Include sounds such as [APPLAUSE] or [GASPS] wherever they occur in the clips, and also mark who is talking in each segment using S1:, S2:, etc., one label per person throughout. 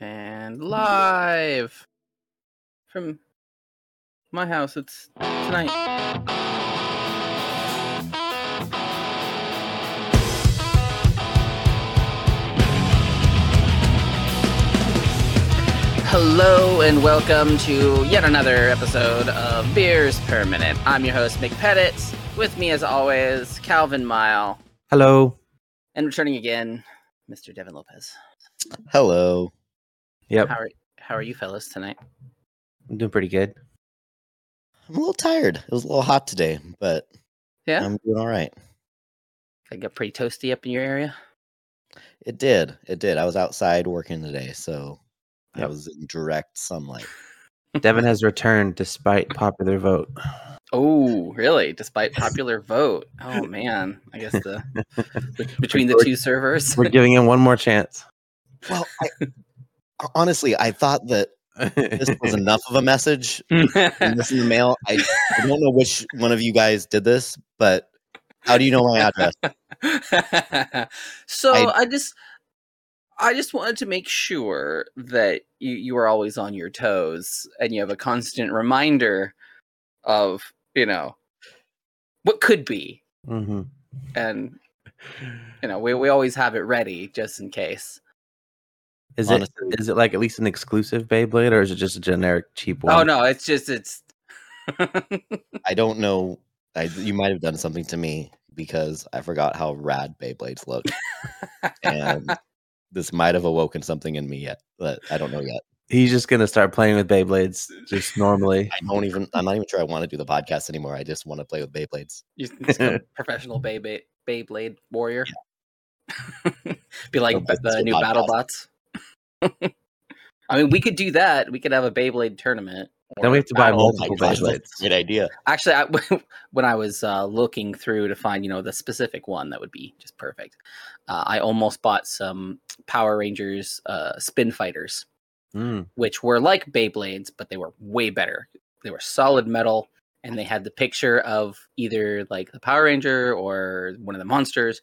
S1: And live from my house, it's tonight. Hello and welcome to yet another episode of Beers Per Minute. I'm your host, Mick Pettit. With me, as always, Calvin Mile.
S2: Hello.
S1: And returning again, Mr. Devin Lopez.
S3: Hello.
S2: Yep,
S1: How are, how are you fellas tonight?
S2: I'm doing pretty good.
S3: I'm a little tired. It was a little hot today, but
S1: Yeah?
S3: I'm doing all right.
S1: Like got pretty toasty up in your area?
S3: It did. It did. I was outside working today, so I
S2: Yep.
S3: was in direct sunlight.
S2: Devin has returned despite popular vote.
S1: Oh, really? [LAUGHS] Despite popular vote. [LAUGHS] Oh man, I guess the [LAUGHS] between the two servers.
S2: We're giving him one more chance.
S3: Well, I, honestly, I thought that this
S2: [LAUGHS]
S3: was enough of a message
S1: [LAUGHS]
S3: in this in the mail. I, I don't know which one of you guys did this, but how do you know my address?
S1: [LAUGHS] so I,
S3: I-
S1: just I just wanted to make sure that you you are always on your toes and you have a constant reminder of, you know, what could be
S2: hmm
S1: and you know, we, we always have it ready just in case.
S2: Is
S3: Honestly.
S2: it is it like at least an exclusive Beyblade or is it just a generic cheap one?
S1: Oh no, it's just it's [LAUGHS]
S3: I don't know. I, you might have done something to me because I forgot how rad Beyblades look, and this might have awoken something in me yet, but I don't know yet.
S2: He's just gonna start playing with Beyblades just normally.
S3: I don't even. I'm not even sure I want to do the podcast anymore. I just want to play with Beyblades.
S1: You just
S2: [LAUGHS]
S1: go professional Beyblade, Beyblade warrior. [LAUGHS] Be like
S3: Go
S1: ba-
S3: listen to
S1: the
S3: a
S1: new
S3: podcast.
S1: battle bots. [LAUGHS] I mean, we could do that. We could have a Beyblade tournament.
S2: Then
S1: or
S2: we have to buy
S1: battle.
S3: Oh my
S2: multiple
S3: gosh, that's
S2: Beyblades.
S3: a great idea.
S1: Actually, I, [LAUGHS] when I was uh, looking through to find, you know, the specific one that would be just perfect, uh, I almost bought some Power Rangers uh, spin fighters,
S2: Mm.
S1: which were like Beyblades, but they were way better. They were solid metal, and they had the picture of either like the Power Ranger or one of the monsters.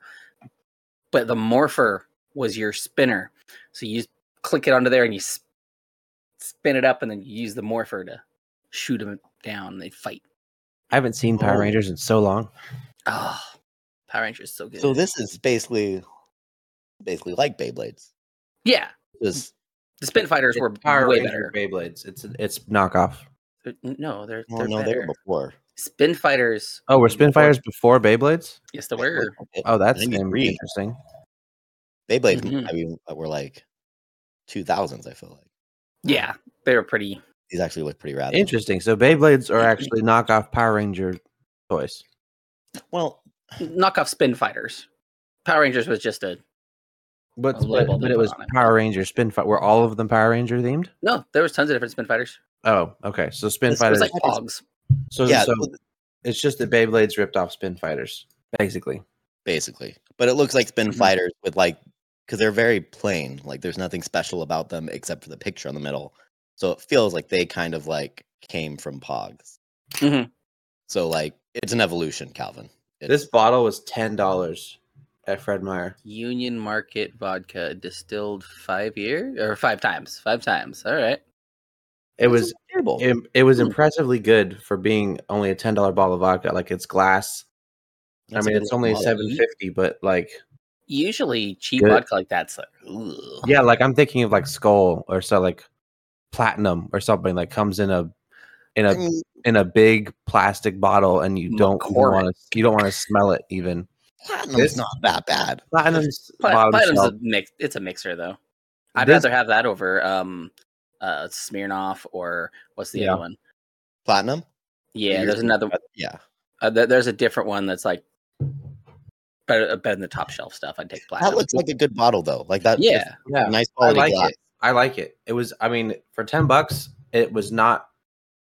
S1: But the morpher was your spinner, so you just click it onto there and you s- spin it up, and then you use the morpher to shoot them down. And they fight.
S2: I haven't seen Power
S3: Oh.
S2: Rangers in so long.
S1: Oh, Power Rangers is so good.
S3: So this is basically, basically like Beyblades.
S1: yeah,
S3: Just
S1: the spin fighters were way better.
S2: Beyblades. It's it's knockoff.
S1: They're- No, they're,
S3: well,
S1: they're
S3: Oh, no, they
S1: better.
S3: were before.
S1: spin fighters.
S2: Oh, were spin fighters before Beyblades?
S1: Yes, they were.
S2: Oh, that's gonna be
S3: 93.
S2: interesting.
S3: eh, Beyblades.
S1: Mhm.
S3: I mean, were like two thousands. I feel like
S1: Yeah, they were pretty.
S3: these actually look pretty rad. though.
S2: Interesting. So Beyblades are actually knockoff Power Ranger toys.
S3: Well,
S1: knockoff spin fighters. Power Rangers was just a
S2: But,
S1: A label
S2: but, but
S1: they
S2: it
S1: put
S2: was
S1: on it.
S2: Power Ranger Spin Fight. Were all of them Power Ranger themed?
S1: no. There was tons of different spin fighters.
S2: Oh, okay. So Spin
S3: This was
S1: It was
S2: Fighters.
S1: like
S3: Fighters.
S1: Pogs.
S2: so,
S3: yeah,
S2: so
S3: well,
S2: it's just the Beyblades ripped off Spin Fighters, basically.
S3: basically. But it looks like spin
S1: Mhm.
S3: fighters with like because they're very plain. Like there's nothing special about them except for the picture on the middle. So it feels like they kind of like came from Pogs.
S1: Mhm.
S3: So like it's an evolution, Calvin. It's,
S2: This bottle was ten dollars at Fred Meyer.
S1: Union Market vodka distilled five years or five times. Five times. All right.
S2: It was
S3: terrible.
S2: it, it was
S1: Hmm.
S2: impressively good for being only a ten dollar bottle of vodka. Like it's glass. I mean, it's only seven fifty, but like
S1: Usually cheap
S2: Good.
S1: vodka like that's like, ooh.
S2: yeah, like I'm thinking of like Skull or so like platinum or something like comes in a in a in a big plastic bottle and you don't want to you don't want to smell it even.
S3: platinum's not that bad.
S2: Platinum's
S1: Pla-
S2: bottom
S1: Platinum's
S2: shelf.
S1: a mix. It's a mixer though. I'd
S2: This-
S1: rather have that over um, uh, Smirnoff or what's the
S2: Yeah.
S1: other one?
S3: Platinum.
S1: Yeah,
S3: You're
S1: there's
S3: talking
S1: another.
S3: about- Yeah,
S1: Uh, there- there's a different one that's like better, uh, better than the top shelf stuff. I'd take platinum.
S3: that looks like a good bottle though. Like that.
S1: yeah.
S2: yeah.
S3: Nice quality
S2: like it.
S3: glass.
S2: I like it. It was I mean, for 10 bucks, it was not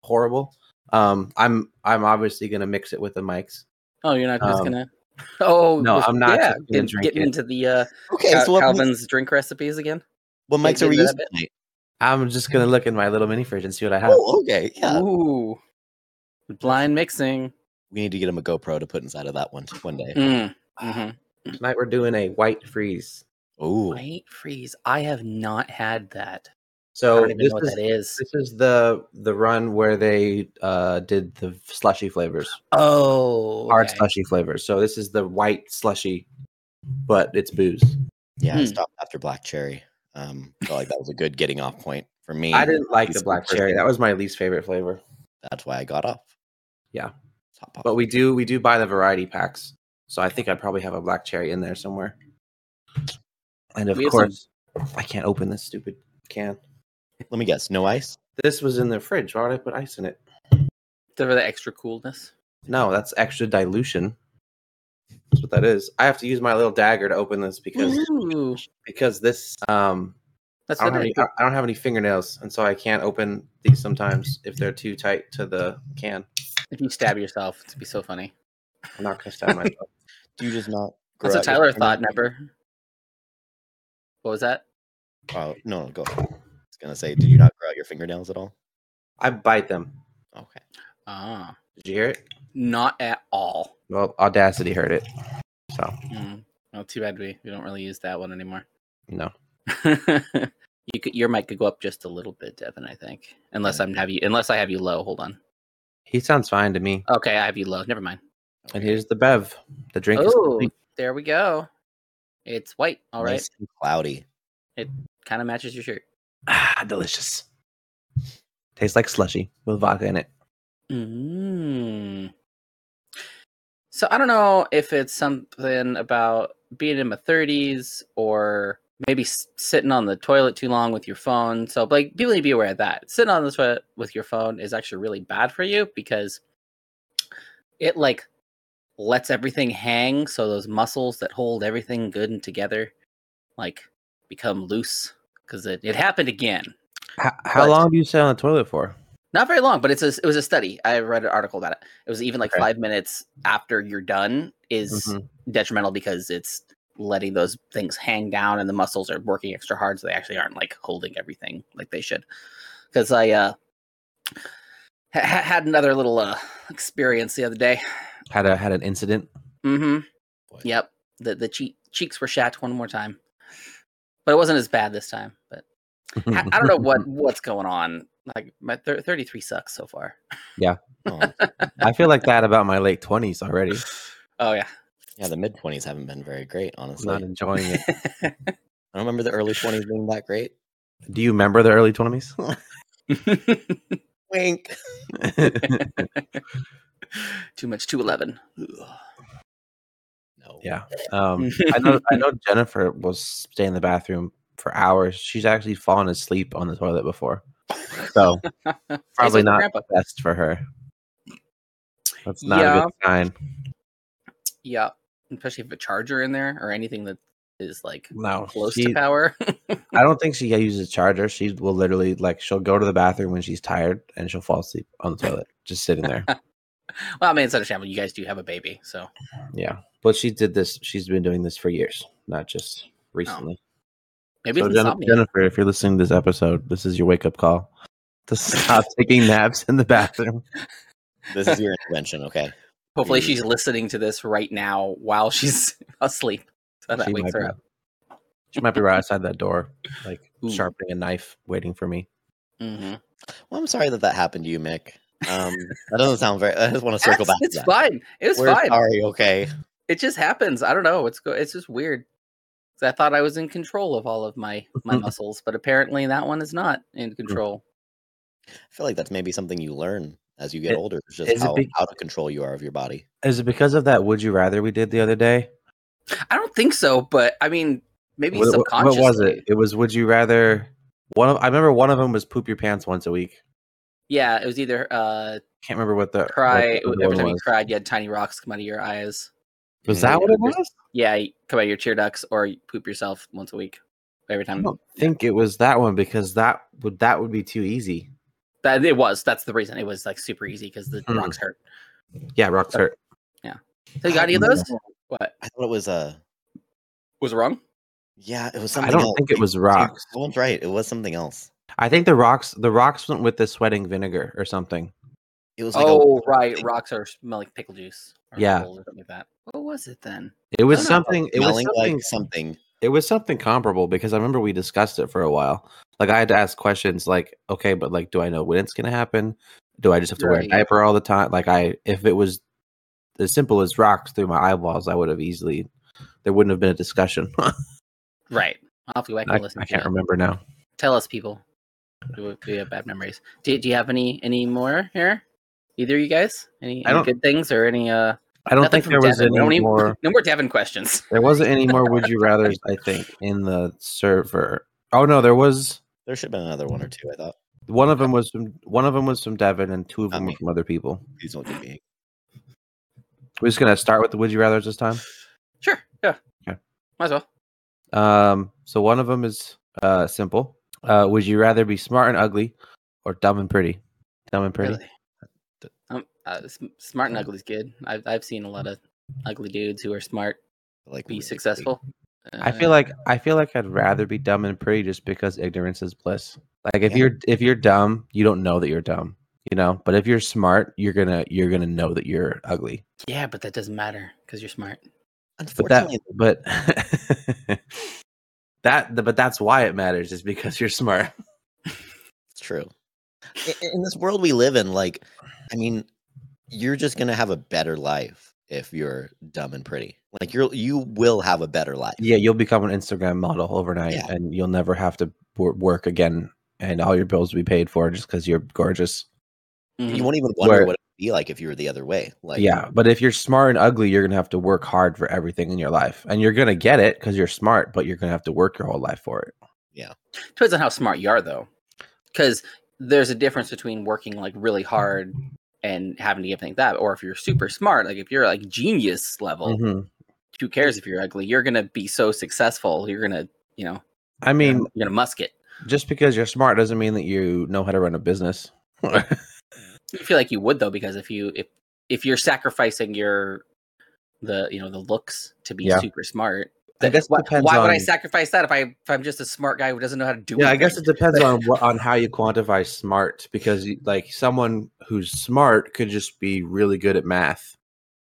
S2: horrible. Um I'm I'm obviously going to mix it with the mics.
S1: Oh, you're not just
S2: Um,
S1: gonna. [LAUGHS] Oh
S2: no,
S1: with-
S2: I'm not
S1: Yeah,
S2: just gonna
S1: get,
S2: drink
S1: getting
S2: it.
S1: into the uh,
S3: Okay,
S1: Cal-
S3: so what mics,
S1: Calvin's drink recipes again.
S3: what
S1: they
S3: mics
S1: did
S3: are we
S1: that
S3: using?
S1: bit?
S3: tonight?
S2: I'm just going to look in my little mini fridge and see what I have.
S3: Oh, okay. Yeah,
S1: Ooh, blind mixing.
S3: we need to get him a GoPro to put inside of that one one day.
S1: Mm. hmm
S2: Tonight we're doing a white freeze.
S3: Oh,
S1: White freeze. I have not had that. I
S2: So
S1: don't even
S2: Oh, this
S1: know what
S2: is,
S1: that is.
S2: this is the the run where they uh did the slushy flavors,
S1: Oh,
S2: hard
S1: okay.
S2: slushy flavors. So this is the white slushy, but it's booze.
S3: yeah. I
S1: Hmm.
S3: stopped after black cherry. Um, felt like that was a good getting off point for me.
S2: I didn't like
S3: It's
S2: the
S3: the
S2: black
S3: first
S2: cherry.
S3: thing.
S2: That was my least favorite flavor.
S3: That's why I got off.
S2: Yeah.
S3: Top off.
S2: But we do we do buy the variety packs. So I think I probably have a black cherry in there somewhere. And of
S1: We have some-
S2: course, I can't open this stupid can.
S3: Let me guess. No ice.
S2: This was in the fridge. Why would I put ice in it?
S1: for the extra coolness.
S2: No, that's extra dilution. That's what that is. I have to use my little dagger to open this because
S1: Ooh,
S2: because this um
S1: that's
S2: I
S1: what
S2: don't, have any, I don't have any fingernails, and so I can't open these sometimes if they're too tight to the can.
S1: If you stab yourself, it'd be so
S2: [LAUGHS]
S1: funny.
S2: I'm not gonna stab myself.
S3: Do you just not? grow
S1: That's what
S3: out your
S1: Tyler thought.
S3: fingernails?
S1: Remember? What was that?
S3: Oh no, no, go. ahead. I was gonna say, did you not grow out your fingernails at all?
S2: I bite them.
S3: Okay.
S1: Ah,
S2: Did you hear it?
S1: not at all.
S2: Well, audacity heard it. So
S1: Mm. Well, too bad we, we don't really use that one anymore.
S2: no.
S1: [LAUGHS] you could, your mic could go up just a little bit, Devin. I think, unless I'm have you, unless I have you low. Hold on.
S2: He sounds fine to me.
S1: Okay, I have you low. Never mind.
S2: And here's the bev. The drink is
S1: Oh,
S2: complete.
S1: there we go. It's white. All right,
S3: Nice and cloudy.
S1: kind of matches your shirt.
S2: ah, delicious. Tastes like slushy with vodka in it.
S1: Mm. So I don't know if it's something about being in my 30s or maybe s- sitting on the toilet too long with your phone. So like people need to be aware of that. Sitting on the toilet with your phone is actually really bad for you because it like lets everything hang so those muscles that hold everything good and together like become loose because it, it happened again
S2: How, how
S1: But-
S2: long do you sit on the toilet for?
S1: not very long, but it's a, it was a study. I read an article about it. It was even like
S2: Okay.
S1: five minutes after you're done is
S2: Mhm.
S1: detrimental because it's letting those things hang down and the muscles are working extra hard, so they actually aren't like holding everything like they should. Because I uh, ha- ha- had another little uh, experience the other day.
S2: Had a had an incident.
S1: Mm-hmm.
S3: Boy.
S1: Yep. The the cheek cheeks were shat one more time, but it wasn't as bad this time. But I, I don't know what what's going on. Like my thir- 33 sucks so far.
S3: Oh,
S2: [LAUGHS] I feel like that about my late twenties already.
S1: Oh yeah.
S3: yeah, the mid twenties haven't been very great, honestly.
S2: Not enjoying it.
S3: I don't remember the early twenties being that great.
S2: Do you remember the early twenties?
S1: [LAUGHS]
S3: Wink.
S1: [LAUGHS] too much 211
S3: No.
S2: Yeah. Um,
S1: [LAUGHS]
S2: I know. I know Jennifer will stay in the bathroom for hours. She's actually fallen asleep on the toilet before, so probably not
S1: Grandpa.
S2: best for her. That's not a good sign.
S1: yeah especially if a charger in there or anything that is like
S2: No,
S1: close
S2: she-
S1: to power [LAUGHS]
S2: I don't think she uses a charger. She will literally like she'll go to the bathroom when she's tired and she'll fall asleep on the toilet, just sitting there.
S1: [LAUGHS] well i mean it's understandable you guys do have a baby so
S2: Yeah, but she did this. She's been doing this for years, not just recently.
S1: maybe
S2: so
S1: it's
S2: Jen-
S1: insomnia.
S2: Jennifer, if you're listening to this episode, this is your wake up call to stop
S1: [LAUGHS]
S2: taking naps in the bathroom.
S3: This is your intervention, okay?
S1: hopefully
S3: Hmm.
S1: she's listening to this right now while she's [LAUGHS] asleep so that
S2: She
S1: wakes
S2: might
S1: her
S2: be-
S1: up
S2: She might be
S1: [LAUGHS]
S2: right outside that door, like
S1: Ooh.
S2: sharpening a knife, waiting for me.
S1: Mhm.
S3: Well, I'm sorry that that happened to you, Mick. Um, that doesn't sound very. I just want to circle
S1: That's-
S3: back.
S1: it's
S3: to that.
S1: fine it was
S3: We're
S1: fine
S3: sorry, okay?
S1: it just happens i don't know it's go- it's just weird 'Cause i thought i was in control of all of my
S2: [LAUGHS]
S1: my muscles but apparently that one is not in
S2: Hmm.
S1: control
S3: I feel like that's maybe something you learn as you get
S2: It-
S3: older. It's just
S2: is it
S3: how
S2: big-
S3: out of control you are of your body.
S2: Is it because of that "Would you rather" we did the other day?
S1: I don't think so, but I mean, maybe
S2: What, what- what
S1: subconsciously.
S2: was it? It was "Would you rather." One of I remember one of them was poop your pants once a week.
S1: Yeah, it was either uh
S2: Can't remember what the what
S1: cry
S2: the other
S1: every
S2: one
S1: time you
S2: was.
S1: cried, you had tiny rocks come out of your eyes.
S2: Was
S3: Mm-hmm.
S2: that what it was?
S1: Yeah, you come out of your tear ducts, or you poop yourself once a week. Every
S2: I
S1: time
S2: don't think it was that one because that would that would be too easy.
S1: that it was, that's the reason it was like super easy because the
S2: Hmm.
S1: rocks hurt.
S2: Yeah, rocks hurt.
S1: So you got any of those? What
S3: I thought it was Uh,
S1: was wrong?
S3: yeah, it was
S2: I
S3: something.
S2: don't
S3: else.
S2: think it was
S3: Dude,
S2: rocks.
S3: Someone's right. It was something else.
S2: I think the rocks the rocks went with the sweating vinegar or something.
S3: It was like
S2: [LAUGHS]
S1: Oh,
S3: a,
S1: right,
S3: thing.
S1: rocks are smell like pickle juice. Or
S2: Yeah.
S1: pickles or something like that. What was it then?
S2: It was
S1: don't know.
S2: something. It was
S3: smelling
S2: something.
S3: like something.
S2: it It was something comparable because I remember we discussed it for a while. Like I had to ask questions like, okay, but like, do I know when it's going to happen? Do I just have to wear a
S1: Right.
S2: diaper all the time? Like I, if it was as simple as rocks through my eyeballs, I would have easily. There wouldn't have been a discussion. [LAUGHS] I,
S1: Right. I'll have to go back and
S2: I
S1: listen. to
S2: can't
S1: that.
S2: remember now.
S1: Tell us, people. Do we, do we have bad memories? Do, do you have any any more here? Either you guys? Any,
S2: I
S1: any
S2: don't-
S1: good things or any? uh
S2: I don't
S1: nothing
S2: think
S1: from
S2: there was
S1: Devin. We don't
S2: any
S1: need-
S2: more.
S1: [LAUGHS] No more Devin questions. [LAUGHS]
S2: There wasn't any more would you rather's. I think in the server. Oh no, there was
S3: There should have been another one or
S2: Mm-hmm.
S3: two. I thought.
S2: one of them was from one of them was from Devin and two of
S3: Not
S2: them were
S3: me.
S2: from other people.
S3: Please don't give me.
S2: We're just gonna start with the would you rather's this time.
S1: Sure. Yeah.
S2: Okay.
S1: Might as well.
S2: Um, so one of them is uh simple. Uh, would you rather be smart and ugly or dumb and pretty? Dumb and pretty.
S1: Really. Um, uh, s- smart and ugly's good. I've I've seen a lot of ugly dudes who are smart
S3: Like
S1: be
S3: really
S1: successful.
S2: I feel
S1: Uh,
S2: like I feel like I'd rather be dumb and pretty just because ignorance is bliss. Like if
S3: Yeah.
S2: you're if you're dumb, you don't know that you're dumb, you know. But if you're smart, you're gonna you're gonna know that you're ugly.
S1: Uh, yeah, but that doesn't matter because you're smart.
S2: But that
S3: Unfortunately,
S2: but [LAUGHS] that but that's why it matters is because you're smart.
S3: it's true. I- In this world we live in, like, I mean, you're just gonna have a better life if you're dumb and pretty. Like you're, you will have a better life.
S2: Yeah, you'll become an Instagram model overnight,
S3: Yeah.
S2: and you'll never have to wor- work again, and all your bills will be paid for just because you're gorgeous.
S1: Mhm.
S2: Mm-hmm.
S3: You won't even wonder
S2: Where-
S3: what it'd be like if you were the other way. Like,
S2: yeah, but if you're smart and ugly, you're gonna have to work hard for everything in your life, and you're gonna get it because you're smart, but you're gonna have to work your whole life for it.
S1: depends on how smart you are though because there's a difference between working like really hard and having to give things that or if you're super smart like if you're like genius level
S2: Mhm.
S1: who cares if you're ugly you're gonna be so successful you're gonna you know
S2: I mean,
S1: you're gonna musk it
S2: just because you're smart doesn't mean that you know how to run a business.
S1: i feel like you would though because if you if if you're sacrificing your the you know the looks to be
S2: Yeah.
S1: super smart
S2: I guess
S1: why,
S2: depends
S1: why would i
S2: on-
S1: sacrifice that if i if i'm just a smart guy who doesn't know how to do
S2: yeah i guess
S1: anything?
S2: it depends on what on how you quantify smart because you- like someone who's smart could just be really good at math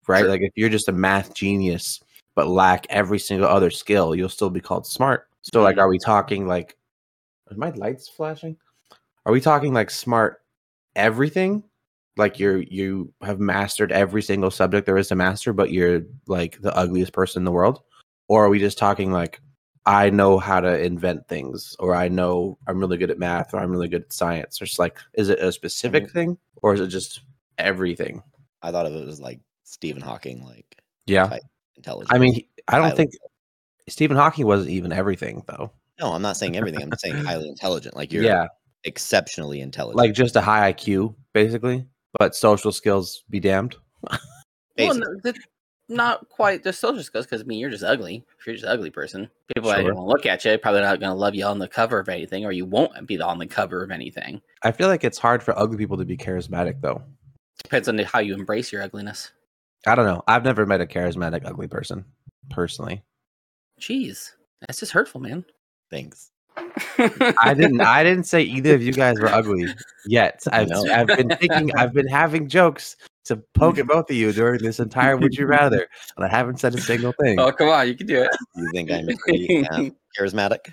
S2: right
S1: Sure.
S2: like if you're just a math genius but lack every single other skill you'll still be called smart so like
S1: Mhm.
S2: are we talking like are my lights flashing are we talking like smart everything like you're you have mastered every single subject there is to master but you're like the ugliest person in the world or are we just talking like I know how to invent things, or I know I'm really good at math, or I'm really good at science. Or just like, is it a specific thing, or is it just everything?
S3: I thought of it as like Stephen Hawking, like
S2: Yeah,
S3: Right. intelligence.
S2: I mean, he- I don't
S3: Highly-
S2: think Stephen Hawking wasn't even everything, though.
S3: no, I'm not saying everything. I'm just saying highly intelligent. Like you're
S2: Yeah,
S3: exceptionally intelligent.
S2: like just a high IQ, basically, but social skills be damned.
S1: Well,
S3: basically.
S1: no, th- not quite the social skills because I mean you're just ugly. If you're just an ugly person, people are
S2: Sure.
S1: going to look at you. Probably not going to love you on the cover of anything, or you won't be on the cover of anything.
S2: I feel like it's hard for ugly people to be charismatic, though.
S1: Depends on how you embrace your ugliness.
S2: I don't know. I've never met a charismatic ugly person
S3: [LAUGHS]
S2: personally.
S1: Jeez, that's just hurtful, man.
S3: Thanks.
S2: I didn't. I didn't say either of you guys were ugly
S3: [LAUGHS]
S2: yet. I've,
S3: No.
S2: I've been thinking. I've been having jokes to poke at both of you during this entire "Would You Rather," and I haven't said a single thing.
S1: oh come on, you can do it.
S3: You think I'm
S1: [LAUGHS]
S3: pretty uh, charismatic?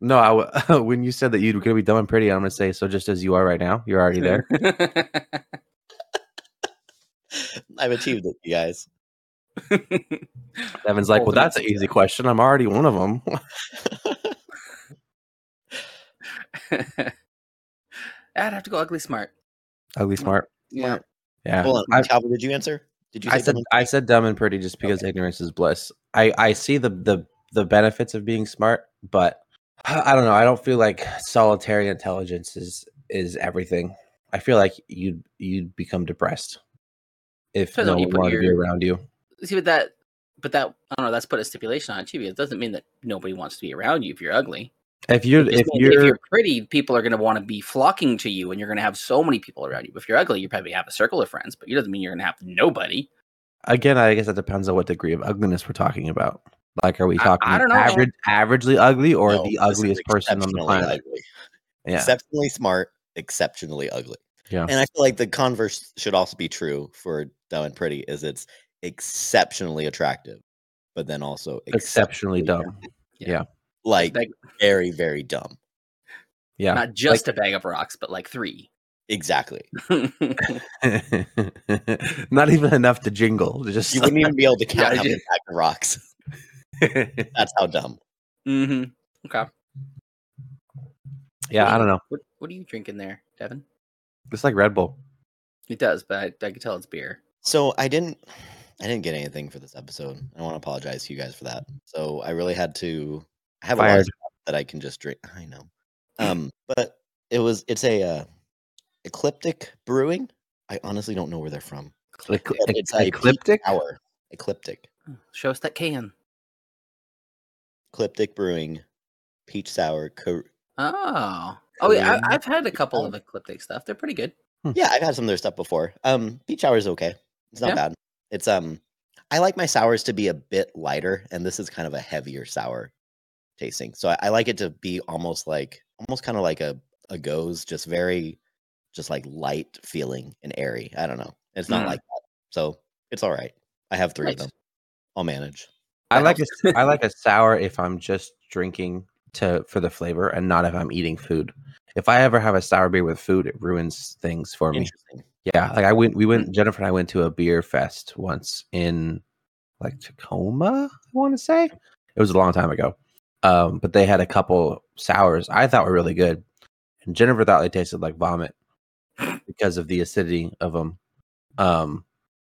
S2: No, I, w- [LAUGHS] when you said that you were gonna be dumb and pretty, I'm gonna say so. Just as you are right now, you're
S1: [LAUGHS]
S2: already there.
S3: I've achieved it, you guys.
S2: Evan's like, "Well,
S1: Ultimate
S2: that's an easy question. I'm already one of them."
S1: [LAUGHS] I'd have to go ugly smart.
S2: [LAUGHS] ugly smart.
S1: Yeah,
S2: Yeah.
S3: Hold on,
S2: I,
S3: Calvin, did you answer? Did you?
S2: I
S3: say
S2: said
S3: someone-
S2: I said dumb and pretty just because ignorance is bliss. I I see the the the benefits of being smart, but [SIGHS] I don't know. I don't feel like solitary intelligence is is everything. I feel like you'd you'd become depressed if
S1: Depends
S2: no
S1: on what you
S2: one
S1: put
S2: wanted to be
S1: your-
S2: around you.
S1: see, but that, but that, I don't know. That's put a stipulation on it too. because It doesn't mean that nobody wants to be around you if you're ugly.
S2: If you're
S1: It just
S2: if
S1: means
S2: you're,
S1: if you're pretty, people are going to want to be flocking to you, and you're going to have so many people around you. If you're ugly, you probably have a circle of friends, but it doesn't mean you're going to have nobody.
S2: again, I guess that depends on what degree of ugliness we're talking about. Like, are we
S1: I-
S2: talking
S1: I don't know.
S2: average, averagely ugly, or
S3: No,
S2: the
S3: this is
S2: ugliest person on the
S3: exceptionally
S2: planet?
S3: ugly.
S2: Yeah,
S3: Exceptionally smart, exceptionally ugly.
S2: Yeah.
S3: And I feel like the converse should also be true for dumb and pretty. Is it's exceptionally attractive, but then also
S2: exceptionally
S3: exceptionally
S2: dumb. Yeah.
S3: Like
S1: Like-
S3: very, very dumb.
S2: Yeah.
S1: Not just a bag of rocks, but like three. [LAUGHS] Mm-hmm.
S3: Exactly.
S2: [LAUGHS] Not even enough to jingle. Just
S3: You wouldn't even be able to count
S1: Yeah,
S3: how
S1: you-
S3: many pack of rocks. That's how dumb.
S1: hmm
S2: [LAUGHS] yeah, I don't know.
S1: What What are you drinking there, Devin?
S2: It's like Red Bull.
S1: It does, but I, I can tell it's beer.
S3: So I didn't I didn't get anything for this episode. I want to apologize to you guys for that. So I really had to I have a lot
S2: Fired.
S3: of stuff that I can just drink. I know. Um but it was it's a uh, ecliptic brewing. I honestly don't know where they're from.
S2: Ec-
S3: But it's a
S2: ecliptic.
S3: Our ecliptic.
S1: Show us that can.
S3: Ecliptic brewing peach sour co-
S1: Oh, oh yeah.
S3: Korean
S1: I, I've had a couple of
S3: sour.
S1: ecliptic stuff. They're pretty good.
S3: Yeah, I've had some of their stuff before. Um, peach sour is okay. It's not
S1: Yeah.
S3: bad. It's um, I like my sours to be a bit lighter, and this is kind of a heavier sour tasting. So I, I like it to be almost like almost kind of like a a goes, just very, just like light feeling and airy. I don't know. It's not
S1: Mm.
S3: like that, so it's all right. I have three of
S1: Nice.
S3: them. I'll manage.
S2: I like a, s- I like a sour if I'm just drinking to for the flavor and not if I'm eating food. If I ever have a sour beer with food, it ruins things for me.
S3: Interesting.
S2: Yeah, like I went, we went. Jennifer and I went to a beer fest once in like Tacoma. I want to say it was a long time ago, um, but they had a couple sours I thought were really good, and Jennifer thought they tasted like vomit because of the acidity of them. Um,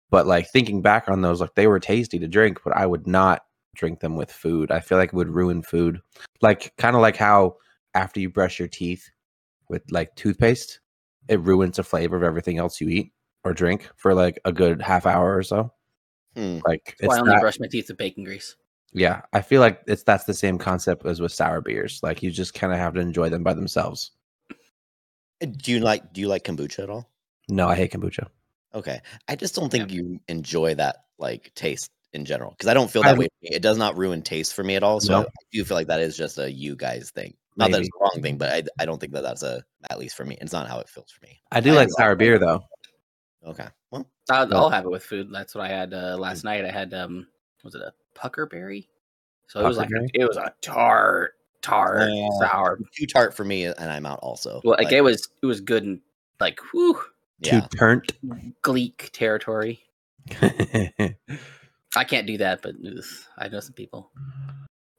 S2: but like thinking back on those, like they were tasty to drink, but I would not drink them with food. I feel like it would ruin food. Like kind of like how after you brush your teeth with like toothpaste, it ruins the flavor of everything else you eat or drink for like a good half hour or so.
S3: Hmm.
S2: Like
S1: That's why I
S2: it's
S1: only
S2: not-
S1: brush my teeth with bacon grease.
S2: yeah, I feel like it's that's the same concept as with sour beers. Like you just kind of have to enjoy them by themselves.
S3: Uh, Do you like Do you like kombucha at all?
S2: No, I hate kombucha.
S3: Okay, I just don't
S1: Yeah.
S3: think you enjoy that like taste in general because I don't feel
S2: I
S3: that way. It does not ruin taste for me at all. So
S2: No.
S3: I do feel like that is just a you guys thing. Not that it's the wrong thing, but I, I don't think that that's a at least for me. It's not how it feels for me.
S2: I do
S3: I
S2: like
S3: love
S2: sour beer though.
S3: Okay, well,
S1: I'll,
S2: Oh.
S1: I'll have it with food. That's what I had uh, last night. I had um, was it a puckerberry? So it was like
S2: Puckerberry?
S1: it was a tart, tart
S3: Yeah.
S1: sour.
S3: too tart for me, and I'm out. Also,
S1: Well, like,
S3: Like,
S1: it was it was good and like whew,
S3: yeah,
S2: Too turnt. [LAUGHS]
S1: gleek territory. I can't do that, but ugh, I know some people.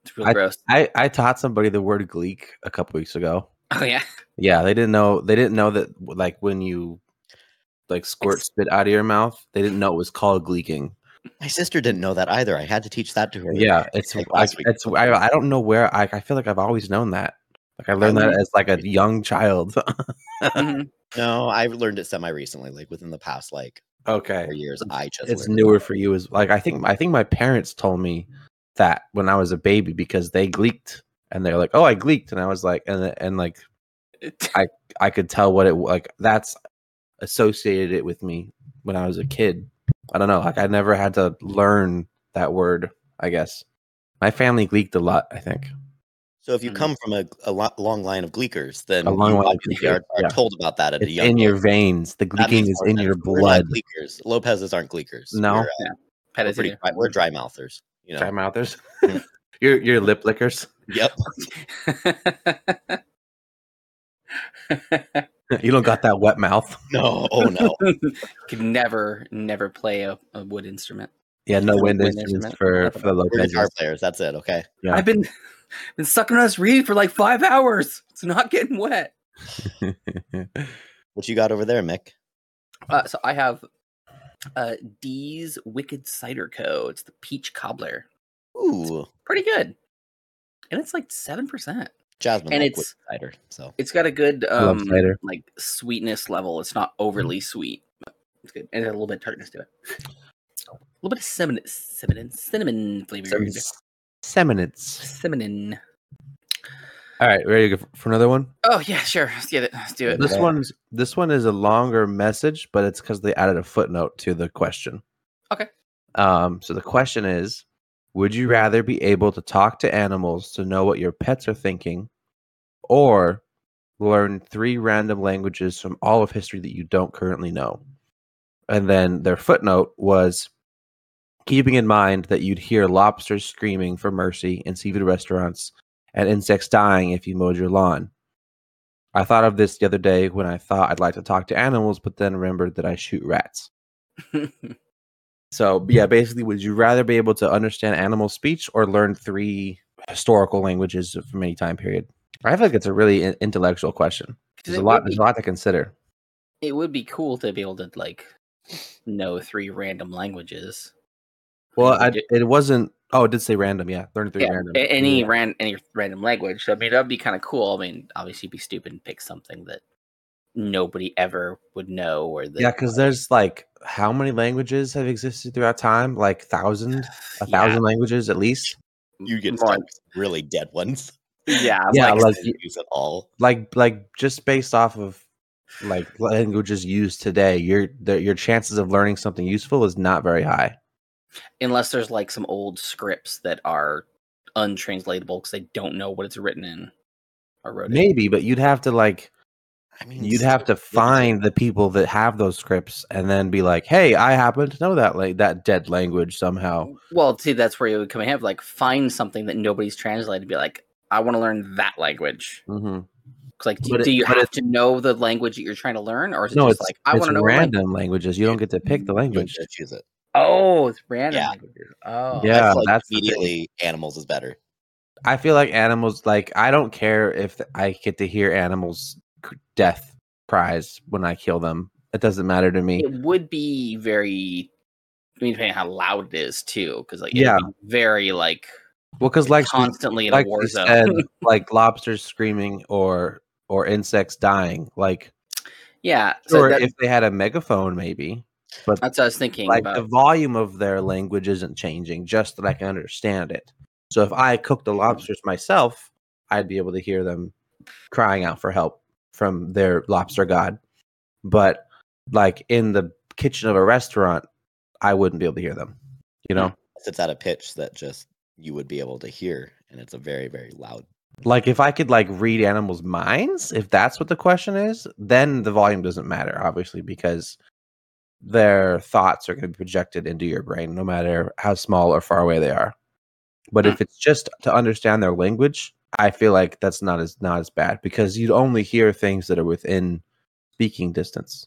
S1: It's really gross. [LAUGHS]
S2: I I taught somebody the word gleek a couple weeks ago.
S1: Oh yeah,
S2: Yeah, they didn't know they didn't know that like when you like squirt
S3: Ex-
S2: spit out of your mouth, they didn't know it was called gleeking.
S3: my sister didn't know that either. I had to teach that to her.
S2: Yeah, it's
S3: like
S2: like
S3: last week.
S2: it's I, I don't know where I I feel like I've always known that. Like I learned that
S3: learned-
S2: as like a young child. [LAUGHS]
S1: Mhm.
S3: no, I've learned it semi recently, like within the past like
S2: okay.
S3: four years. I just
S2: It's
S3: learned it.
S2: newer for you as like I think I think my parents told me that when I was a baby because they gleeked and they're like, "Oh, I gleeked." And I was like and and like I could tell what it like that's associated it with me when I was a kid. I don't know, like I never had to learn that word, I guess. My family gleeked a lot, I think.
S3: So if you
S1: Mm.
S3: come from a, a lo- long line of gleekers, then
S2: A long
S3: you
S2: line of
S3: obviously are,
S2: Gleekers,
S3: are
S2: yeah.
S3: told about that at a
S2: It's
S3: young
S2: in your
S3: age.
S2: veins. The
S3: That
S2: gleeking
S3: makes
S2: is
S3: more
S2: in
S3: sense.
S2: your
S3: We're not
S2: blood.
S3: Gleekers. Lopez's aren't gleekers.
S2: No.
S3: We're, uh,
S1: [LAUGHS] Had
S3: we're,
S1: it
S3: pretty,
S1: too.
S3: dry- we're dry mouthers. You know.
S2: Dry mouthers.
S3: Yeah.
S2: [LAUGHS] your your lip lickers. [LAUGHS]
S3: Yep.
S2: you don't got that wet mouth.
S3: [LAUGHS] No. Oh
S2: [LAUGHS]
S3: no.
S1: [LAUGHS] Could never, never play a, a wood instrument.
S2: Yeah, no
S1: Wind
S2: wind
S1: instrument.
S2: instruments for for the
S3: We're
S2: Lopez.
S3: guitar players. That's it. Okay.
S2: Yeah.
S1: I've been [LAUGHS] been sucking on this reed for like five hours. It's not getting wet.
S3: What you got over there, Mick?
S1: Uh, so I have uh, D's Wicked Cider Co. It's the peach cobbler.
S3: Ooh,
S1: Pretty good, and it's like seven percent.
S3: Jasmine.
S1: And
S3: like
S1: it's-
S3: whipped cider. So
S1: It's got a good
S2: love
S1: um,
S2: cider. Mm.
S1: like sweetness level. It's not overly sweet. but It's good, and a little bit of tartness to it. A little bit of cinnamon, cinnamon, cinnamon flavor.
S2: Seminits.
S1: Cinnamon.
S2: All right, ready to go for another one?
S1: Oh yeah, sure. Let's get it. Let's do it.
S3: Yeah,
S2: This
S3: that-
S2: one's this one is a longer message, but it's because they added a footnote to the question.
S1: Okay.
S2: Um, so the question is Would you rather be able to talk to animals to know what your pets are thinking or learn three random languages from all of history that you don't currently know? And then their footnote was keeping in mind that you'd hear lobsters screaming for mercy in seafood restaurants and insects dying if you mowed your lawn. I thought of this the other day when I thought I'd like to talk to animals, but then remembered that I shoot rats. So, yeah, basically, would you rather be able to understand animal speech or learn three historical languages from any time period? I feel like it's a really in- intellectual question.
S1: [LAUGHS]
S2: There's a
S1: It
S2: lot.
S1: would be-
S2: There's a lot to consider.
S1: it would be cool to be able to like know three random languages.
S2: Well, I,
S1: Language-
S2: it wasn't. Oh, it did say random. Yeah, learn three
S1: yeah,
S2: random.
S1: a- any
S2: Yeah.
S1: ran any random language. I mean, that'd be kind of cool. I mean, obviously, it'd be stupid and pick something that nobody ever would know or that
S2: Yeah, because there's like how many languages have existed throughout time? Like thousand, a
S1: [SIGHS] Yeah.
S2: thousand languages at least.
S3: You get
S1: more-
S3: stuck with really dead ones.
S1: yeah,
S2: Yeah,
S1: like,
S2: like-
S3: use it all.
S2: Like, like just based off of like languages used today, your the, your chances of learning something useful is not very high.
S1: unless there's like some old scripts that are untranslatable because they don't know what it's written in or wrote. in.
S2: Maybe, but you'd have to like
S3: I mean,
S2: you'd have to find the people that have those scripts and then be like, "Hey, I happen to know that like that dead language somehow."
S1: Well, see, that's where you would come in. Have like find something that nobody's translated. and Be like, I want to learn that language.
S2: Mm-hmm.
S1: 'Cause, like, do,
S2: But it-
S1: do you
S2: but
S1: have to know the language that you're trying to learn, or is it
S2: No,
S1: just
S2: it's
S1: like
S2: like
S1: I
S2: it's
S1: want to know? what language- Mm-hmm.
S2: random languages. You don't get to pick the language.
S3: Choose it.
S1: Oh, it's random.
S3: Yeah.
S1: languages. Oh,
S2: Yeah,
S3: I feel like
S2: that's the thing.
S3: immediately animals is better.
S2: I feel like animals. Like I don't care if I get to hear animals' c- death cries when I kill them. It doesn't matter to me.
S1: it would be very. I mean, depending on how loud it is too, because like
S2: Yeah.
S1: yeah, very like
S2: Well, because like she-
S1: constantly in
S2: like
S1: a war
S2: she
S1: zone. [LAUGHS]
S2: said, like lobsters screaming or or insects dying. Like
S1: yeah, so
S2: or
S1: that-
S2: if they had a megaphone, maybe.
S1: that's what I was thinking
S2: like
S1: about.
S2: the volume of their language isn't changing just that i can understand it so if i cooked the
S1: Mm-hmm.
S2: lobsters myself i'd be able to hear them crying out for help from their lobster god but like in the kitchen of a restaurant i wouldn't be able to hear them you know
S3: Unless It's at a pitch that just you would be able to hear, and it's a very very loud.
S2: like if i could like read animals minds if that's what the question is then the volume doesn't matter obviously because their thoughts are going to be projected into your brain no matter how small or far away they are but if it's just to understand their language i feel like that's not as not as bad because you'd only hear things that are within speaking distance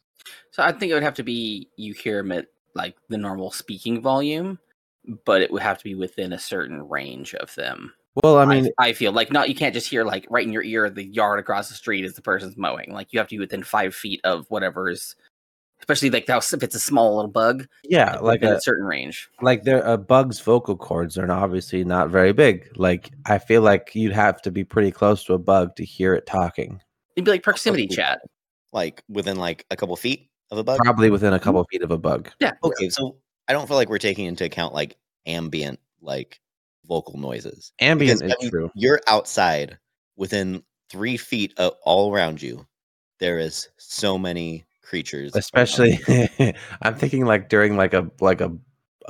S1: So I think it would have to be you hear them at like the normal speaking volume, but it would have to be within a certain range of them.
S2: well i mean
S1: I, feel like not you can't just hear like right in your ear the yard across the street is the person's mowing. Like you have to be within five feet of whatever is, especially like how if it's a small little bug,
S2: yeah like
S1: within
S2: a,
S1: a certain range.
S2: like their a bug's vocal cords are obviously not very big like i feel like you'd have to be pretty close to a bug to hear it talking
S1: It'd be like proximity
S3: Okay.
S2: [LAUGHS]
S1: chat.
S3: Like within like a couple feet of a bug.
S2: probably within a couple feet of a bug
S1: Yeah.
S3: Okay, so I don't feel like we're taking into account like ambient like vocal noises.
S2: ambient
S3: Because,
S2: is
S3: I mean, [LAUGHS]
S2: true
S3: You're outside within three feet of all around you. There is so many creatures, around
S2: especially [LAUGHS]
S3: you.
S2: i'm thinking like during like a like a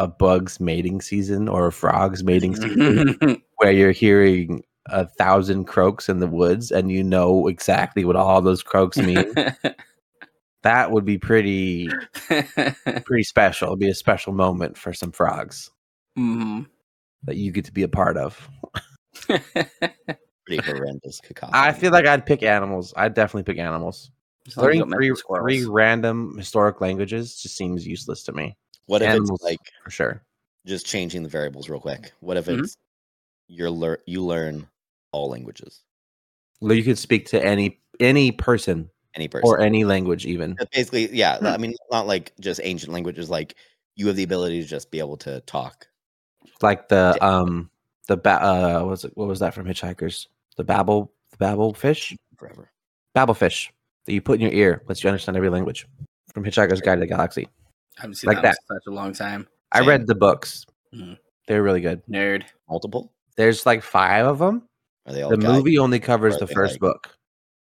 S2: a bug's mating season or a frog's mating season where you're hearing a thousand croaks in the woods and you know exactly what all those croaks mean that would be pretty
S1: [LAUGHS]
S2: pretty special it'd be a special moment for some frogs
S1: [LAUGHS] Mhm.
S2: that you get to be a part of
S3: pretty horrendous cacophony.
S2: i feel like i'd pick animals i'd definitely pick animals
S1: As long as you
S2: learning
S1: don't mess
S2: three,
S1: with squirrels.
S2: three random historic languages just seems useless to me
S3: what if
S2: animals.
S3: it's like
S2: for sure
S3: just changing the variables real quick? What if
S2: Mm-hmm.
S1: Mhm.
S3: it's you're lear- you learn all languages,
S2: Well, you could speak to any any person
S3: any person,
S2: or any language even
S3: Uh, basically, yeah.
S1: Hmm.
S3: I mean, not like just ancient languages. Like you have the ability to just be able to talk.
S2: like the
S3: Yeah.
S2: um the ba- uh what was it, what was that from hitchhikers the babble the babble fish
S3: Forever.
S2: babble fish that you put in your ear lets you understand every language from hitchhiker's guide to the galaxy
S1: I haven't seen
S2: like
S1: that, in such a long time.
S2: i
S3: Same. Mm-hmm.
S2: read the books
S1: Mhm.
S2: they're really good
S1: Nerd.
S3: Multiple?
S2: there's like five of them
S3: Are they all
S2: the
S3: guys?
S2: movie only covers
S3: Or
S2: the
S3: they
S2: first
S3: Oh, like-
S2: book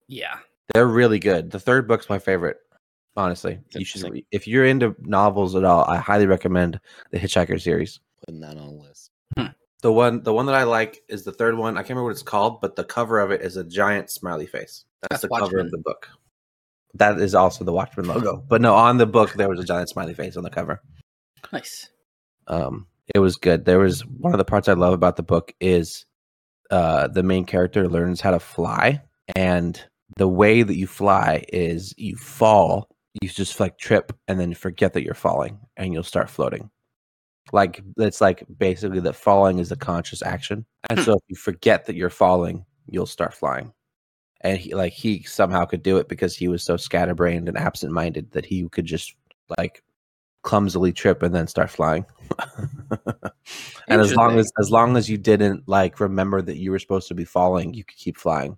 S1: Yeah.
S2: they're really good the third book's my favorite honestly you should
S3: Interesting.
S2: re- if you're into novels at all i highly recommend the hitchhiker series
S3: Putting that on a list.
S2: The one the one that I like is the third one. I can't remember what it's called, but the cover of it is a giant smiley face.
S1: That's
S2: That's, the cover
S1: Watchmen.
S2: of the book. That is also the Watchman logo. But no, on the book there was a giant smiley face on the cover.
S1: Nice.
S2: um, it was good. There was one of the parts I love about the book is uh, the main character learns how to fly, and the way that you fly is you fall, you just like trip, and then forget that you're falling, and you'll start floating. Like it's like basically that falling is a conscious action, and so if you forget that you're falling, you'll start flying. And he like he somehow could do it because he was so scatterbrained and absent-minded that he could just like clumsily trip and then start flying.
S1: [LAUGHS]
S2: and as long as as long as you didn't like remember that you were supposed to be falling, you could keep flying,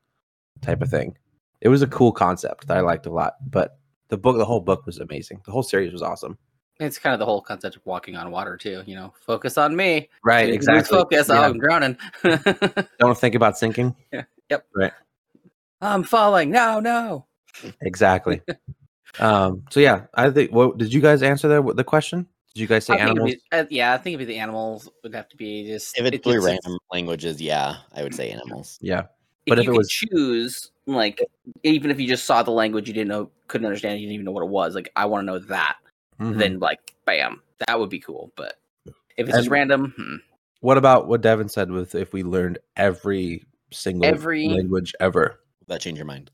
S2: type of thing. It was a cool concept that I liked a lot. But the book, the whole book was amazing. The whole series was awesome.
S1: It's kind of the whole concept of walking on water too. You know, focus on me.
S2: Right,
S1: Lose
S2: exactly.
S1: Focus. Oh,
S2: Yeah.
S1: I'm drowning.
S2: Don't think about sinking.
S1: yep.
S2: Right.
S1: [LAUGHS] I'm falling. No, no. [LAUGHS]
S2: Exactly. um. So yeah, I think. What did you guys answer the the question? Did you guys say
S1: I think it'd
S2: animals?
S1: be- uh, yeah, I think it'd be the animals would have to be just
S3: If it's
S1: it-
S3: three
S1: it's-
S3: random languages, yeah, I would say animals.
S2: yeah.
S1: But if, you it was choose, like even if you just saw the language you didn't know, couldn't understand, you didn't even know what it was. Like I want to know that.
S2: Mhm.
S1: Then like, bam, that would be cool. But if it's just
S2: And-
S1: random, hmm.
S2: what about what Devin said with if we learned every single
S1: Every-
S2: language ever?
S3: Would that change your mind?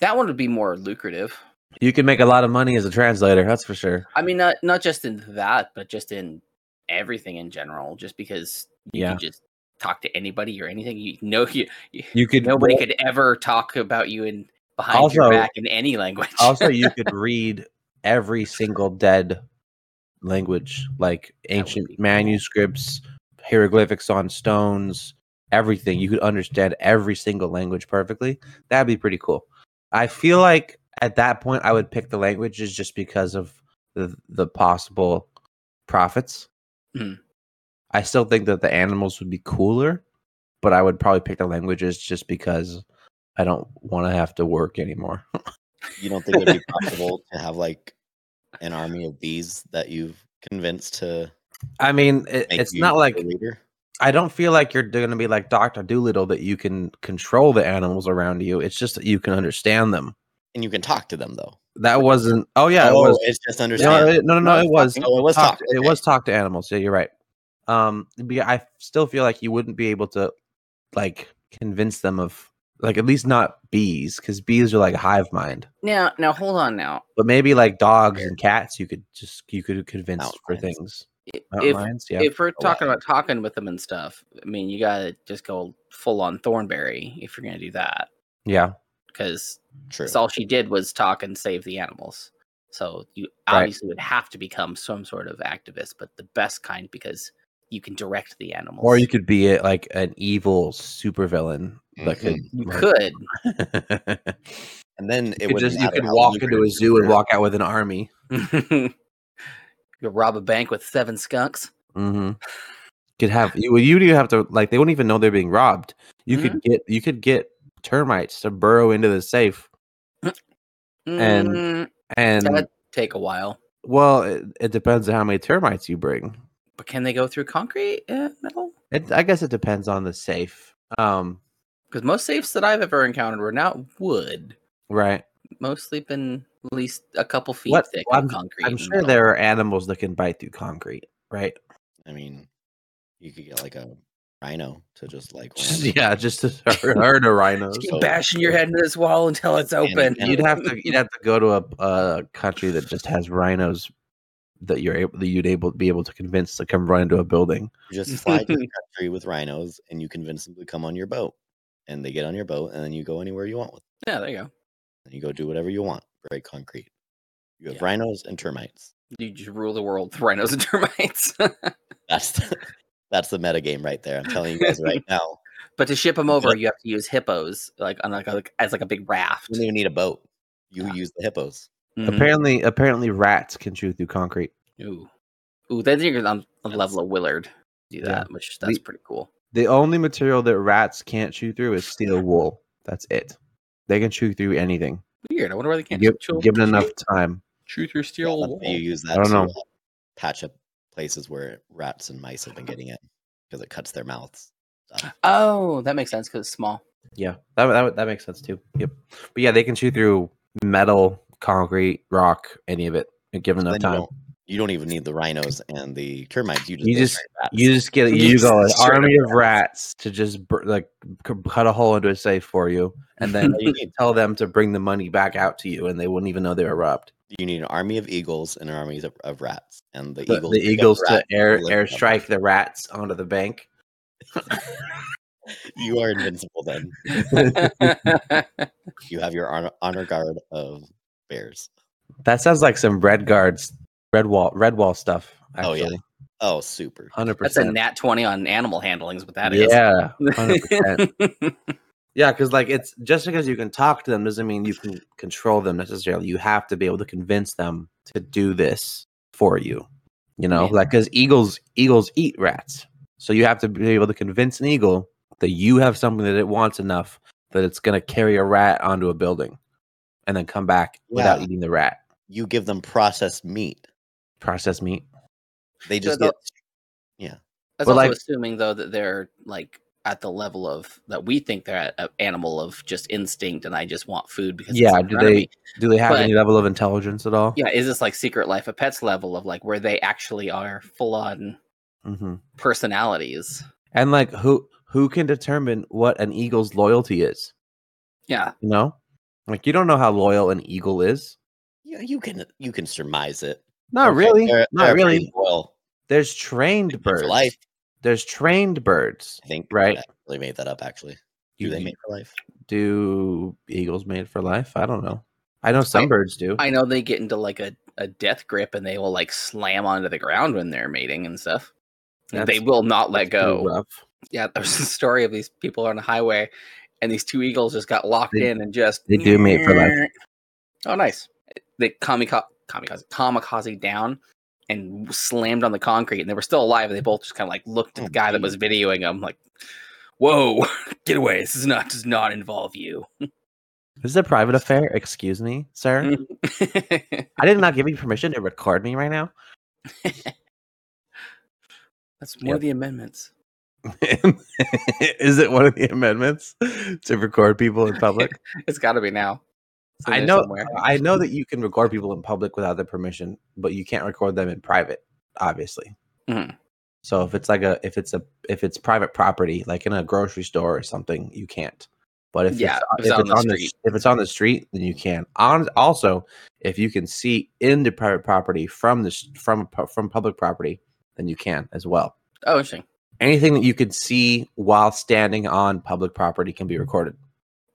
S1: that one would be more lucrative.
S2: You can make a lot of money as a translator. That's for sure.
S1: I mean, not not just in that, but just in everything in general. Just because you
S2: Yeah.
S1: can just talk to anybody or anything, you know, you, you
S2: You could
S1: nobody could ever talk about you in behind your
S2: Also-
S1: back in any language.
S2: [LAUGHS] also you could read every single dead language like
S1: would
S2: ancient
S1: be cool.
S2: manuscripts hieroglyphics on stones everything you could understand every single language perfectly that'd be pretty cool i feel like at that point i would pick the languages just because of the, the possible profits
S1: Mhm.
S2: i still think that the animals would be cooler but i would probably pick the languages just because i don't want to have to work anymore
S3: You don't think it
S2: [LAUGHS]
S3: would be possible to have like an army of bees that you've convinced to
S2: I mean, it,
S3: make
S2: it's
S3: you
S2: not like
S3: a leader?
S2: I don't feel like you're going to be like Doctor Doolittle that you can control the animals around you. It's just that you can understand them.
S3: And you can talk to them though.
S2: That wasn't. Oh yeah,
S3: oh,
S2: it was.
S3: it's just
S2: No,
S3: understand.
S2: it- no, no, no, it was.
S3: oh, it was
S2: Talk,
S3: talk.
S2: It
S3: okay.
S2: was talk to animals. Yeah, you're right. Um, be- I still feel like you wouldn't be able to like convince them of like at least not bees because bees are like hive mind.
S1: [LAUGHS] now, now hold on now.
S2: But maybe like dogs and cats, you could just you could convince for
S3: Outlines.
S1: I-
S2: things. Mountain
S1: If
S2: lions, yeah. Oh,
S1: if we're
S3: lot.
S1: talking about talking with them and stuff, I mean, you gotta just go full on Thornberry if you're gonna do that,
S2: yeah.
S1: because
S3: True.
S1: all she did was talk and save the animals. So you
S2: Right.
S1: obviously would have to become some sort of activist, but the best kind because you can direct the animals.
S2: Or you could be a, like an evil supervillain that could.
S1: you
S2: like-
S1: could.
S2: [LAUGHS]
S3: and then
S2: you
S3: it
S2: could
S3: would
S2: just you could walk into a zoo and walk out with an army.
S1: you [LAUGHS] could rob a bank with seven skunks.
S2: hmm Could have you? well, You do have to like they wouldn't even know they're being robbed. You could get you could get termites to burrow into the safe, And-
S1: Mm,
S2: and
S1: that'd take a while.
S2: well, it, it depends on how many termites you bring.
S1: But can they go through concrete uh, metal?
S2: It, I guess it depends on the safe. Um,
S1: Because most safes that I've ever encountered were not wood.
S2: right.
S1: Mostly been at least a couple feet
S2: What-
S1: thick
S2: well,
S1: of concrete.
S2: I'm
S1: and
S2: sure
S1: metal.
S2: there are animals that can bite through concrete, right? [LAUGHS]
S3: I mean, you could get like a rhino to just
S2: [LAUGHS]
S3: like
S2: Just-
S3: land.
S2: yeah, just a herd of rhinos.
S1: Just keep bashing your head into this wall until it's open.
S3: and-
S2: you'd have to you'd have to go to a, a country that just has rhinos that you're able that you'd able be able to convince to come run into a building.
S3: You just fly to
S2: [LAUGHS]
S3: the country with rhinos and you convince them to come on your boat. And they get on your boat and then you go anywhere you want with
S1: [LAUGHS] yeah, there you go.
S3: them. And you go do whatever you want. Very concrete. You have
S1: Yeah.
S3: rhinos and termites.
S1: You just rule the world with rhinos and [LAUGHS] termites. [LAUGHS]
S3: That's the, [LAUGHS] that's the meta game right there. I'm telling you guys right now.
S1: but to ship them over, you have to use hippos, like on like, a, like as like a big raft.
S3: You don't even need a boat. You
S1: Yeah.
S3: use the hippos.
S1: Mhm.
S2: Apparently, apparently rats can chew through concrete.
S1: Ooh, ooh, then you're gonna- on the
S3: That's-
S1: level of Willard. Do
S2: Yeah.
S1: that, which
S2: We-
S1: that's pretty cool.
S2: The only material that rats can't chew through is steel wool. That's it. They can chew through anything,
S1: Weird. I wonder why they can't
S2: give,
S1: chew,
S2: given
S1: chew- [LAUGHS]
S2: enough time.
S1: chew through
S3: Yeah,
S1: steel.
S3: that's- you
S1: wool.
S3: use that
S2: don't
S3: to
S2: know.
S3: uh, patch up places where rats and mice have been getting in because it cuts their mouths. Uh, Stuff.
S1: Oh, that makes sense because it's small.
S2: Yeah, that that that makes sense too. Yep. But yeah, they can chew through metal, concrete, rock, any of it, given
S3: So
S2: enough
S3: then you
S2: time.
S3: don't You don't even need the rhinos and the termites. You just
S2: You
S3: go
S2: just-
S3: straight rats.
S2: You just get you
S1: Just
S2: go an
S1: straight up
S2: army of rats to just br- like c- cut a hole into a safe for you, and [LAUGHS] then
S1: [LAUGHS]
S2: you can tell them to bring the money back out to you, and they wouldn't even know they were robbed.
S3: you need an army of eagles and an army of, of rats, and the
S2: The,
S3: eagles
S2: the
S3: pick up
S2: eagles
S3: the
S2: to
S3: rat
S2: air
S3: and lift them up.
S2: airstrike the rats onto the bank.
S3: You are invincible. Then you have your honor, honor guard of bears.
S2: That sounds like some red guards, red wall, red wall stuff.
S3: Oh, yeah.
S2: Actually,
S3: Oh, super!
S2: hundred
S1: That's a
S2: percent.
S1: nat 20 on animal handlings, but that is.
S2: Yeah, hundred percent. Yeah, because like it's just because you can talk to them doesn't mean you can control them necessarily. You have to be able to convince them to do this for you. You know,
S1: Yeah.
S2: like because eagles eagles eat rats, so you have to be able to convince an eagle that you have something that it wants enough that it's gonna carry a rat onto a building, and then come back without
S3: Yeah.
S2: eating the rat.
S3: You give them processed meat.
S2: Processed meat.
S3: They
S1: So
S3: just
S1: the-
S3: get
S1: That's
S2: Well,
S1: also
S2: like-
S1: assuming though that they're like at the level of that we think they're at an animal of just instinct, and I just want food because it's
S2: Yeah,
S1: in
S2: do
S1: front of
S2: they-
S1: me.
S2: Do they have
S1: But-
S2: any level of intelligence at all?
S1: Yeah, is this like Secret Life of Pets level of like where they actually are full on
S2: hmm
S1: personalities?
S2: And like who who can determine what an eagle's loyalty is?
S1: Yeah,
S2: You know, like you don't know how loyal an eagle is.
S3: you, you can you can surmise it.
S2: Not
S3: Okay,
S2: really.
S3: they're-
S2: Not
S3: they're
S2: really.
S3: pretty Well,
S2: There's trained
S3: made for
S2: birds.
S3: life.
S2: There's trained birds.
S3: I think
S2: Right.
S3: They made that up actually. Do
S2: You-
S3: they
S2: you-
S3: mate for life?
S2: do eagles made for life? I don't know. I know some
S1: I-
S2: birds do.
S1: I know they get into like a, a death grip and they will like slam onto the ground when they're mating and stuff. Like, they
S2: That's-
S1: will not let
S2: That's
S1: go.
S2: pretty rough.
S1: yeah, [LAUGHS] there's a story of these people on the highway, and these two eagles just got locked
S2: They-
S1: in and just
S2: they do mate for life.
S1: Oh, nice! They kamikaze, kamikaze, kamikaze down and slammed on the concrete, and they were still alive. And they both just kind of like looked at
S3: Oh,
S1: the guy that was videoing them, like, "Whoa, [LAUGHS] get away! This is not does not involve you." [LAUGHS]
S2: This is a private affair. Excuse me, sir.
S1: Mm.
S2: I did not give you permission to record me right now.
S1: That's one of the amendments.
S2: [LAUGHS] is it one of the amendments to record people in public?
S1: It's got to be now. It's in
S2: I
S1: there
S2: know
S1: somewhere.
S2: I know that you can record people in public without their permission, but you can't record them in private, obviously.
S1: Mhm.
S2: So if it's like a if it's a if it's private property, like in a grocery store or something, you can't. But if
S1: Yeah, if
S2: it's,
S1: it's out on
S2: if it's
S1: the
S2: on the
S1: street.
S2: if it's on the street, then you can. On also, if you can see into private property from this from pu- from public property, then you can as well.
S1: Oh, interesting.
S2: Anything that you can see while standing on public property can be recorded.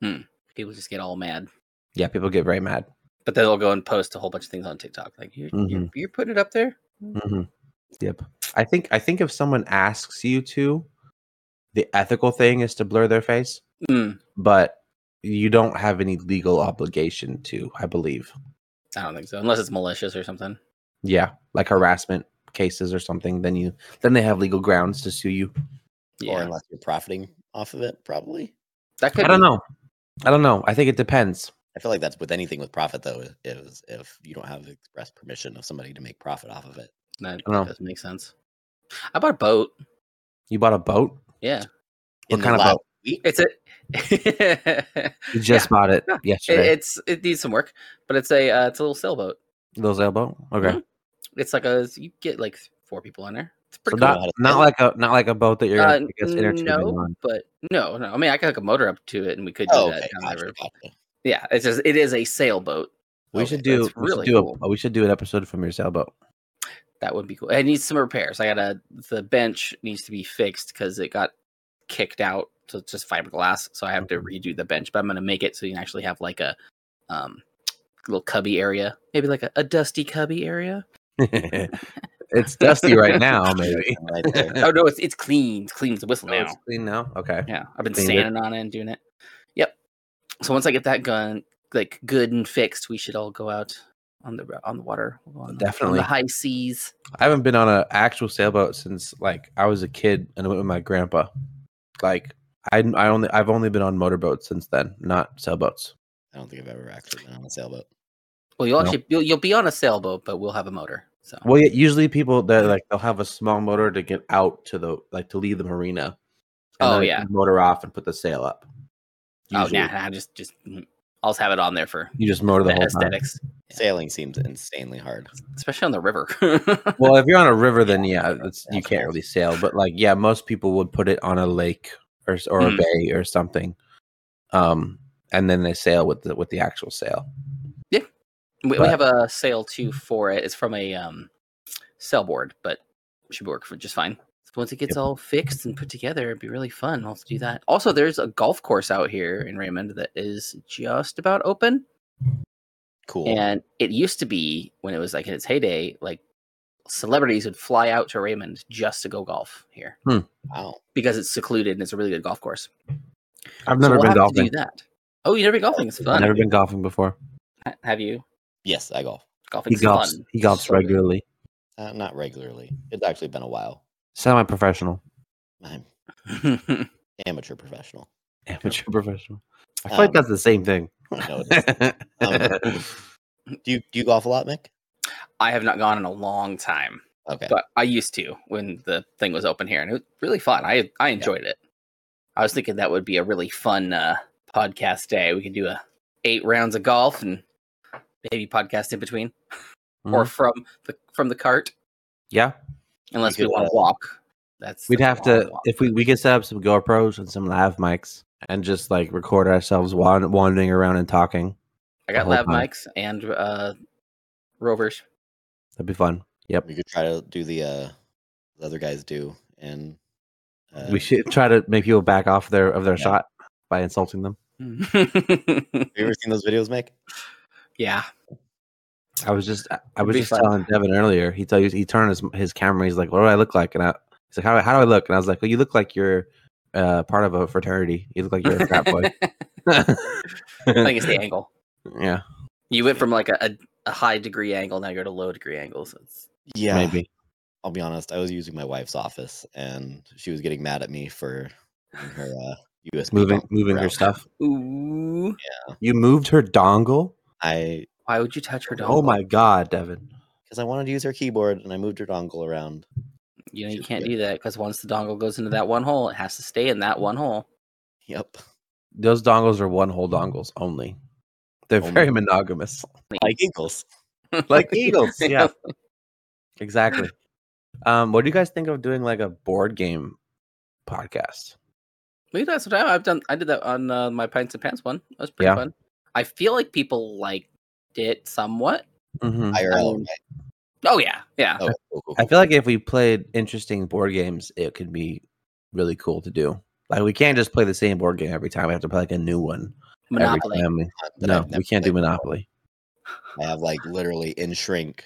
S1: People just get all mad.
S2: Yeah, people get very mad.
S1: but then they'll go and post a whole bunch of things on TikTok. Like you're
S2: Mm-hmm.
S1: you're, you're putting it up there.
S2: hmm Yep. I think I think if someone asks you to, the ethical thing is to blur their face,
S1: Mm,
S2: but you don't have any legal obligation to, I believe.
S1: I don't think so, unless it's malicious or something.
S2: Yeah, like harassment cases or something. Then you then they have legal grounds to sue you.
S3: Or
S1: Yeah,
S3: unless you're profiting off of it, probably.
S1: that could.
S2: I don't
S1: be-
S2: know. I don't know. I think it depends.
S3: I feel like that's with anything with profit though, i- is if you don't have express permission of somebody to make profit off of it.
S1: That
S2: I don't know.
S1: doesn't make sense. I bought a boat.
S2: You bought a boat.
S1: Yeah,
S2: What
S3: In the
S2: kind of
S3: last
S2: boat?
S3: Week,
S1: it's a. [LAUGHS] it,
S2: You just bought it
S1: No, it-
S2: yesterday.
S1: it's it needs some work, but it's a uh, it's a little sailboat.
S2: Those elbow. Okay.
S1: Mhm. It's like a you get like four people on there. It's
S2: So
S1: pretty
S3: cool.
S2: not,
S1: cool.
S2: not like a not like a boat that you're
S1: Uh,
S2: gonna I guess, entertaining
S1: no,
S2: on.
S1: but no, no. I mean, I could hook a motor up to it, and we could do
S3: oh,
S1: that
S3: okay.
S1: down the
S3: gotcha,
S1: river.
S3: gotcha.
S1: Yeah, it's just it is a sailboat.
S2: We
S3: Okay,
S2: should do
S1: Oh, that's
S2: we should
S1: really
S2: do a,
S1: cool.
S2: we should do an episode from your sailboat.
S1: That would be cool. It needs some repairs. I gotta the bench needs to be fixed because it got kicked out. So it's just fiberglass. So I have
S2: Mm-hmm.
S1: to redo the bench, but I'm gonna make it so you can actually have like a um little cubby area. Maybe like a, a dusty cubby area.
S2: [LAUGHS] it's dusty right now, maybe.
S3: I'm
S2: [LAUGHS]
S3: Right there.
S1: oh no, it's it's clean. It's clean as a whistle
S2: Oh,
S1: [LAUGHS] now.
S2: it's clean now. Okay.
S1: Yeah. I've been
S2: cleaned it.
S1: sanding on it and doing it. Yep. So once I get that gun like good and fixed, we should all go out on the on the water. We'll go on the- on
S2: Definitely.
S1: the high seas.
S2: I haven't been on an actual sailboat since like I was a kid and I went with my grandpa. Like I I only I've only been on motorboats since then, not sailboats.
S3: I don't think I've ever actually been on a sailboat.
S1: Well you'll
S2: No.
S1: actually you'll, you'll be on a sailboat, but we'll have a motor. So
S2: Well, yeah, usually people
S1: Mm.
S2: they like they'll have a small motor to get out to the like to leave the marina.
S1: Oh,
S2: then they
S1: yeah.
S2: put the motor off and put the sail up.
S1: Oh,
S2: Usually.
S1: nah, nah, just just mm, I'll just have it on there for
S2: You just motor the
S1: the
S2: whole time.
S1: aesthetics. Yeah.
S3: Sailing seems insanely hard.
S1: especially on the river. [LAUGHS]
S2: Well, if you're on a river, then yeah, it's, you
S3: that's
S2: can't
S3: cool.
S2: really sail. But like, yeah, most people would put it on a lake or s- or a
S1: Mm.
S2: bay or something, um, and then they sail with the with the actual sail.
S1: we, we
S2: But-
S1: have a sail too for it. It's from a um, sailboard, but should work for just fine. So Once it gets
S2: Yep.
S1: all fixed and put together, it'd be really fun. I'll have to do that. Also, there's a golf course out here in Raymond that is just about open.
S3: Cool.
S1: And it used to be when it was like in its heyday, like celebrities would fly out to Raymond just to go golf here
S3: Wow.
S1: because it's secluded and it's a really good golf course. So
S2: I've never
S1: we'll
S2: been
S1: have to
S2: golfing.
S1: do that. Oh, you never been golfing? It's fun.
S2: Never been golfing before.
S1: Ha- Have you?
S3: Yes, I golf.
S2: He
S1: Golfing's
S2: golfs.
S1: fun.
S2: He golfs
S1: So good.
S2: regularly.
S3: Uh, not regularly. It's actually been a while.
S2: Semi-professional,
S3: I'm amateur professional. [LAUGHS]
S2: amateur professional. I feel like
S3: Um,
S2: that's the same thing.
S3: No, it
S1: Um.
S3: isn't. do you do you golf a lot, Mick?
S1: [LAUGHS] I have not gone in a long time,
S3: Okay.
S1: but I used to when the thing was open here, and it was really fun. I I enjoyed it. I was thinking that would be a really fun uh, podcast day. We could do a eight rounds of golf and maybe podcast in between, [LAUGHS] or
S2: Mhm.
S1: from the from the cart,
S2: [LAUGHS] yeah,
S1: unless we
S3: could,
S1: want
S3: uh,
S1: to walk. That's
S2: we'd
S1: that's
S2: have
S1: a long
S2: to
S1: walk.
S2: if we we could set up some GoPros and some lav mics and just like record ourselves wan- wandering around and talking.
S1: I got
S2: the whole
S1: lab
S2: time.
S1: mics and uh,
S2: [LAUGHS]
S1: rovers. [LAUGHS]
S2: That'd be fun. Yep.
S3: we could try to do the uh the other guys do and uh,
S2: we should try to make people back off their of their
S3: Yeah.
S2: shot by insulting them.
S3: have you ever seen those videos, Mick?
S1: yeah,
S2: I was just I- I
S1: It'd
S2: was
S1: be
S2: just
S1: fun.
S2: telling Devin earlier. He tell you he turned his his camera. He's like, "What do I look like?" And I he's like, "How how do I look?" And I was like, "Well, you look like you're uh, part of a fraternity. You look like you're a frat [LAUGHS] boy."
S1: [LAUGHS] I think it's the angle.
S2: yeah,
S1: You went from like a, a, a high degree angle, now you go to low degree angles. It's
S3: Yeah.
S2: maybe.
S3: I'll be honest, I was using my wife's office and she was getting mad at me for moving her uh USB
S2: Moving
S3: dongle
S2: moving her
S3: around.
S2: stuff.
S1: Ooh.
S2: You moved her dongle.
S3: I
S1: Why would you touch her dog?
S2: Oh my god, Devin.
S3: because I wanted to use her keyboard and I moved her dongle around.
S1: You know you
S3: She's
S1: can't
S3: good.
S1: do that because once the dongle goes into that one hole, it has to stay in that one hole.
S3: Yep.
S2: Those dongles are one hole dongles only. They're
S3: Only.
S2: very monogamous,
S3: Like eagles.
S2: [LAUGHS] [LAUGHS] like
S1: [LAUGHS]
S2: eagles. Yeah. Exactly. Um, what do you guys think of doing like a board game podcast?
S1: we did that sometime. I've done. I did that on uh, my pints and pants one. That was pretty
S2: Yeah.
S1: fun. I feel like people liked it somewhat.
S2: Mm-hmm.
S3: IRL,
S1: Um,
S3: right?
S1: Oh yeah, yeah.
S3: Oh, cool, cool,
S2: I
S3: cool.
S2: feel like if we played interesting board games, it could be really cool to do. Like we can't just play the same board game every time. We have to play like a new one every
S1: Monopoly.
S2: time. we-
S3: Not that
S2: No,
S3: I've never
S2: we can't do
S3: played before.
S2: Monopoly.
S3: I have like literally in shrink,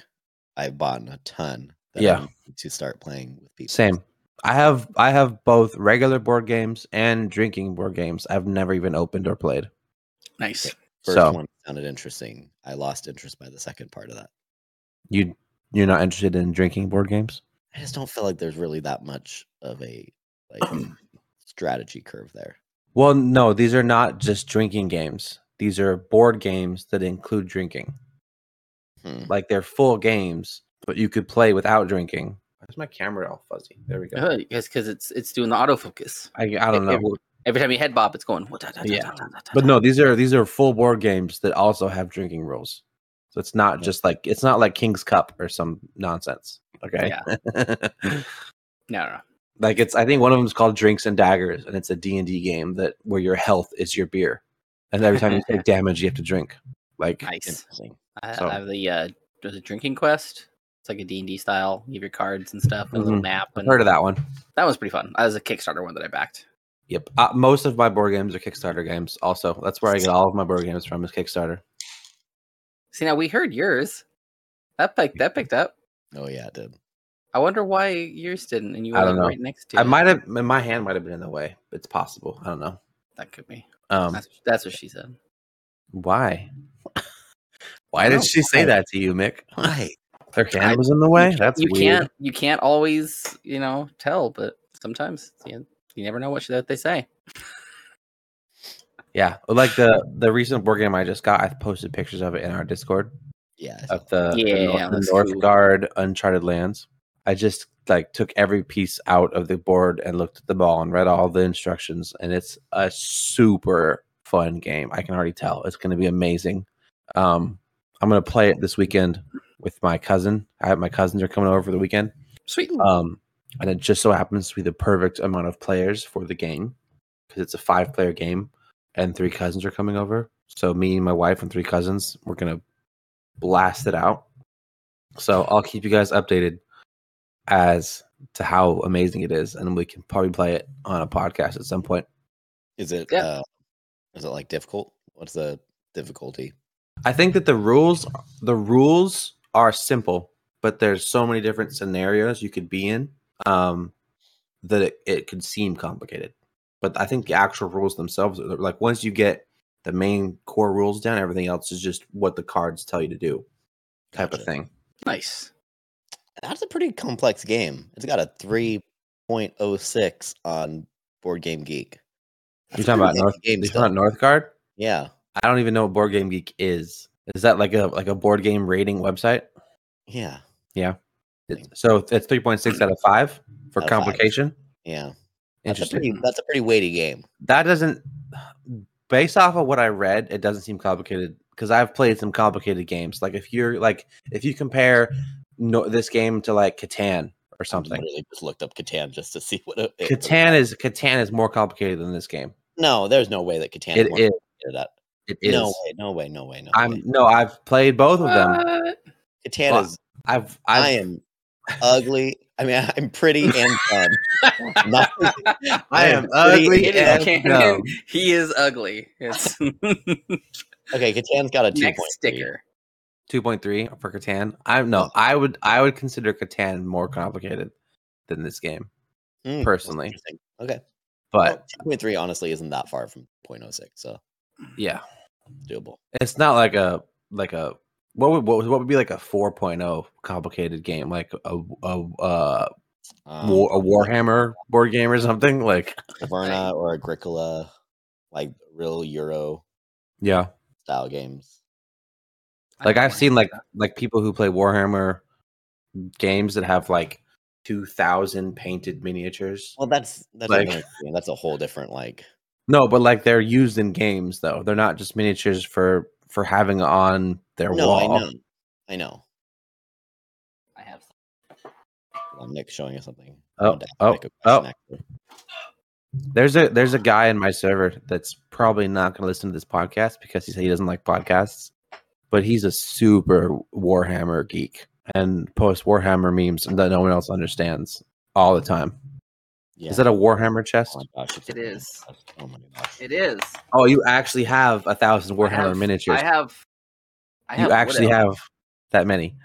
S3: I've bought a ton. I
S2: Yeah.
S3: need to start playing with people.
S2: Same. I have I have both regular board games and drinking board games. I've never even opened or played.
S1: Nice.
S3: First
S2: so
S3: one sounded interesting. I lost interest by the second part of that.
S2: you you're not interested in drinking board games?
S3: I just don't feel like there's really that much of a like
S2: [CLEARS THROAT]
S3: strategy curve there.
S2: Well, no, these are not just drinking games. These are board games that include drinking.
S3: Hmm.
S2: Like they're full games, but you could play without drinking. Why's my camera all fuzzy? There we go.
S1: Oh, yes, because it's it's doing the autofocus.
S2: I, I don't
S1: It-
S2: know.
S1: it- Every time you head bob, it's going.
S2: Yeah. But no, these are these are full board games that also have drinking rules. So it's not
S3: Yeah.
S2: just like it's not like King's Cup or some nonsense. Okay.
S1: no, no.
S2: [LAUGHS] like it's I think one of them is called Drinks and Daggers and it's a D&D game that where your health is your beer. And every time you take damage you have to drink. Like
S1: Nice.
S3: Interesting.
S1: I,
S2: So-
S1: I have the uh, there's a drinking quest. It's like a D and D style. You have your cards and stuff, and a little
S2: Mhm.
S1: map. And
S2: heard of that one.
S1: that was pretty fun. That was a Kickstarter one that I backed.
S2: Yep. Uh, most of my board games are Kickstarter games. Also, that's where I get all of my board games from is Kickstarter.
S1: See, now we heard yours. That picked that picked up.
S3: Oh yeah, it did.
S1: I wonder why yours didn't, and you were
S2: I don't
S1: like,
S2: know.
S1: right next to.
S2: I
S1: it.
S2: might have my hand might have been in the way. It's possible. I don't know.
S1: That could be.
S2: Um,
S1: that's, that's what she said. [LAUGHS]
S2: why? Why
S1: don't
S2: did she say
S3: why?
S2: that to you, Mick?
S3: Why?
S2: [LAUGHS] Her hand
S1: I-
S2: was in the way. That's
S1: you
S2: weird.
S1: can't. You can't always, you know, tell. But sometimes you, you never know what, she, what they say.
S2: Yeah, like the the recent board game I just got, I posted pictures of it in our Discord
S3: Yeah. I saw
S2: of the, the
S1: Yeah,
S2: Nor- the
S1: that's cool.
S2: Northgard Uncharted Lands. I just like took every piece out of the board and looked at the ball and read all the instructions, and it's a super fun game. I can already tell it's going to be amazing. Um, I'm gonna play it this weekend with my cousin. I, my cousins are coming over for the weekend.
S1: Sweet.
S2: Um, and it just so happens to be the perfect amount of players for the game because it's a five player game and three cousins are coming over. So me and my wife and three cousins, we're gonna blast it out. So I'll keep you guys updated as to how amazing it is, and we can probably play it on a podcast at some point.
S3: Is it?
S1: Yeah.
S3: Uh, is it like difficult? What's the difficulty?
S2: I think that the rules the rules are simple, but there's so many different scenarios you could be in um, that it, it could seem complicated. But I think the actual rules themselves, are like once you get the main core rules down, everything else is just what the cards tell you to do, type
S3: Gotcha.
S2: of thing.
S1: Nice.
S3: That's a pretty complex game. It's got a
S2: Mm-hmm.
S3: 3.06 on Board Game Geek.
S2: You're
S3: That's
S2: talking about
S3: pretty big
S2: North,
S3: game
S2: you're
S3: still.
S2: talking about Northgard.
S3: Yeah.
S2: I don't even know what Board Game Geek is. Is that like a like a board game rating website?
S3: Yeah.
S2: It's- so it's three point six out of five for
S3: Out of five.
S2: complication.
S3: Yeah. That's a
S2: Interesting.
S3: pretty that's a pretty weighty game.
S2: that doesn't based off of what i read it doesn't seem complicated because i've played some complicated games like if you're like if you compare no, this game to like catan or
S3: I
S2: something
S3: literally just looked up Catan just to see what it, it was
S2: catan
S3: about.
S2: is catan is more complicated than this game
S3: No, there's no way that Catan
S2: it
S3: is more
S2: is
S3: complicated than that.
S2: it is
S3: No way, no way, no way, no
S2: i'm
S3: way.
S2: no i've played both of them
S1: What?
S3: Catan
S2: Well,
S3: is
S2: i've
S3: I
S2: i've
S3: am ugly. I mean, [LAUGHS] I'm pretty and dumb.
S2: [LAUGHS]
S3: Nothing.
S1: [LAUGHS]
S3: I am pretty
S2: ugly
S1: It
S2: and
S1: is [LAUGHS] canon.
S2: dumb.
S1: He is ugly.
S2: [LAUGHS]
S1: It's
S3: Okay, Catan's got a
S1: [LAUGHS]
S3: two
S1: next
S3: point
S1: sticker.
S2: 2.3 for catan i
S3: Oh.
S2: no i would i would consider catan more complicated than this game personally.
S3: Hmm, Okay,
S2: but
S3: two point three honestly isn't that far from 0.06, so
S2: yeah
S3: doable.
S2: it's not like a like a what would what would, what would be like a 4.0 complicated game like a a uh,
S3: Um,
S2: war, a Warhammer board game or something like
S3: Caverna or Agricola, like real Euro
S2: yeah
S3: style games.
S1: I
S2: like
S1: don't
S2: I've
S1: wanna
S2: seen
S1: do
S2: like
S1: that.
S2: like people who play Warhammer games that have like 2,000 painted miniatures
S3: Well, that's that's
S2: Like-
S3: another thing, that's a whole
S2: [LAUGHS]
S3: different like.
S2: no but like they're used in games though they're not just miniatures for for having on their
S3: no,
S2: wall
S3: I know, I know.
S1: I have.
S3: Well, Nick's showing us something.
S2: Oh,
S3: Found out
S2: oh,
S3: Nick was
S2: oh.
S3: actually-
S2: There's a there's a guy in my server that's probably not going to listen to this podcast because he said he doesn't like podcasts, but he's a super Warhammer geek and posts Warhammer memes that no one else understands all the time.
S3: Yeah.
S2: Is that a Warhammer
S3: Oh
S2: chest?
S3: my gosh, it's
S1: It
S3: a- [LAUGHS]
S1: is.
S3: Oh my gosh.
S1: It is.
S2: Oh, you actually have a thousand
S1: I
S2: Warhammer
S1: have-
S2: miniatures.
S1: I have. I have
S2: you
S1: wood
S2: actually
S1: elves.
S2: have that many.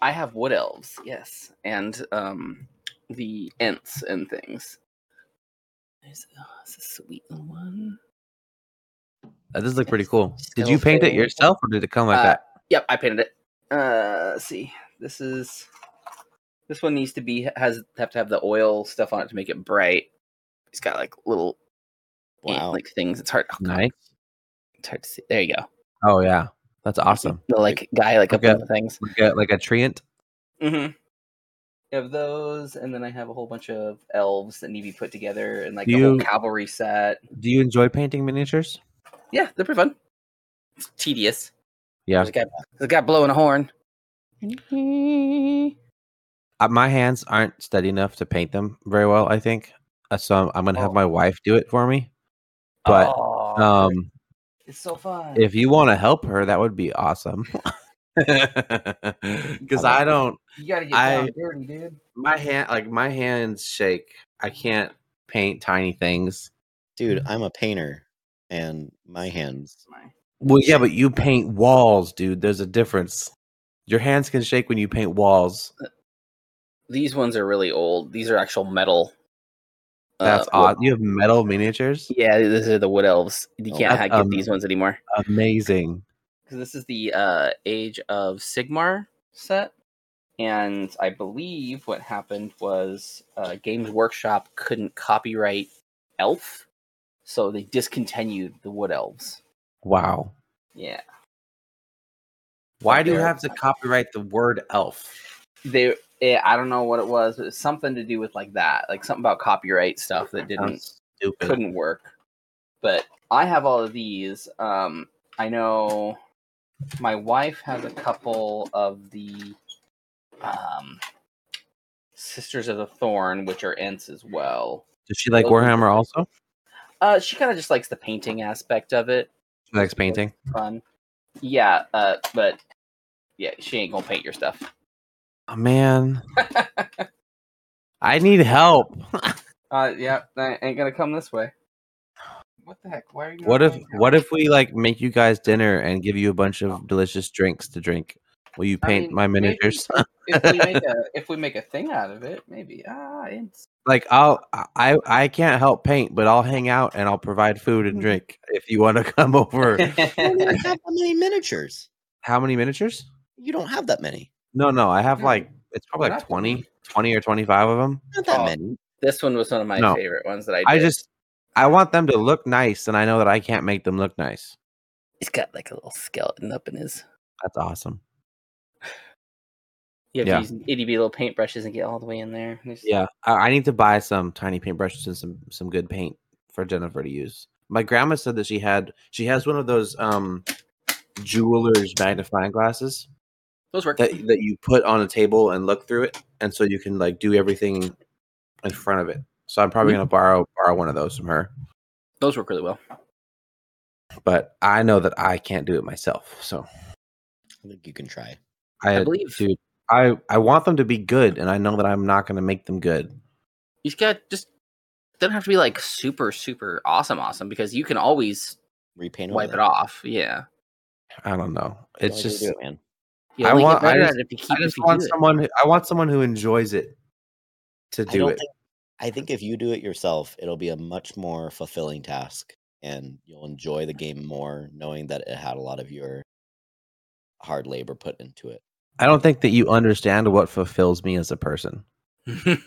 S1: I have wood elves. Yes, and um, the ents and things. There's oh, it's a sweet little one.
S2: That does look pretty
S1: Yes.
S2: cool. Did
S1: Still
S2: you paint it
S1: fail.
S2: yourself, or did it come like
S1: Uh,
S2: that?
S1: Yep, I painted it. Uh, let's see. This is this one needs to be has have to have the oil stuff on it to make it bright. It's got like little ant,
S3: Wow.
S1: like things. It's hard. oh, God,
S2: Nice.
S1: It's hard to see. There you go.
S2: Oh yeah, that's awesome.
S1: The like guy like up
S2: Okay.
S1: on the things.
S2: Like a, like a treant.
S1: Mm-hmm. I have those, and then I have a whole bunch of elves that need to be put together, and like
S2: Do
S1: the whole
S2: you-
S1: cavalry set.
S2: Do you enjoy painting miniatures?
S1: Yeah, they're pretty fun. It's tedious.
S2: Yeah.
S1: There's a guy, there's a guy blowing a horn.
S2: uh, my hands aren't steady enough to paint them very well. I think Uh, so. I'm, I'm gonna
S1: Oh.
S2: have my wife do it for me. But
S1: Aw,
S2: um,
S1: it's so fun.
S2: if you want to help her, that would
S1: [LAUGHS]
S2: be awesome. [LAUGHS] Because I don't.
S1: you gotta get
S2: I-
S1: down dirty, dude.
S2: My hand, like my hands, shake. I can't paint tiny things. mm.
S3: Dude, I'm a painter and
S1: [LAUGHS]
S3: my hands.
S2: Well, yeah, but you paint walls, dude. There's a difference. Your hands can shake when you paint walls.
S1: These ones are really old. These are actual metal. uh,
S2: That's
S1: wood-
S2: odd. You have metal miniatures.
S1: Yeah, these are the wood elves. You
S3: Oh,
S1: can't
S2: that's
S1: ha- get
S2: amazing.
S1: these ones anymore
S2: Amazing.
S1: because this is the uh, Age of Sigmar set, and I believe what happened was uh, Games Workshop couldn't copyright Elf, so they discontinued the wood elves.
S2: Wow.
S1: Yeah.
S2: Why do you
S1: They're-
S2: have to copyright the word elf?
S1: they eh, i don't know what it was but it was something to do with like that like something about copyright stuff that didn't
S2: Sounds stupid.
S1: couldn't work but i have all of these um i know my wife has a couple of the um, Sisters of the Thorn, which are Ents as well.
S2: Does she like Warhammer also?
S1: Uh, she kind of just likes the painting aspect of it.
S2: She likes painting.
S1: Fun. Yeah, uh, but yeah, she ain't gonna paint your stuff.
S2: Oh man, I
S1: [LAUGHS]
S2: need help.
S1: Uh, yeah, that ain't gonna come this way. What the heck? Why are you? not
S2: What if
S1: going
S2: what
S1: down?
S2: if we like make you guys dinner and give you a bunch of delicious drinks to drink? Will you
S1: Oh. I
S2: paint
S1: mean,
S2: my
S1: maybe-
S2: miniatures? [LAUGHS]
S1: if we make a if we make a thing out of it? Maybe ah,
S2: [LAUGHS]
S1: Ents. [LAUGHS]
S2: like I'll I I can't help paint, but I'll hang out and I'll provide food
S1: Hmm.
S2: and drink if you want to [LAUGHS] come over.
S1: [LAUGHS]
S3: You don't even have that many miniatures.
S2: How many miniatures?
S3: You don't have that many.
S2: No, no, I have
S1: No.
S2: like it's probably like
S1: Not that
S2: 20,
S1: many.
S2: 20 or 25 of them.
S3: Not that
S1: Oh,
S3: many.
S1: this one was one of my
S2: No.
S1: favorite ones that I. Did.
S2: I just I want them to look nice and I know that I can't make them look nice.
S1: he's got like a little skeleton up in his.
S2: That's awesome.
S1: You have
S2: Yeah.
S1: to use itty bitty little paintbrushes and get all the way in there. There's-
S2: Yeah, I, I need to buy some tiny paintbrushes and some some good paint for Jennifer to use. My grandma said that she had she has one of those um jeweler's magnifying glasses
S1: those work.
S2: that that you put on a table and look through it, and so you can like do everything in front of it. So I'm probably gonna borrow borrow one of those from her,
S1: Those work really well.
S2: but I know that I can't do it myself. So
S3: I think you can try.
S2: I,
S1: I believe.
S2: dude, I I want them to be good, and I know that I'm not gonna make them good.
S1: You just got just doesn't have to be like super super awesome awesome because you can always
S3: Repaint
S1: wipe
S3: over.
S1: it off. Yeah.
S2: I don't know.
S3: You
S2: It's
S3: only gotta
S2: just
S3: do it, man.
S1: You
S2: I
S1: only get
S2: want- I
S1: better at
S2: just-
S1: it if you
S2: I
S1: keep-
S2: just
S1: if you
S2: want
S1: do it. [LAUGHS]
S2: someone. Who, I want someone who enjoys it to
S3: I
S2: do
S3: don't
S2: it.
S3: think. I think if you do it yourself, it'll be a much more fulfilling task, and you'll enjoy the game more, knowing that it had a lot of your hard labor put into it.
S2: I don't think that you understand what fulfills me as a person.
S3: I'm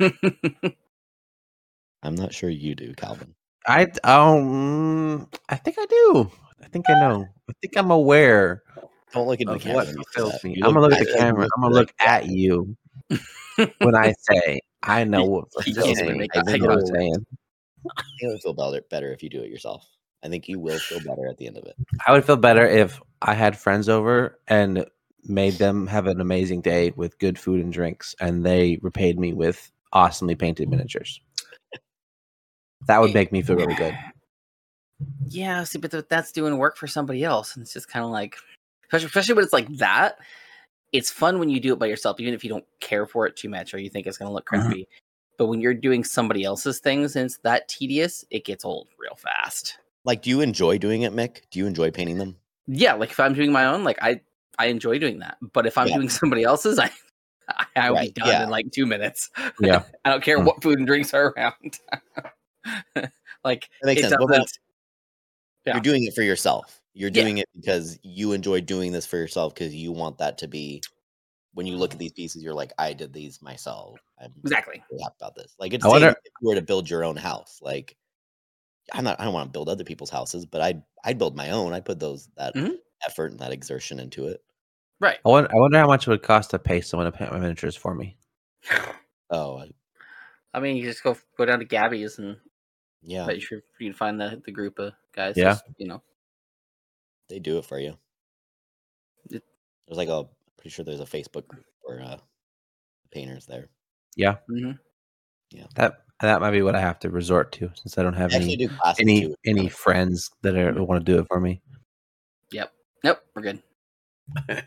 S3: not sure
S2: [SIGHS]
S3: you do, Calvin.
S2: I d- um, I think I do. I think I know. I think I'm aware
S3: Don't look into the
S2: of
S3: camera.
S2: what
S3: when you say
S2: fulfills
S3: that.
S2: me.
S3: You
S2: I'm gonna look at
S3: back
S2: the
S3: and
S2: camera. I'm gonna
S3: [LAUGHS]
S2: look at you when I say I know
S3: [LAUGHS]
S2: what
S1: he
S2: fulfills
S1: can't even
S2: me.
S1: make
S2: I
S1: eye
S2: think what I'm
S1: contact.
S2: saying.
S3: I think it'll feel better, better if you do it yourself. I think you will
S2: [SIGHS]
S3: feel better at the end of it.
S2: I would feel better if I had friends over and made them have an amazing day with good food and drinks, and they repaid me with awesomely painted miniatures. That would make me feel really good.
S1: Yeah, see, but th- that's doing work for somebody else, and it's just kind of like, especially, especially when it's like that. It's fun when you do it by yourself, even if you don't care for it too much or you think it's going to look
S3: Uh-huh.
S2: Mhm.
S1: crappy. But when you're doing somebody else's things and it's that tedious, it gets old real fast.
S3: Like, do you enjoy doing it, Mick? Do you enjoy painting them?
S1: Yeah, like if I'm doing my own, like I I enjoy doing that. But if I'm
S3: Yeah.
S1: doing [LAUGHS] somebody else's, I I- I'll be
S3: Right,
S1: done
S3: yeah.
S1: in like two minutes.
S2: Yeah.
S1: [LAUGHS] I don't care
S2: Mm.
S1: what food and drinks are around. [LAUGHS] like
S3: That makes
S1: it
S3: sense. Well,
S1: doesn't- Yeah.
S3: You're doing it for yourself. You're
S1: Yeah.
S3: doing it because you enjoy doing this for yourself because you want that to be. When you look at these pieces, you're like, I did these myself. I'm
S1: exactly.
S3: really happy about this. Like, it's
S2: I
S3: the same
S2: wonder-
S3: if you were to build your own house. Like, I'm not. I don't want to build other people's houses, but I'd I'd build my own. I put those that
S1: Mhm.
S3: effort and that exertion into it.
S1: Right.
S2: I wonder, I wonder how much it would cost to pay someone to paint my miniatures for me.
S3: Oh, I-
S1: I mean, you just go go down to Gabby's and
S3: yeah,
S1: But you should you can find the the group of guys.
S2: Yeah.
S1: just, you know.
S3: they do it for you.
S1: It-
S3: There's like a pretty sure there's a Facebook group for uh, painters there.
S1: Mhm.
S2: That that might be what I have to resort to since I don't have
S3: They actually
S2: any
S3: do classes
S2: any
S3: too.
S2: any friends that are, want to do it for me.
S1: Nope, we're
S2: [LAUGHS]
S1: good.
S2: I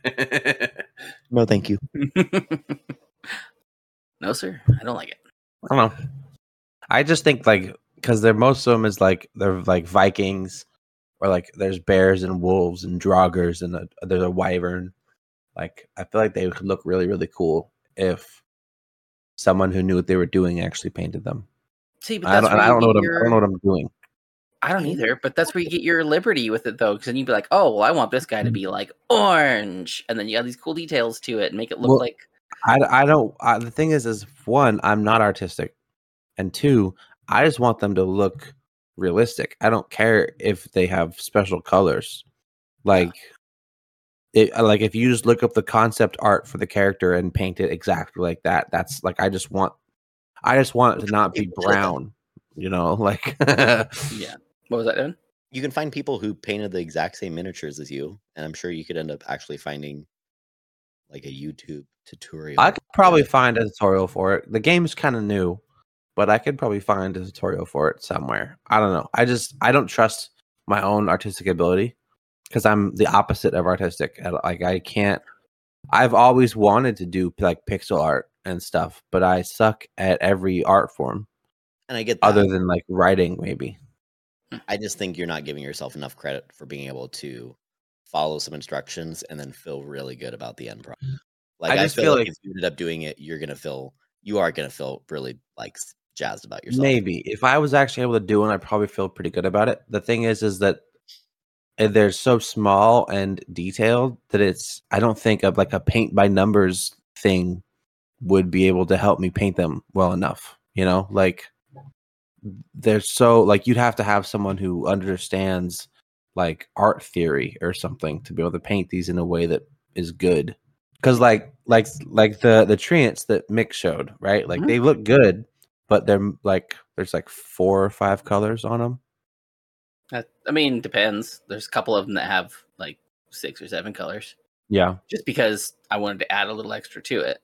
S3: No, Oh, thank you.
S1: no, sir, I don't like it.
S2: don't know. I just think like because they're most of them is like they're like Vikings or like there's bears and wolves and draugrs and a, there's a wyvern. Like I feel like they could look really really cool if someone who knew what they were doing actually painted them.
S1: See, but
S2: I
S1: that's
S2: don't,
S1: where
S2: I
S1: you
S2: don't
S1: get
S2: know what I'm, I
S1: your,
S2: don't know what I'm doing.
S1: I don't either. But that's where you get your liberty with it, though, because then you'd be like, oh, well, I want this guy to be like orange, and then you add these cool details to it and make it look
S2: Well-
S1: like
S2: I, I don't. I, the thing is, is one, I'm not artistic, and two, I just want them to look realistic. I don't care if they have special colors, like, it, uh, like if you just look up the concept art for the character and paint it exactly like that. That's like I just want, I just want it to not be brown, you know, [LAUGHS] like.
S1: yeah. What was that doing?
S3: you can find people who painted the exact same miniatures as you, and I'm sure you could end up actually finding like a YouTube tutorial.
S2: I could probably find a tutorial for it. The game's kind of new, but I could probably find a tutorial for it somewhere. I don't know. I just I don't trust my own artistic ability because I'm the opposite of artistic. I- Like I can't. I've always wanted to do like pixel art and stuff, but I suck at every art form
S3: and I get that.
S2: other than like writing, maybe.
S3: I just think you're not giving yourself enough credit for being able to follow some instructions and then feel really good about the end product. Like I,
S2: Mm. just
S3: feel,
S2: feel
S3: like,
S2: like-
S3: if you ended up doing it, you're gonna feel you are gonna feel really like s- jazzed about yourself.
S2: Maybe if I was actually able to do it, I'd probably feel pretty good about it. The thing is, is that uh, they're so small and detailed that it's. I don't think of like a paint by numbers thing would be able to help me paint them well enough. You know, like they're so like you'd have to have someone who understands like art theory or something to be able to paint these in a way that is good. Because like like like the the treants that Mick showed, right? Like
S1: Mhm.
S3: Mm-hmm.
S2: they look good but they're m- like there's like four or five colors on them.
S1: That- I mean, depends. There's a couple of them that have like six or seven colors,
S2: Yeah,
S1: just because I wanted to add a little extra to it.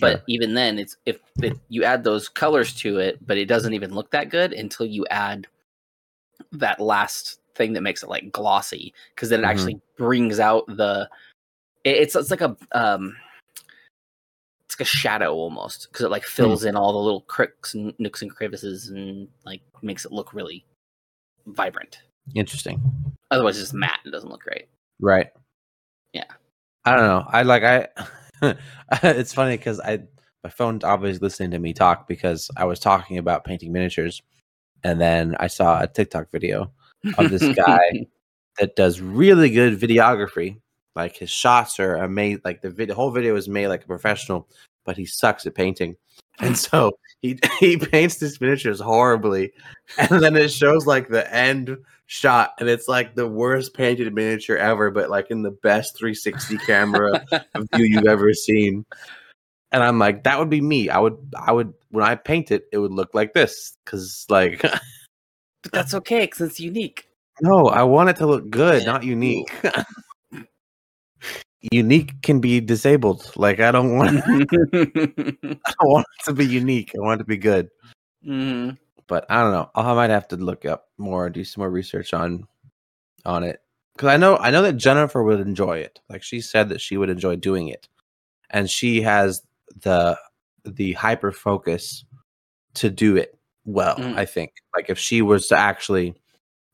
S1: But even then, it's if it, you add those colors to it, but it doesn't even look that good until you add that last thing that makes it like glossy, because then it
S2: Mhm.
S1: actually brings out the. it- it's it's like a um, it's like a shadow almost, because it like fills in all the little cricks and nooks and crevices, and like makes it look really vibrant.
S2: interesting.
S1: Otherwise, it's just matte and doesn't look great.
S2: Right.
S1: Yeah.
S2: I don't know. I like I. [LAUGHS] it's funny because I my phone's always listening to me talk because I was talking about painting miniatures, and then I saw a TikTok video of this
S1: [LAUGHS]
S2: guy that does really good videography. Like his shots are amazing. Like the vid- whole video is made like a professional, but he sucks at painting, and so he [LAUGHS] he paints these miniatures horribly, and then it shows like the end shot, and it's like the worst painted miniature ever, but like in the best 360 camera view you've ever seen. And I'm like, that would be me. I would, I would, when I paint it, it would look like this, because like
S1: but that's okay because it's unique.
S2: No, I want it to look good,
S3: Yeah,
S2: not unique. [LAUGHS] unique can be disabled. Like I don't [LAUGHS] want, I don't want it to be unique. I want it to be good.
S3: Mm-hmm.
S1: Mhm.
S2: But I don't know. I might have to look up more, do some more research on, on it. Because I know, I know that Jennifer would enjoy it. Like she said that she would enjoy doing it, and she has the the hyper focus to do it well.
S1: Mm.
S2: I think. Like if she was to actually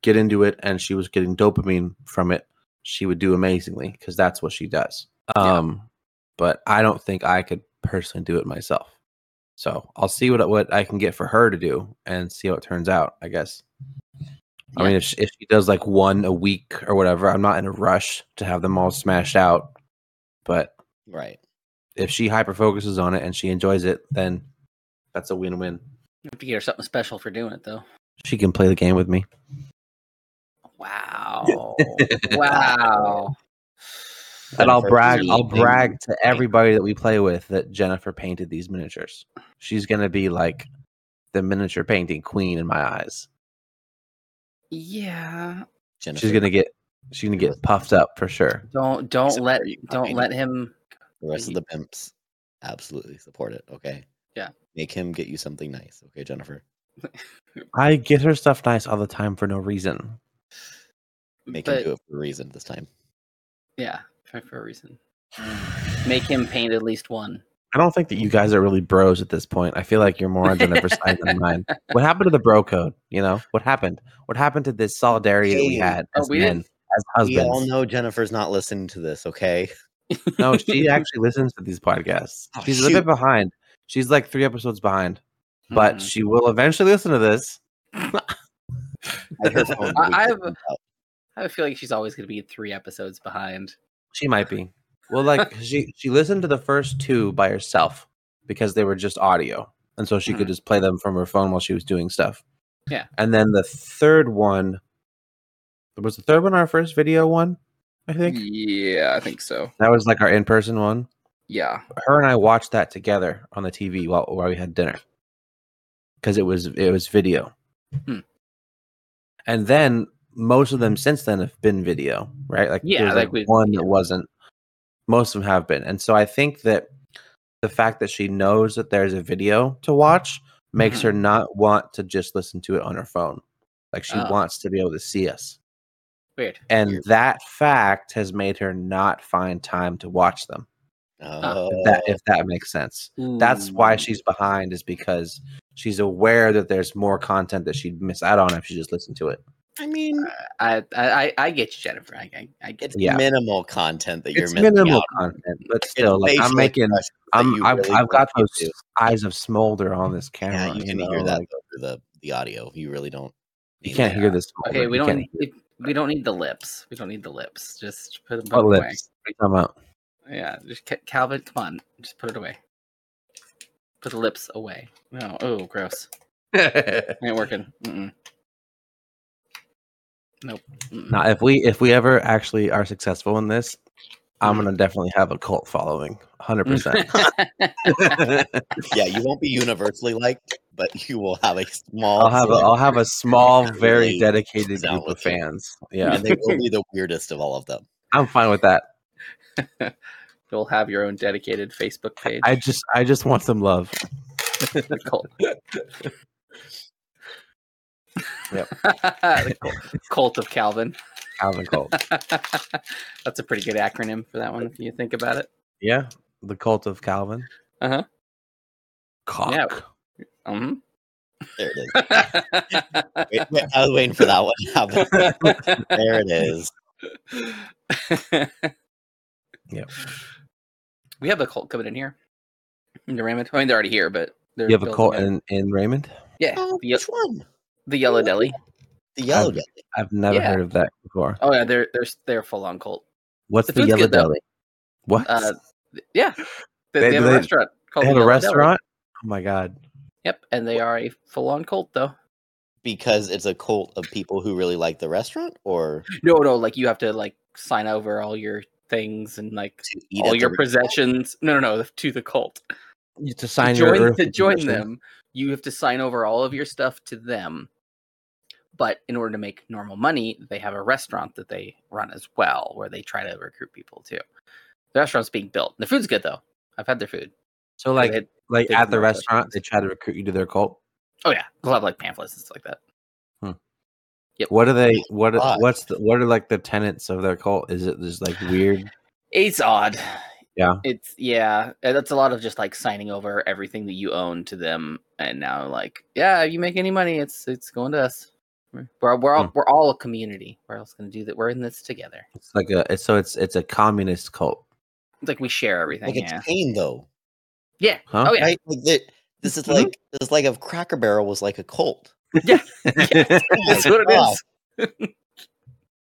S2: get into it and she was getting dopamine from it, she would do amazingly because that's what she does.
S1: Yeah.
S2: Um, but I don't think I could personally do it myself. So I'll see what what I can get for her to do and see how it turns out. I guess. I
S1: Yeah.
S2: mean, if she, if she does like one a week or whatever, I'm not in a rush to have them all smashed out. But
S3: Right.
S2: if she hyper focuses on it and she enjoys it, then that's a win win.
S1: You have to get her something special for doing it, though.
S2: She can play the game with me.
S1: Wow!
S3: [LAUGHS]
S1: wow!
S2: And I'll
S3: Jennifer,
S2: brag,
S3: you
S2: I'll
S3: think-
S2: brag to everybody that we play with that Jennifer painted these miniatures. She's gonna be like the miniature painting queen in my eyes.
S1: Yeah.
S3: Jennifer,
S2: She's gonna get she's gonna get puffed up for sure.
S1: Don't don't
S3: Except
S1: let
S3: for you, I
S1: don't
S3: mean.
S1: let him.
S3: the rest of the pimps absolutely support it. Okay.
S1: Yeah.
S3: Make him get you something nice. Okay, Jennifer.
S2: I get her stuff nice all the time for no reason.
S3: Make
S1: but,
S3: him do it for a reason
S2: [SIGHS]
S3: this time.
S1: Yeah, for, for a reason. Make him paint at least one.
S2: I don't think that you guys are really bros at this point. I feel like you're more on Jennifer's side
S3: [LAUGHS]
S2: than mine. What happened to the bro code? You know what happened? What happened to this solidarity that we
S3: Hey,
S2: had
S1: oh,
S2: as
S1: we
S2: men,
S1: didn't-
S2: as
S3: We all
S2: husbands?
S3: know Jennifer's not listening to this. Okay.
S2: No,
S3: [LAUGHS]
S2: she actually listens to these podcasts.
S3: Oh,
S2: She's a little bit behind. She's like three episodes behind, but
S3: Mm-hmm.
S1: Mm-hmm.
S2: she will eventually listen to this.
S3: [LAUGHS] I heard phone
S1: I-
S3: we
S1: I
S3: kicked
S1: have-
S3: him out.
S1: I feel like she's always going to be three episodes behind.
S2: She might be. Well, like she she listened to the first two by herself because they were just audio, and so she could
S1: Mhm.
S2: just play them from her phone while she was doing stuff.
S1: Yeah.
S2: And then the third one was the third one our first video one. I think
S1: Yeah, I think so.
S2: that was like our in person one.
S1: Yeah.
S2: Her and I watched that together on the TV while while we had dinner because it was it was video.
S1: Hmm.
S2: And then most of them since then have been video, right? Like
S1: Yeah,
S2: there's,
S1: like we-
S2: one that wasn't. Most of them have been, and so I think that the fact that she knows that there's a video to watch makes
S1: Mhm.
S2: her not want to just listen to it on her phone. Like she
S1: Oh.
S2: wants to be able to see us,
S1: Weird.
S2: and
S1: Weird.
S2: that fact has made her not find time to watch them.
S1: Ah,
S3: Oh,
S2: If that if that makes sense, that's why
S3: Mm-hmm.
S1: Ooh.
S2: she's behind is because she's aware that there's more content that she'd miss out on if she just listened to it.
S3: I mean,
S1: I I I- I get you, Jennifer. I I, I get
S3: it's
S1: you.
S2: uh, yeah.
S3: minimal content that you're
S2: it's
S3: missing
S2: minimal
S3: out.
S2: content, but
S3: It's
S2: still, like I'm
S3: facial
S2: making,
S3: expressions that
S2: I'm,
S3: you
S2: I've,
S3: really
S2: I've
S3: don't
S2: got
S3: get
S2: those
S3: to.
S2: eyes of smolder on this camera.
S3: Yeah, you can
S2: know,
S3: hear that
S2: like,
S3: though through the the audio. You really don't.
S2: you can't hear this.
S1: Okay, we don't
S2: need
S1: need, we don't need the lips. We don't need the lips. Just put them, put
S2: what
S1: them away.
S2: lips. Come out.
S1: Yeah, just Ca- Calvin, come on, just put it away. Put the lips away. No, oh, gross. Ain't working. Mm-mm. Nope. Mm-mm.
S2: Now, if we if we ever actually are successful in this, I'm
S1: Mm.
S2: gonna definitely have a cult following,
S3: [LAUGHS]
S2: hundred percent.
S3: Yeah, you won't be universally liked, but [LAUGHS] you will have a small.
S2: I'll have a,
S3: select
S2: I'll have a small, very
S3: really
S2: dedicated
S3: out
S2: group of
S3: with you.
S2: fans. Yeah,
S3: and they
S2: [LAUGHS]
S3: will be the weirdest of all of them.
S2: I'm fine with that.
S1: You'll have your own dedicated Facebook page. [LAUGHS]
S2: I just I just want some love.
S1: the cult.
S2: Yep.
S1: [LAUGHS] the cult, cult of Calvin. [LAUGHS]
S2: Calvin cult.
S1: That's a pretty good acronym for that one if you think about it.
S2: Yeah, the cult of Calvin.
S1: Uh-huh.
S2: Cock.
S1: Yeah. Mhm. [LAUGHS]
S2: [LAUGHS]
S3: There it is. Wait, wait, I was waiting for that one. [LAUGHS] to happen. there it is.
S2: Yep.
S1: We have a cult coming in here. In the Raymond. I mean, they're already here, but they're
S2: You have a
S1: building
S2: cult
S1: up.
S2: in, in Raymond?
S1: yeah,
S3: Oh,
S1: the,
S3: which one?
S1: the Yellow Deli.
S3: The yellow
S2: I've-
S3: deli.
S2: I've never
S1: Yeah.
S2: heard of that before.
S1: Oh yeah, they're they're they're full on cult.
S2: What's
S1: the
S2: the
S1: food's
S2: yellow
S1: good, though.
S2: deli? What?
S1: Uh, th- yeah, they,
S2: They-
S1: they have
S2: they-
S1: a restaurant. Called
S2: they have
S1: the
S2: a
S1: Yellow Deli.
S2: restaurant? Oh my god.
S1: Yep, and they are a full on cult though.
S3: Because it's a cult of people who really like the restaurant, or
S1: No, no, like you have to like sign over all your things and like
S3: to eat at
S1: all
S3: the
S1: your
S3: re-
S1: possessions. No, no, no, to the cult.
S2: You- to
S1: To
S2: sign your
S1: join
S2: Earth
S1: to join
S2: information.
S1: them, you have to sign over all of your stuff to them. But in order to make normal money, they have a restaurant that they run as well, where they try to recruit people too. The restaurant's being built. The food's good though. I've had their food.
S2: So like
S1: They-
S2: like
S1: they
S2: at the
S1: promote those
S2: restaurant,
S1: things.
S2: they try to recruit you to their cult.
S1: oh yeah, a lot of like pamphlets and stuff like that.
S2: What are they? What?
S3: Fuck.
S2: What's the? What are like the tenets of their cult? Is it just like weird?
S1: It's odd.
S2: Yeah.
S1: It's yeah. and That's a lot of just like signing over everything that you own to them, and now like yeah, if you make any money, it's it's going to us. We're we're, we're all
S2: Hmm.
S1: we're all a community. We're all going to do that. We're in this together.
S2: It's like a. It's, so it's it's a communist cult,
S1: It's like we share everything.
S3: like
S1: yeah.
S3: it's pain though,
S1: Yeah.
S2: huh?
S1: Oh yeah.
S3: right? Like that. This is
S1: Mhm.
S3: like this is like if Cracker Barrel was like a cult. Oh my
S1: That's what it
S3: God,
S1: is.
S2: [LAUGHS]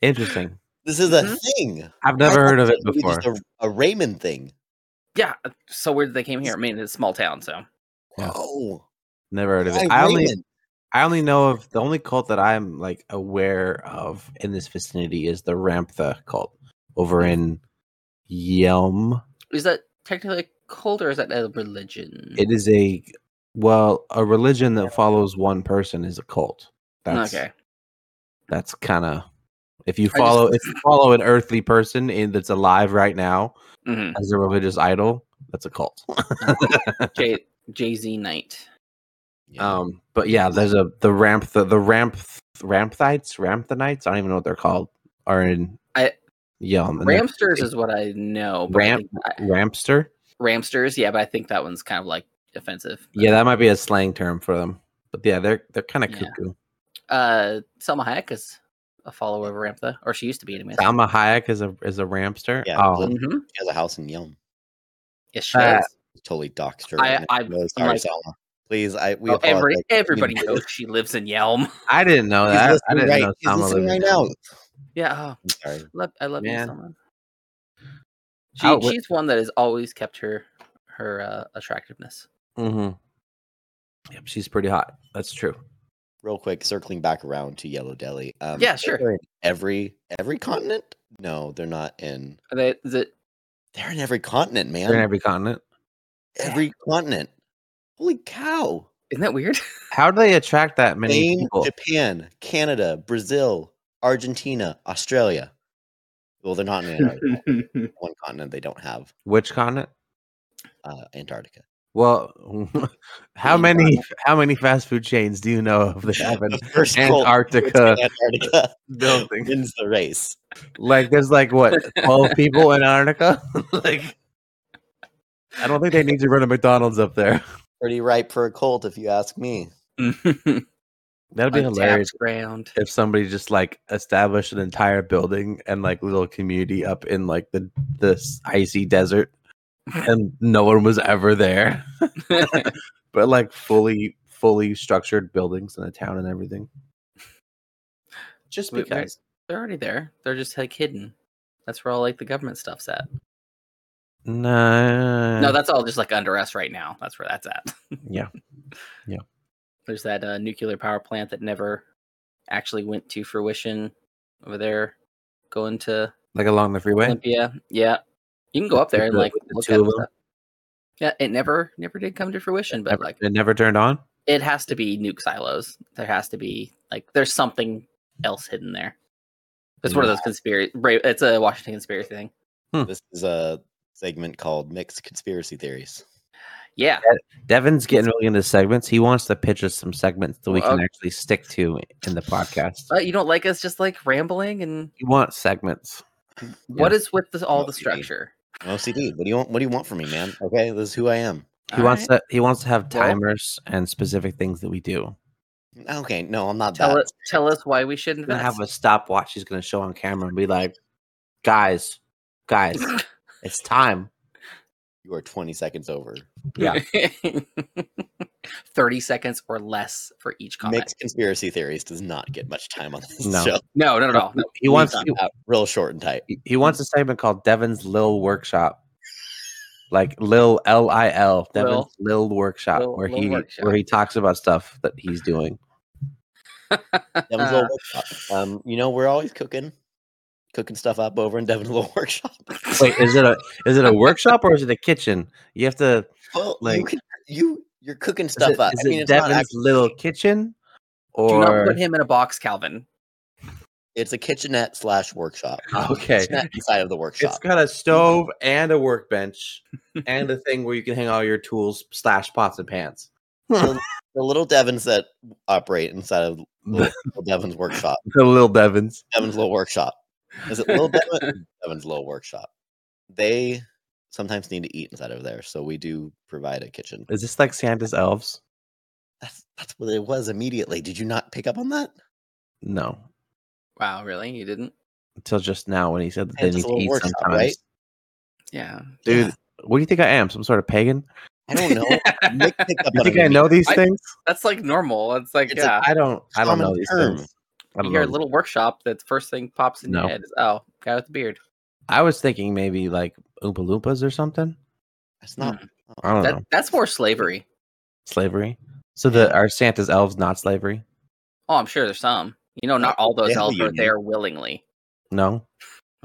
S2: Interesting.
S3: This is a
S1: Mhm.
S3: thing.
S2: I've
S3: I
S2: never
S3: thought
S2: heard of it
S3: this was
S2: before.
S3: just A, a Raymond thing.
S1: Yeah. So where did they came here? I mean, it's a small town, so
S2: Yeah.
S3: Oh,
S2: Never heard of
S3: why
S2: it. I only
S3: Raymond?
S2: I only know of the only cult that I'm like aware of in this vicinity is the Ramtha cult over in Yelm.
S1: is that technically a cult or is that a religion?
S2: It is a well, a religion that follows one person is a cult. That's
S1: okay.
S2: that's kind of if you
S1: just-
S2: follow if you follow an earthly person in, that's alive right now [LAUGHS]
S1: hmm
S2: as a religious idol, that's a cult.
S1: J Jay Z Knight.
S3: Yeah.
S2: Um, but yeah, there's a the ramp the, the ramp rampthites ramphanites. I don't even know what they're called. Are in
S1: I-
S2: Yelm. and they're
S1: Ramsters is what I know. but I
S2: Ramp-
S1: think I-
S2: Rampster.
S1: Ramsters, yeah, but I think that one's kind of like offensive. but-
S2: Yeah, that might be a slang term for them. But yeah, they're they're kind of
S1: Yeah.
S2: cuckoo.
S1: Uh, Selma Hayek is a follower of Ramtha, or she used to be anyway.
S2: Salma Hayek is a is a rampster.
S3: Yeah,
S2: oh,
S3: blue-
S1: Mm-hmm.
S3: She has a house in Yelm.
S1: Yes, she
S2: Uh,
S1: is.
S3: Totally doxed her.
S1: I-
S3: right now.
S1: I-
S3: No, sorry,
S1: like-
S3: Selma. Please, I we
S1: Oh, every,
S3: apologize. [LAUGHS]
S1: everybody
S3: She's
S1: knows she lives in Yelm.
S2: I didn't know that. I
S3: listening
S2: didn't
S3: right,
S2: know
S3: she's
S2: Salma
S3: listening
S2: lived
S3: right
S2: in-
S3: now.
S1: [LAUGHS] Yeah, oh,
S3: I'm sorry.
S1: love, I love you,
S2: Man.
S1: Selma. She,
S2: Out with-
S1: she's one that has always kept her her uh, attractiveness.
S2: Mhm. Mm-hmm. Yep, she's pretty hot. That's true.
S3: Real quick, circling back around to Yellow Deli. Um,
S1: Yeah,
S3: I think
S1: sure.
S3: they're in every every continent? No, they're not in.
S1: Are they, is it,
S3: They're in every continent, man.
S2: They're in every continent.
S3: every continent. Holy cow!
S1: Isn't that weird?
S2: How do they attract that many
S3: Spain,
S2: people?
S3: Japan, Canada, Brazil, Argentina, Australia. Well, they're not in [LAUGHS] Antarctica. one continent they don't have
S2: Which continent?
S3: uh, Antarctica.
S2: Well, [LAUGHS] how
S3: Spain,
S2: many how many fast food chains do you know of that have
S3: [LAUGHS]
S2: an
S3: The first cold to
S2: Antarctica
S3: Antarctica
S2: [LAUGHS] building?
S3: [LAUGHS] wins the race.
S2: Like, there's like what twelve people in Antarctica. [LAUGHS]
S1: [LAUGHS]
S2: like, I don't think they need to run a McDonald's up there.
S3: Pretty ripe for a cult, if you ask me.
S2: That'd be
S1: Untapped
S2: hilarious
S1: [LAUGHS] ground.
S2: if somebody just like established an entire building and like little community up in like the this
S1: [LAUGHS]
S2: icy desert, and no one was ever there. but like fully fully structured buildings in a town and everything. Just
S1: Wait, where-
S2: because
S1: They're already there. They're just like hidden. That's where all like the government stuff's at.
S2: no,
S1: No, that's all just like under us right now. That's where that's at. [LAUGHS]
S2: yeah.
S1: There's that uh, nuclear power plant that never actually went to fruition over there, going to
S2: Like along the freeway.
S1: Olympia. Yeah, you can go up there and
S2: the-
S1: like
S2: with the
S1: look
S2: two
S1: at
S2: of
S1: it.
S2: them?
S1: Yeah, it never never did come to fruition, but
S2: Never-
S1: like
S2: it never turned on.
S1: it has to be nuke silos. There has to be like there's something else hidden there. It's one of those conspiracy. It's a Washington conspiracy thing.
S3: This is a segment called Mixed Conspiracy Theories.
S1: Yeah,
S2: Devin's getting really into segments. He wants to pitch us some segments that we
S1: Well, uh
S2: can actually stick to in the podcast.
S1: but you don't like us just like rambling and
S2: He wants segments.
S1: what is with this, all
S3: Well,
S1: the
S3: you mean-
S1: structure?
S3: I'm OCD. What do you want? What do you want from me, man? Okay, this is who I am.
S2: He
S1: All
S2: wants
S1: right.
S2: to he wants to have
S1: Well-
S2: timers and specific things that we do.
S3: Okay, no, I'm not
S1: tell
S3: that.
S1: us tell us why we should
S2: He's gonna
S1: invest.
S2: have a stopwatch he's gonna show on camera and be like, guys,
S1: [LAUGHS]
S2: guys, it's time.
S3: You are 20 seconds over.
S2: Yeah.
S1: [LAUGHS] Thirty seconds or less for each comment.
S3: Mixed Conspiracy Theories does not get much time on this
S2: No.
S3: show.
S1: No, not at all. No.
S2: He wants
S3: Leave
S2: he-
S3: that out real short and
S2: [LAUGHS]
S3: tight.
S2: He- He wants a segment called Devin's Lil Workshop. Like Lil L I L Devin's Lil Workshop
S1: Lil-
S2: where
S1: Lil
S2: he
S1: Workshop.
S2: where he talks about stuff that he's
S1: [LAUGHS]
S2: doing.
S3: Devin's Little Workshop. Um, you know, we're always cooking, cooking stuff up over in Devin's Little [LAUGHS] Workshop.
S2: Wait, is it a is it a workshop or is it a kitchen? You have to
S3: Well, you
S2: Like-
S3: can, you you're cooking
S2: is
S3: stuff
S2: it,
S3: up.
S2: is
S3: I mean,
S2: it
S3: it's not
S2: Devin's
S3: actually-
S2: Little Kitchen
S1: [LAUGHS] Do not
S2: or
S1: put him in a box, Calvin.
S3: it's a kitchenette slash workshop.
S2: [LAUGHS] [LAUGHS] okay.
S3: Kitchenette inside of the workshop.
S2: It's [LAUGHS] got a stove and a workbench and a thing where you can hang all your tools slash pots and pans.
S3: the, the little Devons that operate
S2: [LAUGHS]
S3: inside of little, little Devon's workshop.
S2: The little Devins.
S3: Devon's little workshop. Is it little
S2: [LAUGHS]
S3: Devon? Devon's little workshop. They sometimes need to eat inside of there, so we do provide a kitchen.
S2: Is this like Santa's elves?
S3: That's that's what it was immediately. Did you not pick up on that?
S2: No.
S1: Wow, really? You didn't?
S2: Until just now when he said that they
S3: Santa's
S2: need to
S3: Little
S2: eat
S3: Workshop,
S2: sometimes.
S3: right?
S1: Yeah.
S2: Dude,
S3: Yeah.
S2: what do you think I am? Some sort of pagan?
S3: I
S1: [LAUGHS]
S3: don't know. Nick picked
S2: [LAUGHS]
S3: up
S2: You
S3: on
S2: think
S3: it
S2: I know these
S1: I-
S2: things?
S1: That's like normal. It's like
S3: It's a-
S1: yeah.
S2: I don't. I don't know
S3: common
S2: these
S3: term.
S2: things. I
S1: you
S2: don't
S1: hear a
S2: know.
S1: little workshop. That first thing pops in
S2: No.
S1: your head is oh, guy with the beard.
S2: I was thinking maybe like Oompa Loompas or something.
S3: That's
S2: Hmm.
S3: not.
S2: I don't
S1: That,
S2: know.
S1: that's more slavery.
S2: Slavery. So the are Santa's elves not slavery?
S1: Oh, I'm sure there's some. You know, not all those
S3: hell
S1: elves
S3: you
S1: are there willingly.
S2: No.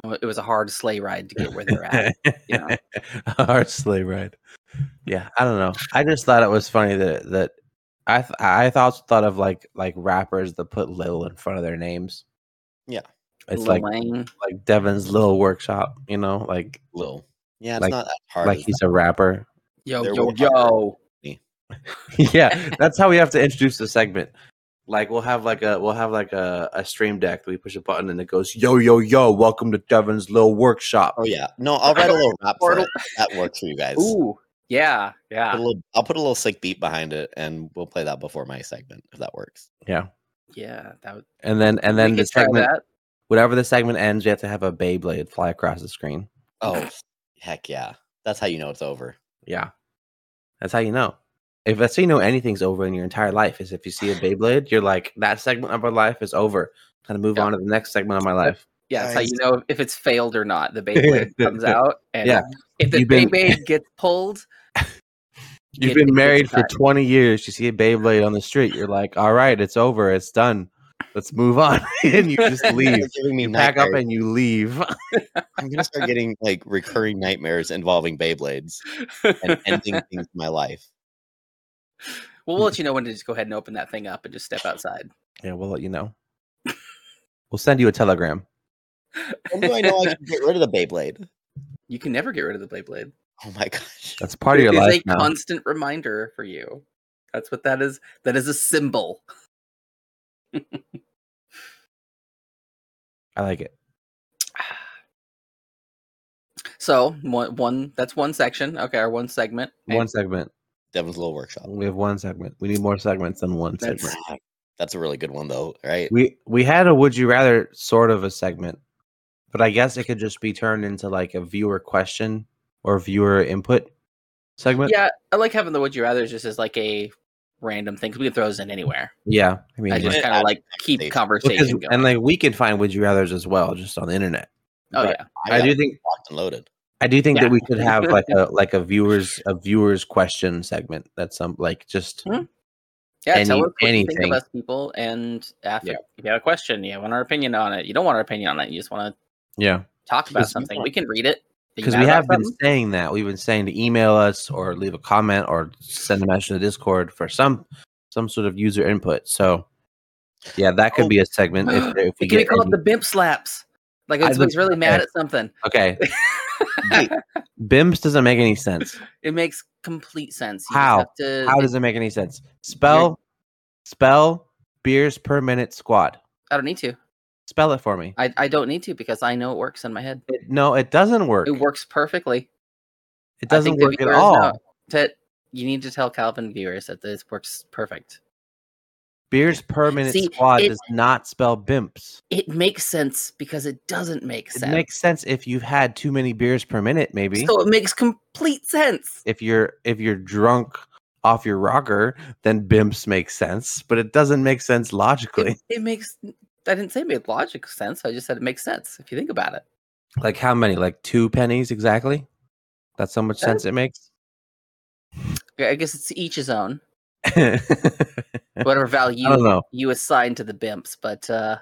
S1: Oh, It was a hard sleigh ride to get where they're at. you know.
S2: Our sleigh ride. Yeah, I don't know. I just thought it was funny that that I th- I thought thought of like like rappers that put Lil in front of their names.
S3: Yeah.
S2: [LAUGHS] It's
S1: Lil
S2: like
S1: Wayne.
S2: like Devin's Lil Workshop, you know, like
S3: Little. Yeah, it's
S2: Like-
S3: not that hard.
S2: like
S3: as
S2: he's a rapper. [LAUGHS]
S1: yo
S3: There
S1: yo
S3: were-
S1: yo.
S2: yeah, that's how we have to introduce the segment. Like we'll have like a we'll have like a, a stream deck that we push a button and it goes yo yo yo welcome to Devin's Lil Workshop.
S3: Oh yeah,
S2: [LAUGHS]
S3: no, I'll write a little rap for
S1: Portal-
S3: it. That works for you guys.
S1: Ooh, yeah,
S3: Put a
S1: yeah,
S3: little- I'll put a little sick beat behind it, and we'll play that before my segment if that works.
S2: Yeah,
S1: yeah. That would.
S2: and then and then
S1: we
S2: the
S1: could try
S2: segment
S1: that.
S2: whatever the segment ends, you have to have a Beyblade fly across the screen.
S3: Oh heck yeah, that's how you know it's over.
S2: Yeah. That's how you know. If that's how you know anything's over in your entire life is if you [SIGHS] see a Beyblade, you're like, that segment of my life is over. Kind of move
S1: Yeah.
S2: on to the next segment of my life.
S1: Yeah, that's how
S3: Nice.
S1: you know if it's failed or not. The
S2: [LAUGHS]
S1: Beyblade comes out, and
S2: Yeah.
S1: if the
S2: You've been-
S1: Beyblade gets pulled,
S2: You've
S1: It-
S2: been
S1: it's
S2: married for
S1: time.
S2: 20 years. You see a Beyblade on the street. You're like, all right, it's over. It's done. Let's move on. [LAUGHS] and you just leave.
S3: You're giving me
S2: You pack up
S3: nightmares.
S2: and you leave. [LAUGHS]
S3: I'm gonna start getting like recurring nightmares involving Beyblades and ending things in my life.
S1: Well, we'll let you know when to just go ahead and open that thing up and just step outside.
S2: Yeah, we'll let you know. we'll send you a telegram.
S3: When do I know I can get rid of the Beyblade?
S1: You can never get rid of the Beyblade.
S3: Oh my gosh.
S2: That's part of your
S1: it is
S2: life
S1: a
S2: now.
S1: constant reminder for you. That's what that is. That is a symbol.
S2: I like it.
S1: So one, one that's one section. Okay, our one segment. And
S2: One segment.
S3: Devin's Little Workshop. Ah,
S2: We have one segment. We need more segments than one
S1: That's-
S2: segment.
S3: That's a really good one though, right?
S2: We we had a would you rather sort of a segment, but I guess it could just be turned into like a viewer question or viewer input segment.
S1: yeah, I like having the would you rather just as like a random thing 'cause we can throw those in anywhere.
S2: Yeah. I mean,
S1: I just
S2: like-
S1: kind of like keep
S2: because,
S1: conversation going.
S2: and like we can find would you rather's as well, just on the internet.
S1: oh
S2: but
S1: yeah,
S2: I do think
S3: locked and loaded.
S2: I do think
S1: Yeah.
S2: that we should have like a like a viewers a viewers question segment. That's some like just
S1: Mhm. yeah. tell
S2: any-
S1: us what you think
S2: anything.
S1: of us, people, and after
S2: Yeah.
S1: if you have a question, you want our opinion on it. You don't want our opinion on it. You just want to
S2: yeah.
S1: talk about
S3: Because you
S1: something.
S3: want-
S1: We can read it. Are you
S2: because
S1: mad
S2: we
S1: about
S2: have been
S1: something?
S2: saying that we've been saying to email us or leave a comment or send a message to discord for some some sort of user input so yeah that could
S3: Oh.
S2: be a segment
S1: [GASPS]
S2: if, if we
S1: It can be
S2: get
S1: called
S2: any-
S1: the bimp slaps. Like
S2: I
S1: it's
S2: look-
S1: was really mad
S2: okay.
S1: at something. [LAUGHS]
S2: okay [LAUGHS] bims doesn't make any sense
S1: It makes complete sense. You
S2: How?
S1: Just have to,
S2: how does it make any sense spell spell beers per minute squad
S1: I don't need to.
S2: spell it for me
S1: I, I don't need to because I know it works in my head.
S2: It- no it doesn't work
S1: It works perfectly.
S2: it
S1: I
S2: doesn't
S1: think the
S2: work at
S1: viewers
S2: all
S1: know. Tet, you need to tell Calvin viewers that this works perfect.
S2: beers per minute
S1: See,
S2: squad
S1: it-
S2: does not spell bimps
S1: It makes sense because it doesn't make
S2: it
S1: sense.
S2: makes sense if you've had too many beers per minute maybe
S1: So it makes complete sense.
S2: if you're if you're drunk off your rocker, then bimps makes sense, but it doesn't make sense logically.
S1: It, it makes. I didn't say it made logical sense. I just said it makes sense if you think about it.
S2: like how many? Like two pennies exactly? That's how much
S1: Uh,
S2: sense it makes. [LAUGHS]
S1: Okay, I guess it's each his own.
S2: I
S1: Whatever value
S2: don't know.
S1: you assign to the bimps, but uh,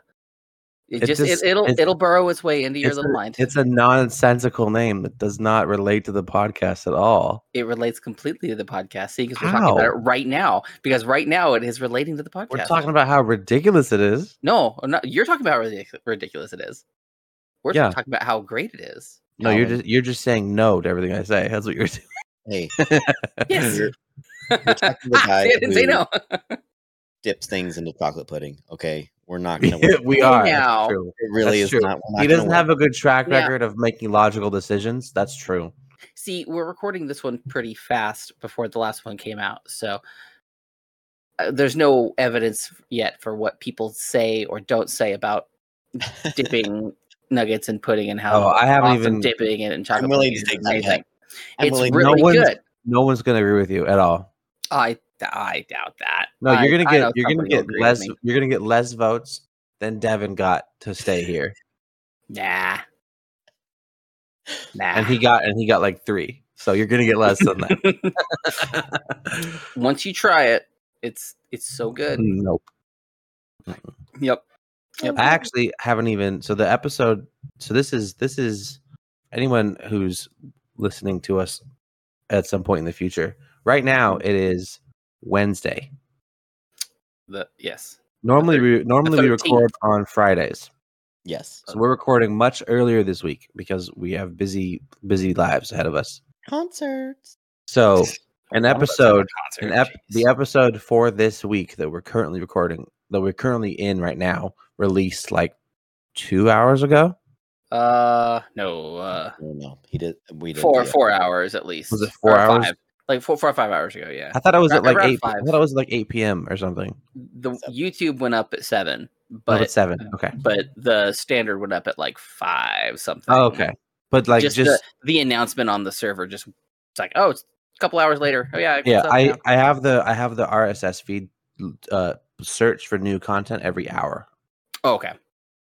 S1: it,
S2: It
S1: just,
S2: just-
S1: it, it'll
S2: it's-
S1: it'll burrow its way into your
S2: It's
S1: little
S2: a,
S1: mind.
S2: it's a nonsensical name that does not relate to the podcast at all.
S1: it relates completely to the podcast. See, because we're talking about
S2: How?
S1: it right now. Because right now it is relating to the podcast.
S2: We're talking about how ridiculous it is.
S1: No, I'm not, you're talking about how ridic- ridiculous it is. We're
S2: Yeah.
S1: talking about how great it is.
S2: No, you're
S3: Colin.
S2: just you're just saying no to everything I say. That's what [LAUGHS] you're doing.
S3: Hey,
S2: [LAUGHS]
S1: Yes.
S3: you're talking to the
S1: Ah,
S3: guy
S1: see, [LAUGHS] I didn't say no.
S3: who- dips things into chocolate pudding. Okay. We're not gonna
S2: [LAUGHS] Yeah,
S3: win.
S2: we Oh,
S1: Hey
S2: are. that's
S1: now.
S2: true.
S3: It really
S2: That's
S3: is
S2: true.
S3: not. we're not
S2: He
S3: gonna
S2: doesn't
S3: win.
S2: have a good track
S1: Yeah.
S2: record of making logical decisions. That's true.
S1: See, we're recording this one pretty fast before the last one came out, so uh, there's no evidence yet for what people say or don't say
S2: [LAUGHS]
S1: about dipping nuggets and pudding and how
S2: Oh, I haven't
S1: awesome
S2: even-
S1: dipping it and chocolate.
S3: willing
S1: pudding
S3: to take
S1: is
S3: that
S1: amazing.
S3: back. I'm
S1: It's
S3: willing-
S2: no
S1: really
S2: one's-
S1: good.
S2: No one's gonna agree with you at all.
S1: I I doubt that.
S2: No,
S1: I-
S2: you're gonna
S1: I know
S2: get you're
S1: somebody
S2: gonna
S1: will
S2: get
S1: agree with
S2: less
S1: me.
S2: you're gonna get less votes than Devin got to stay here,
S1: Nah. Nah.
S2: and he got and he got like three. So you're gonna get less than
S1: [LAUGHS]
S2: that.
S1: Once you try it, it's it's so good.
S2: nope.
S1: Yep. Yep.
S2: I actually haven't even so the episode. So this is this is anyone who's listening to us at some point in the future. Right now,
S1: Mm-hmm.
S2: it is Wednesday.
S1: The yes.
S2: Normally, we normally we
S1: 13th.
S2: record on Fridays.
S3: Yes.
S1: Oh.
S2: So we're recording much earlier this week because we have busy busy lives ahead of us.
S3: Concerts.
S2: So an
S1: One of us is
S2: episode,
S1: at a
S2: an
S1: concert,
S2: ep- the
S1: jeez.
S2: episode for this week that we're currently recording, that we're currently in right now, released like two hours ago.
S1: uh no uh
S3: No, no, he did. We did.
S1: four four hours at least.
S2: Was it
S1: Or
S2: four hours?
S1: Five. Like four four or five hours ago, yeah.
S2: I thought I was
S1: Ar-
S2: at like
S1: around
S2: eight. I
S1: five.
S2: thought I was at like eight p.m. or something.
S1: The YouTube went up at seven,
S2: But
S1: but
S2: Oh, seven. Okay.
S1: but the standard went up at like five something.
S2: Oh, okay. But like
S1: just,
S2: just,
S1: the, the announcement on the server just it's like, oh, it's a couple hours later. Oh yeah, it's
S2: yeah,
S1: up
S2: I
S1: now.
S2: I have the I have the RSS feed uh, search for new content every hour.
S1: Oh, okay.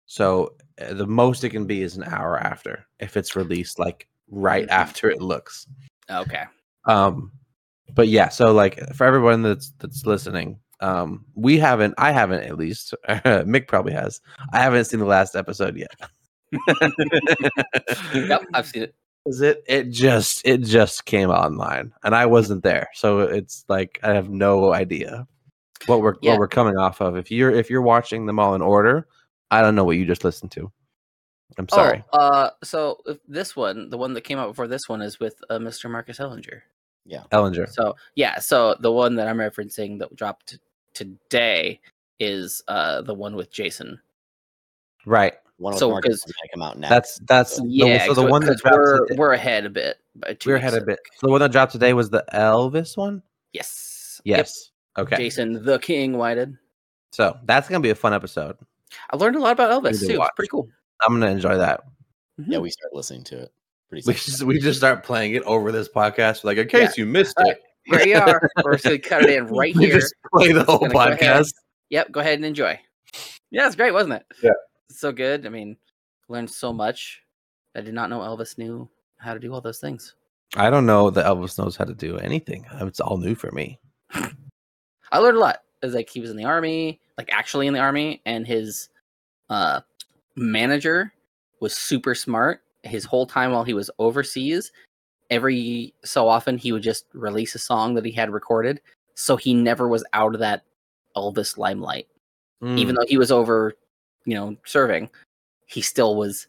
S2: So uh, the most it can be is an hour after if it's released like right
S1: Mhm.
S2: after it looks.
S1: Okay.
S2: um but yeah so like for everyone that's that's listening um we haven't i haven't at least [LAUGHS] mick probably has i haven't seen the last episode yet
S1: [LAUGHS]
S2: [LAUGHS]
S1: Yep, I've seen it.
S2: is it it just it just came online and i wasn't there so it's like i have no idea what we're
S1: Yeah.
S2: what we're coming off of if you're if you're watching them all in order i don't know what you just listened to i'm sorry
S1: Oh, uh, so if this one, the one that came out before this one, is with uh, Mr. Marcus Ellinger.
S2: ellinger
S1: So yeah, so the one that I'm referencing that dropped today is uh the one with Jason.
S2: right
S3: One with
S1: So,
S3: Marcus
S1: 'cause
S3: is gonna come out next.
S2: that's that's the-
S1: Yeah,
S2: so the one that dropped
S1: we're
S2: today-
S1: we're ahead a bit. by two
S2: we're
S1: weeks,
S2: ahead a
S1: so-
S2: bit so the one that dropped today was the elvis one
S1: Yes. Yep,
S2: yes okay
S1: Jason the King Whited.
S2: so that's gonna be a fun episode
S1: I learned a lot about
S2: Need
S1: Elvis
S2: to
S1: too. It's
S2: watch.
S1: pretty cool.
S2: i'm gonna enjoy that [LAUGHS]
S3: yeah, we start listening to it pretty
S2: we
S3: soon.
S2: just we just start playing it over this podcast like in case you missed
S1: All
S2: it
S1: right, Here you are.
S2: [LAUGHS]
S1: We're just gonna cut it in right
S2: We
S1: here.
S2: just play the whole
S1: gonna go ahead.
S2: podcast.
S1: Yep, go ahead and enjoy. Yeah, it's great, wasn't it?
S2: Yeah.
S1: So good. I mean, learned so much. I did not know Elvis knew how to do all those things.
S2: I don't know that Elvis knows how to do anything. It's all new for me.
S1: I learned a lot. It was like he was in the army, like actually in the army, and his uh, manager was super smart. His whole time while he was overseas, every so often he would just release a song that he had recorded, so he never was out of that Elvis limelight.
S2: Hmm.
S1: Even though he was over, you know, serving, he still was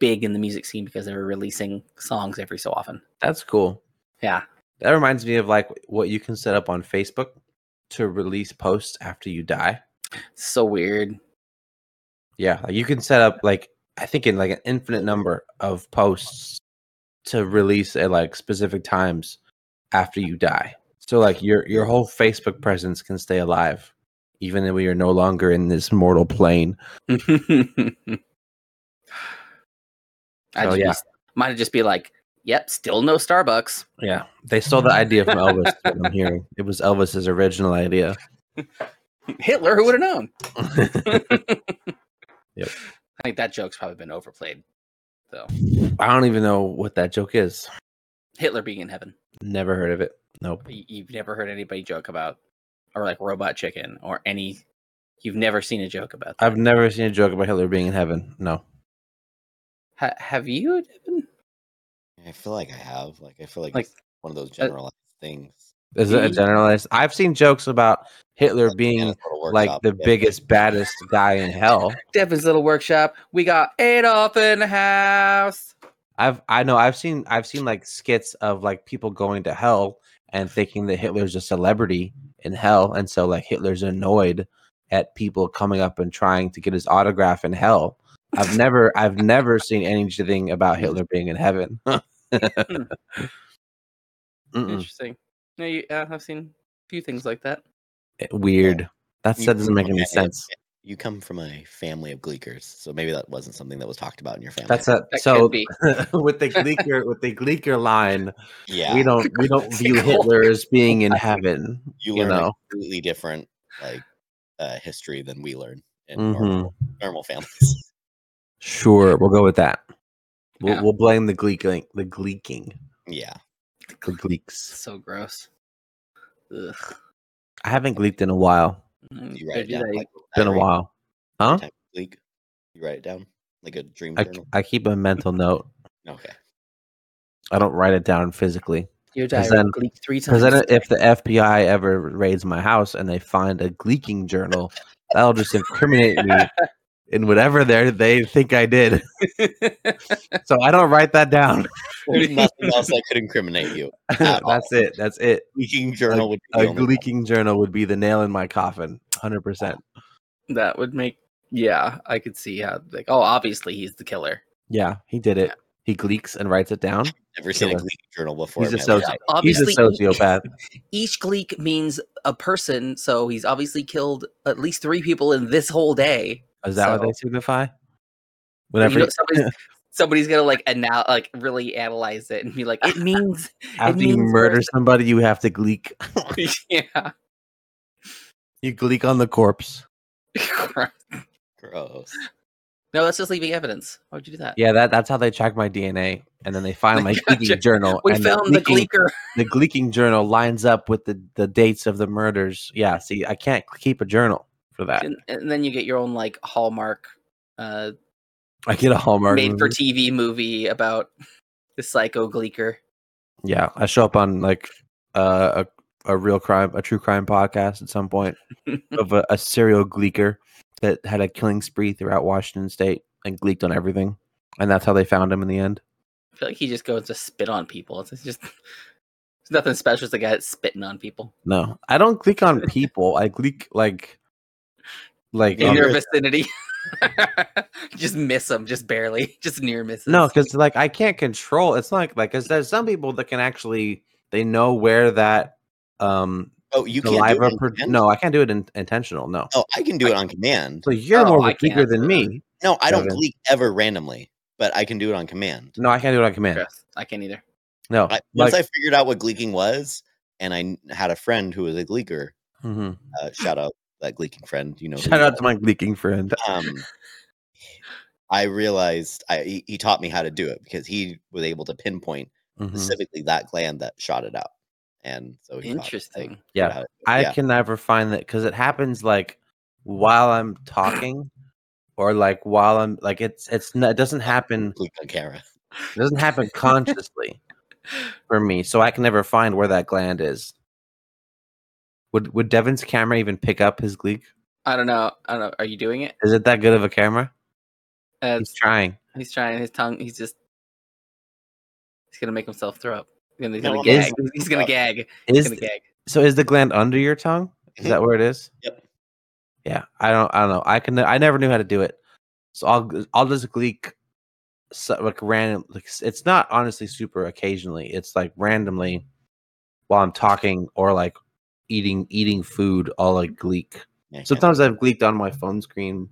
S1: big in the music scene because they were releasing songs every so often.
S2: that's cool.
S1: Yeah,
S2: That reminds me of like what you can set up on Facebook to release posts after you die.
S1: so weird.
S2: Yeah, like you can set up like I think in like an infinite number of posts to release at like specific times after you die. So like your your whole Facebook presence can stay alive even though we are no longer in this mortal plane. [LAUGHS]
S1: I
S2: So,
S1: just
S2: yeah.
S1: be, might just be like, "Yep, still no Starbucks." [LAUGHS]
S2: Yeah, they stole the idea from Elvis. is what I'm hearing it was Elvis's original idea.
S1: Hitler, who would have known?
S2: [LAUGHS] Yep.
S1: I think that joke's probably been overplayed. So
S2: I don't even know what that joke is.
S1: Hitler being in heaven,
S2: Never heard of it. Nope.
S1: Y- you've never heard anybody joke about, or like robot chicken, or any. You've never seen a joke about. That.
S2: I've never seen a joke about Hitler being in heaven. No.
S1: Ha- have you? Devin?
S3: I feel like I have. Like I feel like,
S1: Like,
S3: it's one of those
S2: uh
S3: generalized things.
S2: Is it a
S1: Me?
S2: generalized? I've seen jokes about Hitler
S3: Like,
S2: being
S3: Santa's Little
S2: like
S3: Workshop,
S2: the
S3: yeah.
S2: biggest, baddest guy in hell.
S1: Devin's little workshop. We got Adolf in the house.
S2: I've I know I've seen I've seen like skits of like people going to hell and thinking that Hitler's a celebrity in hell, and so like Hitler's annoyed at people coming up and trying to get his autograph in hell. I've never I've never seen anything about Hitler being in heaven. [LAUGHS] Mm-mm.
S1: Interesting. No, you, uh, I've seen a few things like that.
S2: Weird. That
S3: You-
S2: that doesn't make
S3: okay,
S2: any
S3: yeah.
S2: sense.
S3: You come from a family of gleekers, so maybe that wasn't something that was talked about in your family.
S2: That's a
S1: That
S2: so
S1: could be.
S2: [LAUGHS] with the Gleeker with the Gleeker line.
S3: yeah.
S2: We don't we don't
S1: It's a
S3: [LAUGHS]
S2: view
S1: cool-
S2: Hitler as being in heaven.
S3: you
S2: you
S3: learn a
S2: know.
S3: completely different like uh, history than we learn in
S2: Mhm.
S3: normal,
S2: [LAUGHS]
S3: normal families. [LAUGHS]
S2: Sure, we'll go with that. We'll,
S1: Yeah.
S2: we'll blame the gleeking, the gleeking,
S3: yeah,
S2: the gleeks.
S1: So gross. Ugh.
S2: I haven't gleeked in a while.
S1: Mm,
S3: you
S1: I
S3: write it
S1: do
S3: down.
S1: that.
S3: Like,
S2: It's been a
S3: diary
S2: while, huh?
S3: type of Gleek. You write it down like a dream
S2: I,
S3: journal.
S2: I keep a mental note. [LAUGHS]
S3: Okay,
S2: I don't write it down physically
S1: Your
S2: Because
S1: diary
S2: then-
S1: leaked three times.
S2: because then if the FBI ever raids my house and they find a gleeking journal, that'll just incriminate me in whatever they they think I
S3: [LAUGHS]
S2: did.
S1: [LAUGHS]
S2: So I don't write that down.
S3: there's [LAUGHS] nothing else that could incriminate you. At all.
S2: [LAUGHS] That's it. That's it.
S3: Leaking journal would be
S2: A
S3: the only one.
S2: gleeking journal would be the nail in my coffin. Hundred percent.
S1: that would make yeah, I could see how like oh obviously he's the killer.
S2: Yeah, he did it. He gleeks and writes it down.
S3: Never seen a
S2: killer.
S3: Gleek journal before.
S2: He's
S3: in
S2: a
S3: my life.
S2: soci- He's a
S1: Obviously [LAUGHS]
S2: sociopath.
S1: each gleek means a person, so he's obviously killed at least three people in this whole day.
S2: Is that what they signify?
S1: You
S2: Whenever
S1: know,
S2: [LAUGHS]
S1: somebody's, somebody's gonna like anal- like really analyze it and be like, it means [LAUGHS]
S2: after you
S1: means
S2: murder
S1: person.
S2: somebody, you have to gleek.
S1: yeah. [LAUGHS]
S2: You gleek on the corpse.
S3: Gross.
S1: no, that's just leaving evidence. Why would you do that?
S2: Yeah, that, that's how they track my DNA, and then
S1: [LAUGHS]
S2: they find my
S1: Gotcha.
S2: gleeking journal.
S1: We
S2: and
S1: found the
S2: gleeking-
S1: gleeker.
S2: the gleeking journal lines up with the the dates of the murders. Yeah, see, I can't keep a journal for that.
S1: and, and then you get your own like hallmark uh
S2: I get a hallmark
S1: made for
S2: movie.
S1: tv movie about [LAUGHS] the psycho gleeker. [LAUGHS]
S2: Yeah, I show up on like uh, a a real crime, a true crime podcast at some point
S3: Mm.
S2: of a, a serial gleeker that had a killing spree throughout Washington State and gleeked on everything, and that's how they found him in the end.
S1: I feel like he just goes to spit on people. It's just there's nothing special. It's the guy that's spitting on people
S2: No, I don't gleek
S3: [LAUGHS]
S2: on people. I gleek like like um,
S1: in
S2: on-
S1: your
S3: yeah.
S1: vicinity. [LAUGHS] just miss them, just barely, [LAUGHS] just near misses.
S2: No, because like I can't control. It's not like like 'cause there's some people that can actually they know where that um
S3: Oh, you can't do
S2: saliva.
S3: it on
S2: pro-
S3: command?
S2: no, I can't do it in- intentional. No.
S3: Oh, I can do it on command.
S2: So you're
S1: Oh,
S2: more of
S1: I
S2: a geeker
S1: can't.
S2: than
S3: [LAUGHS]
S2: me.
S3: No, I don't
S2: Kevin.
S3: gleek ever randomly, but I can do it on command.
S2: No, I can't do it on command.
S1: Gross. I can't either.
S2: No,
S3: I, once
S2: like-
S3: I figured out what gleeking was, and I kn- had a friend who was a gleeker.
S2: Mhm.
S3: Uh, shout out that gleeking friend. You know, who
S2: Shout
S3: you
S2: out
S3: are.
S2: to my leaking friend.
S3: um, I realized I, he- he taught me how to do it because he was able to pinpoint
S2: Mhm.
S3: specifically that gland that shot it out, and so he taught me, like,
S1: Interesting.
S2: Yeah,
S3: how to-
S2: I
S3: yeah.
S2: can never find that because it happens like while I'm talking, or like while I'm like it's it's n- it doesn't happen
S3: gleek on camera. [LAUGHS]
S2: it doesn't happen consciously for me, so I can never find where that gland is. Would would Devin's camera even pick up his gleek?
S1: I don't know. I don't know. Are you doing it?
S2: Is it that good of a camera?
S1: Uh,
S2: He's trying.
S1: he's trying his tongue. He's just he's gonna make himself throw up. He's gonna, he's
S3: No,
S1: gonna
S3: I'm not
S1: gag.
S3: gonna
S1: He's gonna
S3: throw
S1: gag. He's
S2: Is
S1: gonna gag.
S2: so? Is the gland under your tongue? Is
S3: Mhm.
S2: that where it is?
S3: Yep.
S2: Yeah, I don't. I don't know. I can. I never knew how to do it, so I'll. I'll just gleek, so, like random. Like s- it's not honestly super occasionally. It's like
S3: Mm-hmm.
S2: randomly, while I'm talking or like eating eating food. I'll like gleek.
S3: Yeah, Mm-hmm. I can't-
S2: Sometimes I've gleeked on my phone screen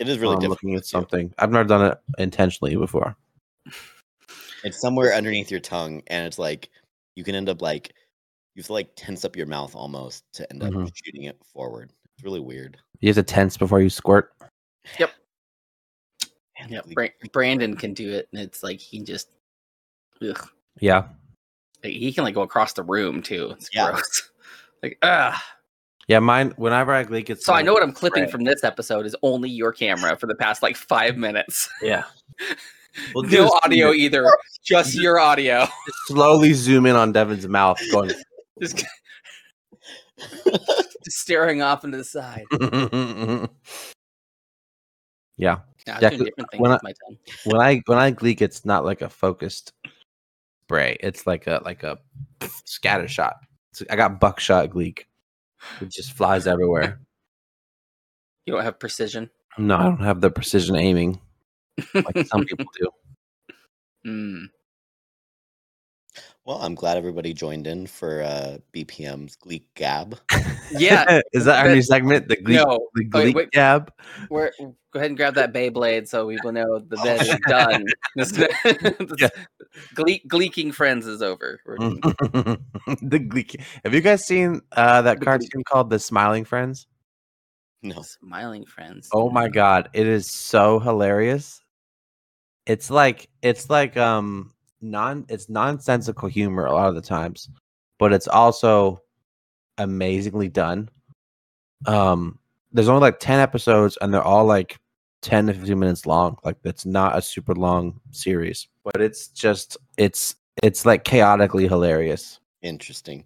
S3: it is really
S2: while I'm
S3: difficult.
S2: looking at
S3: too.
S2: something. I've never done it intentionally before.
S3: It's somewhere underneath your tongue, and it's like you can end up like you have to like tense up your mouth almost to end up
S2: Mhm.
S3: shooting it forward. It's really weird.
S2: You have to tense before you squirt.
S3: Man,
S1: Yeah,
S3: gleek- [LAUGHS]
S1: Bra- Brandon can do it, and it's like he just ugh.
S2: Yeah,
S1: Like, he can like go across the room too. It's
S3: Yeah.
S1: gross. [LAUGHS] Like ah.
S2: yeah. Mine. Whenever I gleek, it's
S1: So I
S2: like-
S1: know what I'm clipping
S2: Right.
S1: from this episode is only your camera for the past like five minutes.
S2: Yeah. Well,
S1: [LAUGHS] no audio
S2: [LAUGHS]
S1: either, just your audio. [LAUGHS]
S2: slowly zoom in on Devin's mouth, going.
S1: Just, just staring off into the [LAUGHS] side.
S2: yeah,
S1: Nah, I was doing
S2: Yeah, 'cause
S1: different things
S2: when
S1: with
S2: I-
S1: my tongue.
S2: when I when I gleek, it's not like a focused spray. It's like a like a scatter shot. It's, I got buckshot gleek. It just
S1: [LAUGHS]
S2: flies everywhere.
S1: You don't have precision.
S2: No, I don't have the precision aiming
S1: [LAUGHS]
S2: like some people do.
S1: Mm.
S3: [LAUGHS] Well, I'm glad everybody joined in for uh, BPM's Gleek Gab. [LAUGHS]
S2: [LAUGHS]
S1: Yeah.
S2: is that our
S1: but-
S2: new segment? The gleek,
S1: No.
S2: the
S1: Oh, wait,
S2: gleek
S1: wait.
S2: gab.
S1: We're, go ahead and grab that Beyblade so we will know the bed
S2: [LAUGHS]
S1: is done. [LAUGHS] This, [LAUGHS] this,
S2: Yeah. Mm-hmm.
S1: Glee- gleeking friends is over. We're doing-
S2: [LAUGHS] the gleek. Have you guys seen uh, that
S1: The Gleek.
S2: cartoon called The Smiling Friends?
S3: No,
S1: Smiling friends.
S2: Oh my god, it is so hilarious. It's like it's like um non it's nonsensical humor a lot of the times, but it's also amazingly done. Um there's only like 10 episodes and they're all like 10 to 15 minutes long. Like it's not a super long series, but it's just it's it's like chaotically hilarious.
S3: interesting.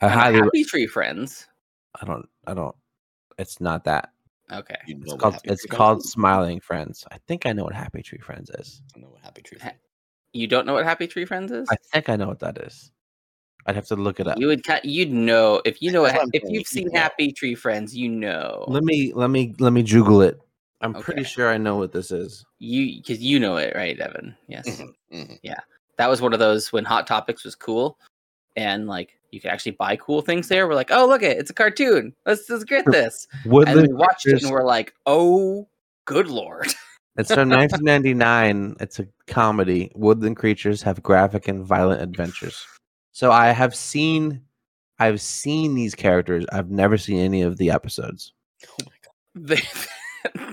S2: I highly
S1: Happy Tree friends.
S2: I don't I don't it's not that.
S1: Okay.
S3: You
S2: It's
S3: what
S2: called
S3: Happy
S2: it's
S3: Tree Friends
S2: called
S3: is?
S2: Smiling Friends. I think I know what Happy Tree Friends is.
S3: I don't know what Happy Tree.
S1: Ha-
S3: Friends-
S1: You don't know what Happy Tree Friends is?
S2: I think I know what that is. I'd have to look it up.
S1: You would ki- you'd know if you know
S3: That's
S1: what-
S3: what I'm
S1: if
S3: saying,
S1: you've
S3: you
S1: seen
S3: know.
S1: Happy Tree Friends, you know
S2: let me let me let me Google it. I'm pretty
S1: Okay.
S2: sure I know what this is.
S1: you because you know it, right, Evan? Yes,
S3: Mhm, mhm.
S1: that was one of those when Hot Topics was cool, and like you could actually buy cool things there. We're like, oh look it, it's a cartoon. Let's let's get this, and
S2: Woodland
S1: we watched it
S2: Pictures-
S1: and we're like, oh good lord,
S2: it's from 1999. It's a comedy. Woodland creatures have graphic and violent adventures. So I have seen, I've seen these characters. I've never seen any of the episodes.
S3: Oh my God.
S1: They-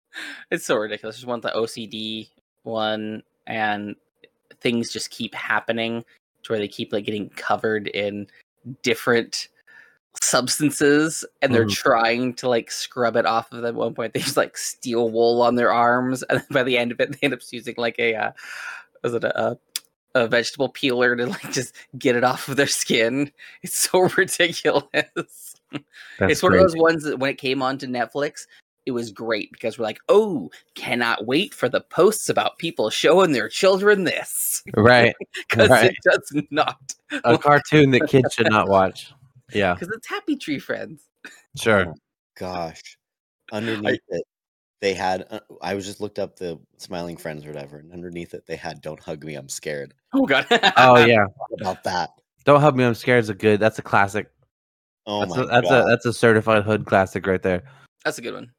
S1: [LAUGHS] it's so ridiculous. There's one with the OCD one, and things just keep happening to where they keep like getting covered in different substances, and they're
S2: Mhm.
S1: trying to like scrub it off of them. At one point, they just like steal wool on their arms, and by the end of it, they end up using like a uh, was it a, a vegetable peeler to like just get it off of their skin. It's so [LAUGHS] ridiculous.
S2: That's
S1: it's one of those
S2: crazy.
S1: ones that when it came onto Netflix, it was great because we're like, oh, cannot wait for the posts about people showing their children this [LAUGHS]
S2: right?
S1: because
S2: Right.
S1: it does not
S2: A cartoon that kids should not watch. Yeah,
S1: because it's Happy Tree Friends. [LAUGHS]
S2: sure.
S3: gosh underneath it they had uh, i was just looked up the smiling friends or whatever and underneath it they had don't hug me i'm scared
S1: Oh [LAUGHS] god.
S2: Oh yeah,
S3: What about that
S2: don't hug me. I'm scared. Is a good. That's a classic.
S3: oh
S2: that's
S3: my
S2: a, that's
S3: god
S2: a that's a certified hood classic right there.
S1: that's a good one.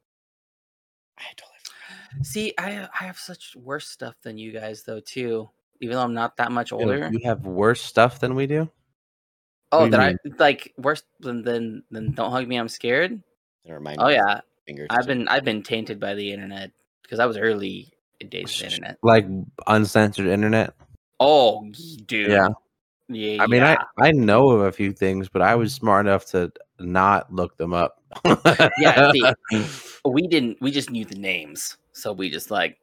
S3: I totally forgot.
S1: See, I I have such worse stuff than you guys though too. Even though I'm not that much
S2: You know,
S1: older.
S2: You have worse stuff than we do.
S1: oh,
S2: you
S1: that I like worse than than than don't hug me, I'm scared.
S3: It reminded
S1: Oh
S3: me of
S1: yeah.
S3: fingers
S1: I've
S3: too.
S1: been I've been tainted by the internet because I was early in days of the internet.
S2: Like uncensored internet.
S1: Oh, y- dude.
S2: Yeah.
S1: Yeah.
S2: I mean,
S1: yeah.
S2: I I know of a few things, but I was smart enough to not look them up.
S1: [LAUGHS] Yeah,
S2: [LAUGHS]
S1: see. we didn't. We just knew the names, so we just like,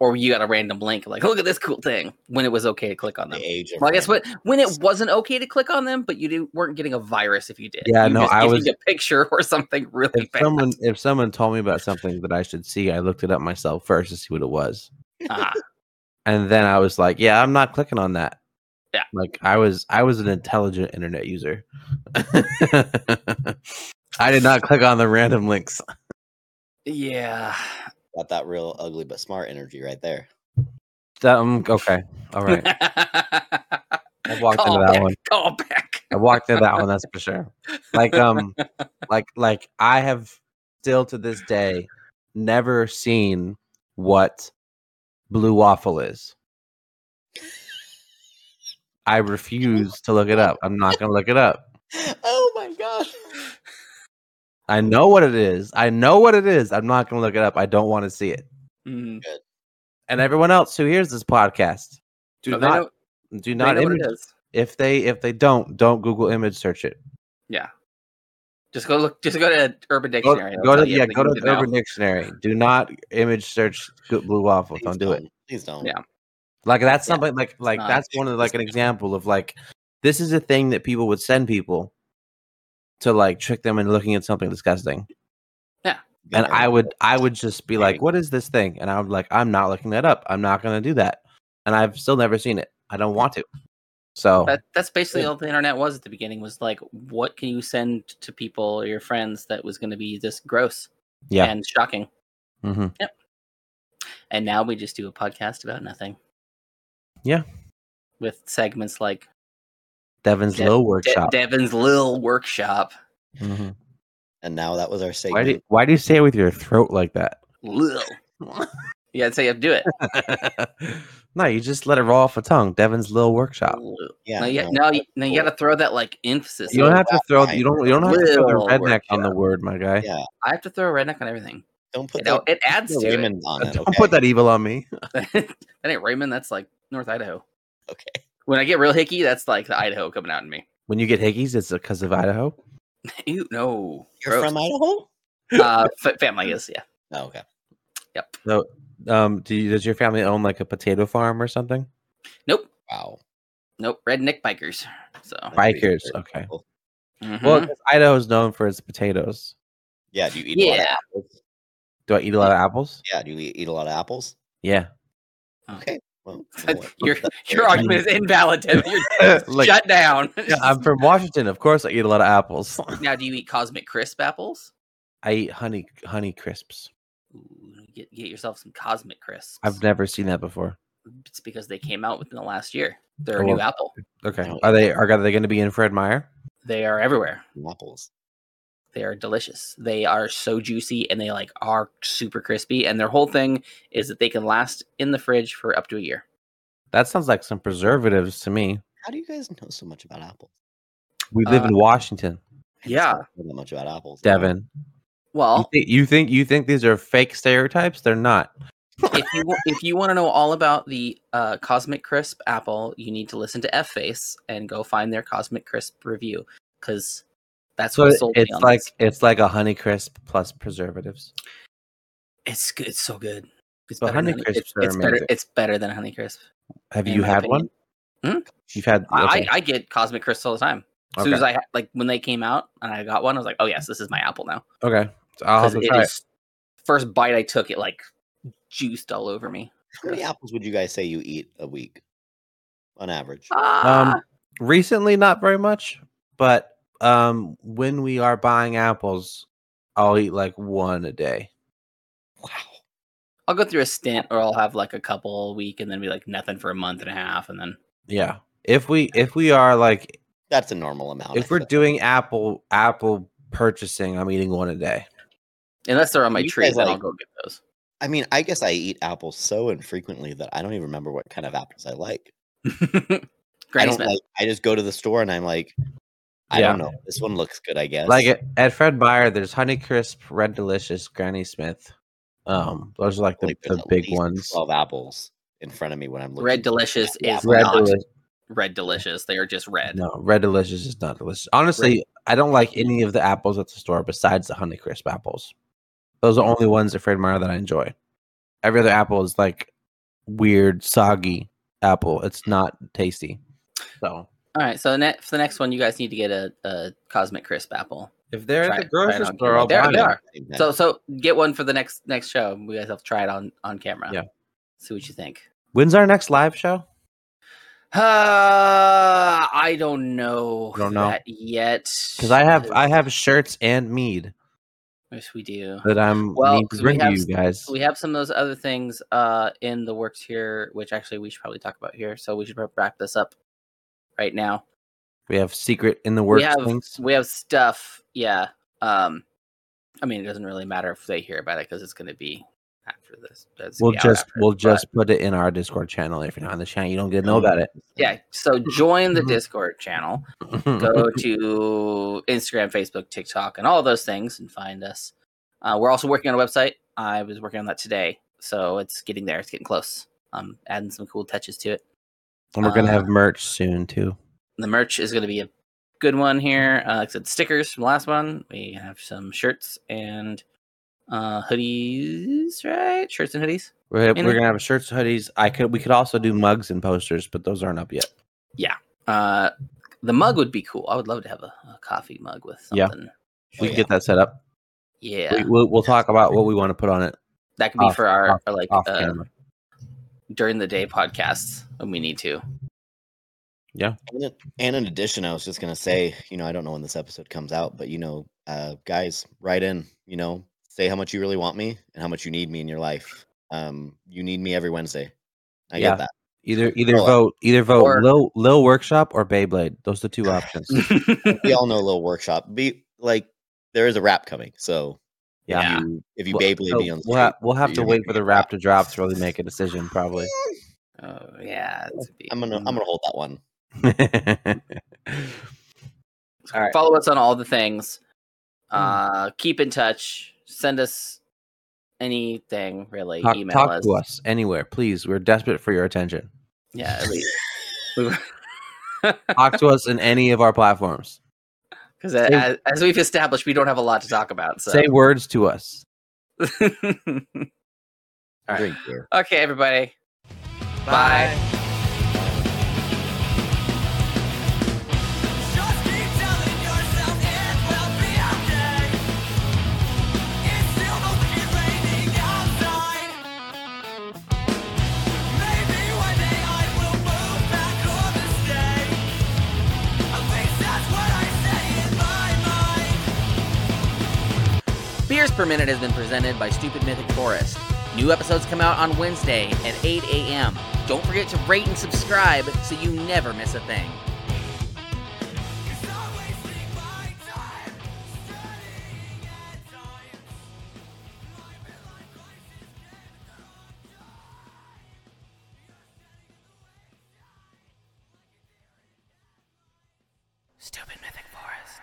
S1: or you got a random link, like, look at this cool thing. When it was okay to click on
S3: the
S1: them.
S3: age of
S1: um, Well, I guess
S3: friends.
S1: what when it wasn't okay to click on them, but you didn't, weren't getting a virus if you did.
S2: Yeah,
S1: You
S2: no,
S1: just
S2: I
S1: using
S2: was-
S1: a picture or something really
S2: if
S1: bad.
S2: someone if someone told me about something that I should see, I looked it up myself first to see what it was,
S1: Ah,
S2: and then I was like, "Yeah, I'm not clicking on that."
S1: Yeah.
S2: like I was I was an intelligent internet user. [LAUGHS] I did not click on the random links.
S1: yeah.
S3: got that real ugly but smart energy
S1: [LAUGHS]
S3: right there
S2: That- um, okay, all right. I walked
S1: Call
S2: into that
S1: back,
S2: one.
S1: [LAUGHS] Call back.
S2: I walked into that one. That's for sure.
S1: [LAUGHS]
S2: Like um, like like I have still to this day never seen what blue waffle is. I refuse to look it up. I'm not gonna look it up.
S3: oh my god
S2: I know what it is. I know what it is. I'm not gonna look it up. I don't want to see it.
S1: Mm.
S2: And everyone else who hears this podcast, do
S1: No, they
S2: not do
S1: know- they
S2: not
S1: know what it
S2: image
S1: is.
S2: if they if they don't don't Google image search it.
S1: Just go look. Just go to Urban
S2: Go,
S1: Dictionary. it'll
S2: go
S1: tell
S2: to
S1: you
S2: yeah,
S1: everything
S2: go
S1: you
S2: to
S1: need know.
S2: Urban Dictionary. Do not image search Go- blue waffle.
S3: Please
S2: Don't do it.
S3: please don't
S1: Yeah.
S2: Like that's
S1: Yeah.
S2: something like like
S1: not-
S2: that's one of like
S3: it's
S2: an
S3: not-
S2: example of like this is a thing that people would send people to like trick them into looking at something disgusting.
S3: Good
S2: And
S3: for
S2: I
S3: you.
S2: would I would just be like,
S3: Right.
S2: what is this thing? And I'm like, I'm not looking that up. I'm not gonna do that. And I've still never seen it. I don't want to. So
S1: That, that's basically
S3: Good.
S1: all the internet was at the beginning. Was like, what can you send to people or your friends that was going to be this gross,
S2: Yeah.
S1: and shocking?
S2: mhm.
S1: And now we just do a podcast about nothing.
S2: Yeah.
S1: With segments like
S2: Devin's
S1: De-
S2: Lil
S1: De-
S2: workshop.
S1: Devin's Lil Workshop.
S2: Mhm.
S3: and now that was our
S2: Why
S3: segment
S2: do why do you say it with your throat like that?
S1: Lil. [LAUGHS] yeah, that's how you have to do it.
S2: [LAUGHS] no, you just let it roll off a tongue. Devin's Lil workshop.
S1: Lil.
S3: yeah
S1: no, you,
S3: no,
S1: no, you, no, you got to throw that like emphasis.
S2: You don't
S1: over
S2: have to
S3: that
S2: throw
S3: guy-
S2: you don't you don't have to throw
S1: Lil
S2: the redneck on the
S1: workshop.
S2: word, my guy.
S3: yeah
S1: it. I have to throw a redneck on everything.
S3: don't put
S1: It,
S3: that
S1: it adds
S3: put
S1: to it.
S3: Raymond on
S2: Uh,
S3: it
S2: Don't
S3: okay?
S2: put that evil on me.
S1: [LAUGHS] that ain't Raymond. That's like North Idaho.
S3: okay
S1: When I get real hickey, that's like the Idaho coming out in me.
S2: When you get hickeys, it's because of Idaho.
S1: Ew, no.
S3: you're
S1: gross.
S3: from idaho [LAUGHS]
S1: uh, fa- family is, yeah.
S3: oh, okay
S2: Um, do you, does your family own like a potato farm or something?
S1: Nope,
S3: wow
S1: nope. Redneck bikers. So,
S3: That'd be
S2: Bikers,
S3: very
S2: okay.
S3: cool.
S2: Well,
S1: mhm.
S2: 'cause Idaho is known for its potatoes.
S3: yeah do you eat a lot of
S1: yeah.
S3: apples?
S2: Do I eat a lot of apples?
S3: yeah do you eat a lot of apples
S2: Yeah.
S3: okay
S1: [LAUGHS]
S3: well you know what?
S1: your your
S3: Fair.
S1: argument is invalid. Tim. You're
S2: [LAUGHS] Like-
S1: shut down. [LAUGHS]
S2: Yeah, I'm from Washington. Of course, I eat a lot of apples.
S1: now, do you eat Cosmic Crisp apples?
S2: I eat honey honey crisps.
S1: Ooh, get, get yourself some Cosmic Crisps.
S2: I've never seen that before.
S1: it's because they came out within the last year. They're a
S2: Oh,
S1: new
S2: well.
S1: apple.
S2: Okay.
S3: No.
S2: Are they are, they going to be in Fred Meyer?
S1: They are everywhere.
S3: apples
S1: They are delicious. They are so juicy and they like are super crispy. And their whole thing is that they can last in the fridge for up to a year.
S2: That sounds like some preservatives to me.
S3: how do you guys know so much about apples
S2: We live
S1: Uh,
S2: in Washington,
S3: I just
S1: Yeah.
S3: don't know that much about apples
S2: Devin. You
S1: Well,
S2: thi- you think you think these are fake stereotypes? They're not.
S1: if you wa- if you want to know all about the uh, Cosmic Crisp Apple, you need to listen to F Face and go find their Cosmic Crisp review because that's
S2: So
S1: what
S2: it-
S1: sold me
S2: it's
S1: on
S2: like
S1: this.
S2: it's like a honey crisp plus preservatives.
S1: it's good. It's so good. It's
S2: But
S1: better than
S2: Honeycrisps
S1: it's,
S2: are
S1: it's better.
S2: amazing.
S1: It's better than Honeycrisp.
S2: Have
S1: in
S2: you
S1: my
S2: had
S1: opinion.
S2: one?
S1: Hmm?
S2: You've had.
S1: I
S2: okay.
S1: I get Cosmic Crisps all the time. As soon
S2: Okay.
S1: as I ha- like when they came out and I got one, I was like, oh yes, this is my apple now.
S2: okay. So I'll have
S1: 'Cause
S2: to
S1: it
S2: try it.
S1: is- First bite I took, it like juiced all over me.
S3: How many apples would you guys say you eat a week on average?
S1: Ah!
S2: Um, recently, not very much, but um, when we are buying apples, I'll eat like one a day.
S3: Wow.
S1: I'll go through a stint, or I'll have like a couple a week, and then be like nothing for a month and a half, and then
S2: Yeah. If we if we are like
S3: That's a normal
S1: Oh,
S3: amount.
S2: if
S3: I
S2: we're
S3: feel.
S2: doing apple apple purchasing, I'm eating one a day.
S1: unless they're on my
S3: You
S1: tree,
S3: guys,
S1: then I'll
S3: like-
S1: go get
S2: [LAUGHS]
S1: those.
S3: I mean, I guess I eat apples so infrequently that I don't even remember what kind of apples I like. I
S1: Granny
S3: don't
S1: Smith.
S3: like. I just go to the store and I'm like, I
S2: Yeah.
S3: don't know. This one looks good, I guess.
S2: Like at, at Fred Meyer, there's Honeycrisp, Red Delicious, Granny Smith. Um, those are like the,
S3: Like, there's
S2: the
S3: at
S2: big
S3: least
S2: ones.
S3: Twelve apples in front of me when I'm looking.
S1: Red Delicious
S3: Yeah,
S1: is
S2: Red
S1: not
S2: Delicious.
S1: Red Delicious. They are just red.
S2: No, Red Delicious is not delicious. Honestly, I don't like any of the apples at the store besides the Honeycrisp apples. Those are the only ones at Fred Meyer that I enjoy. Every other apple is like weird, soggy apple. It's not tasty. So
S1: All right, so ne- for the next one, you guys need to get a, a Cosmic Crisp apple.
S2: if they're
S1: Try
S2: at the
S1: it- try it
S2: grocery
S1: on
S2: store,
S1: camera.
S2: I'll
S1: There-
S2: buy
S1: there
S2: them.
S1: are. So so get one for the next next show. We guys have to try it on on camera.
S2: Yeah.
S1: See what you think.
S2: When's our next live show?
S1: Uh, I don't know.
S2: You don't know?
S1: that yet
S2: Because I have I have shirts and mead
S1: Yes, we do.
S2: that I'm
S1: Well,
S2: need
S1: 'cause
S2: to
S1: we
S2: bring to
S1: have
S2: you guys.
S1: So we have some of those other things uh in the works here, which actually we should probably talk about here. So we should probably wrap this up right now.
S2: We have secret in the works
S1: we have
S2: things.
S1: we have stuff, yeah. Um, I mean, it doesn't really matter if they hear about it because it's going to be after this. that's
S2: We'll
S1: gonna be out
S2: just
S1: after,
S2: we'll
S1: but-
S2: just put it in our Discord channel if you're not on the channel. You don't get to know
S3: Oh.
S2: about it.
S1: yeah.
S2: [LAUGHS]
S1: So join
S2: Mm-hmm.
S1: the Discord channel. Go to Instagram, Facebook, TikTok, and all those things, and find us. Uh, we're also working on a website. I was working on that today, so it's getting there. It's getting close. I'm adding some cool touches to it.
S2: And we're gonna
S1: Uh,
S2: have merch soon too.
S1: the merch is going to be a good one here. Uh, like I said, stickers from the last one. We have some shirts and uh, hoodies, right? Shirts and hoodies.
S2: We're,
S1: mean,
S2: we're
S1: it-
S2: gonna have shirts, hoodies. I could we could also do mugs and posters, but those aren't up yet.
S1: Uh, the mug would be cool. I would love to have a, a coffee mug with
S2: Yeah.
S1: something.
S2: We
S3: Oh,
S2: can get that set up.
S1: Yeah,
S2: We, we'll, we'll talk about [LAUGHS] what we want to put on it
S1: that could be
S2: off-
S1: for our,
S2: off-
S1: our, like
S2: off
S1: uh,
S2: camera.
S1: during the day podcasts when we need
S2: [LAUGHS]
S1: to.
S3: And in- And in addition, I was just gonna say, you know, I don't know when this episode comes out, but you know, uh, guys, write in. You know, say how much you really want me and how much you need me in your life. Um, you need me every Wednesday. I
S2: Yeah.
S3: get that.
S2: Either either
S3: Or-
S2: vote either vote
S1: or-
S2: Lil Lil Workshop or Beyblade. Those are the
S1: [LAUGHS]
S2: two options.
S3: We all know a little workshop. Be like, there is a rap coming, so
S1: Yeah.
S3: If you, if you
S2: Well,
S3: Beyblade
S2: so
S3: me on the
S2: we'll, ha-
S3: street,
S2: we'll have
S3: you're
S2: to
S3: gonna
S2: wait
S3: be
S2: for the
S3: a
S2: rap
S3: rap.
S2: to drop to really make a decision,
S1: [LAUGHS]
S2: probably. Mm.
S1: oh yeah, it's a big-
S3: eh, I'm gonna I'm gonna hold that one.
S2: All right.
S1: follow us on all the things
S2: Hmm.
S1: uh keep in touch send us anything really
S2: Talk,
S1: email
S2: talk
S1: us.
S2: to us anywhere, please. We're desperate for your attention.
S1: yeah at least. we
S2: Talk
S1: [LAUGHS]
S2: to us in any of our platforms.
S1: because
S2: Say-
S1: as, as we've established we don't have a lot to talk about so
S2: Say words to us.
S1: right.
S3: Drink beer.
S1: [LAUGHS] okay everybody Bye.
S4: Just keep telling yourself it will be okay. It's still mostly raining outside. Maybe one day I will move back home to stay. At least that's what I say in my mind.
S1: Beers Per Minute has been presented by Stupid Mythic Forest. New episodes come out on Wednesday at 8 a.m. Don't forget to rate and subscribe so you never miss a thing.
S4: It's not wasting my time. Studying at times. My midlife crisis can Stupid.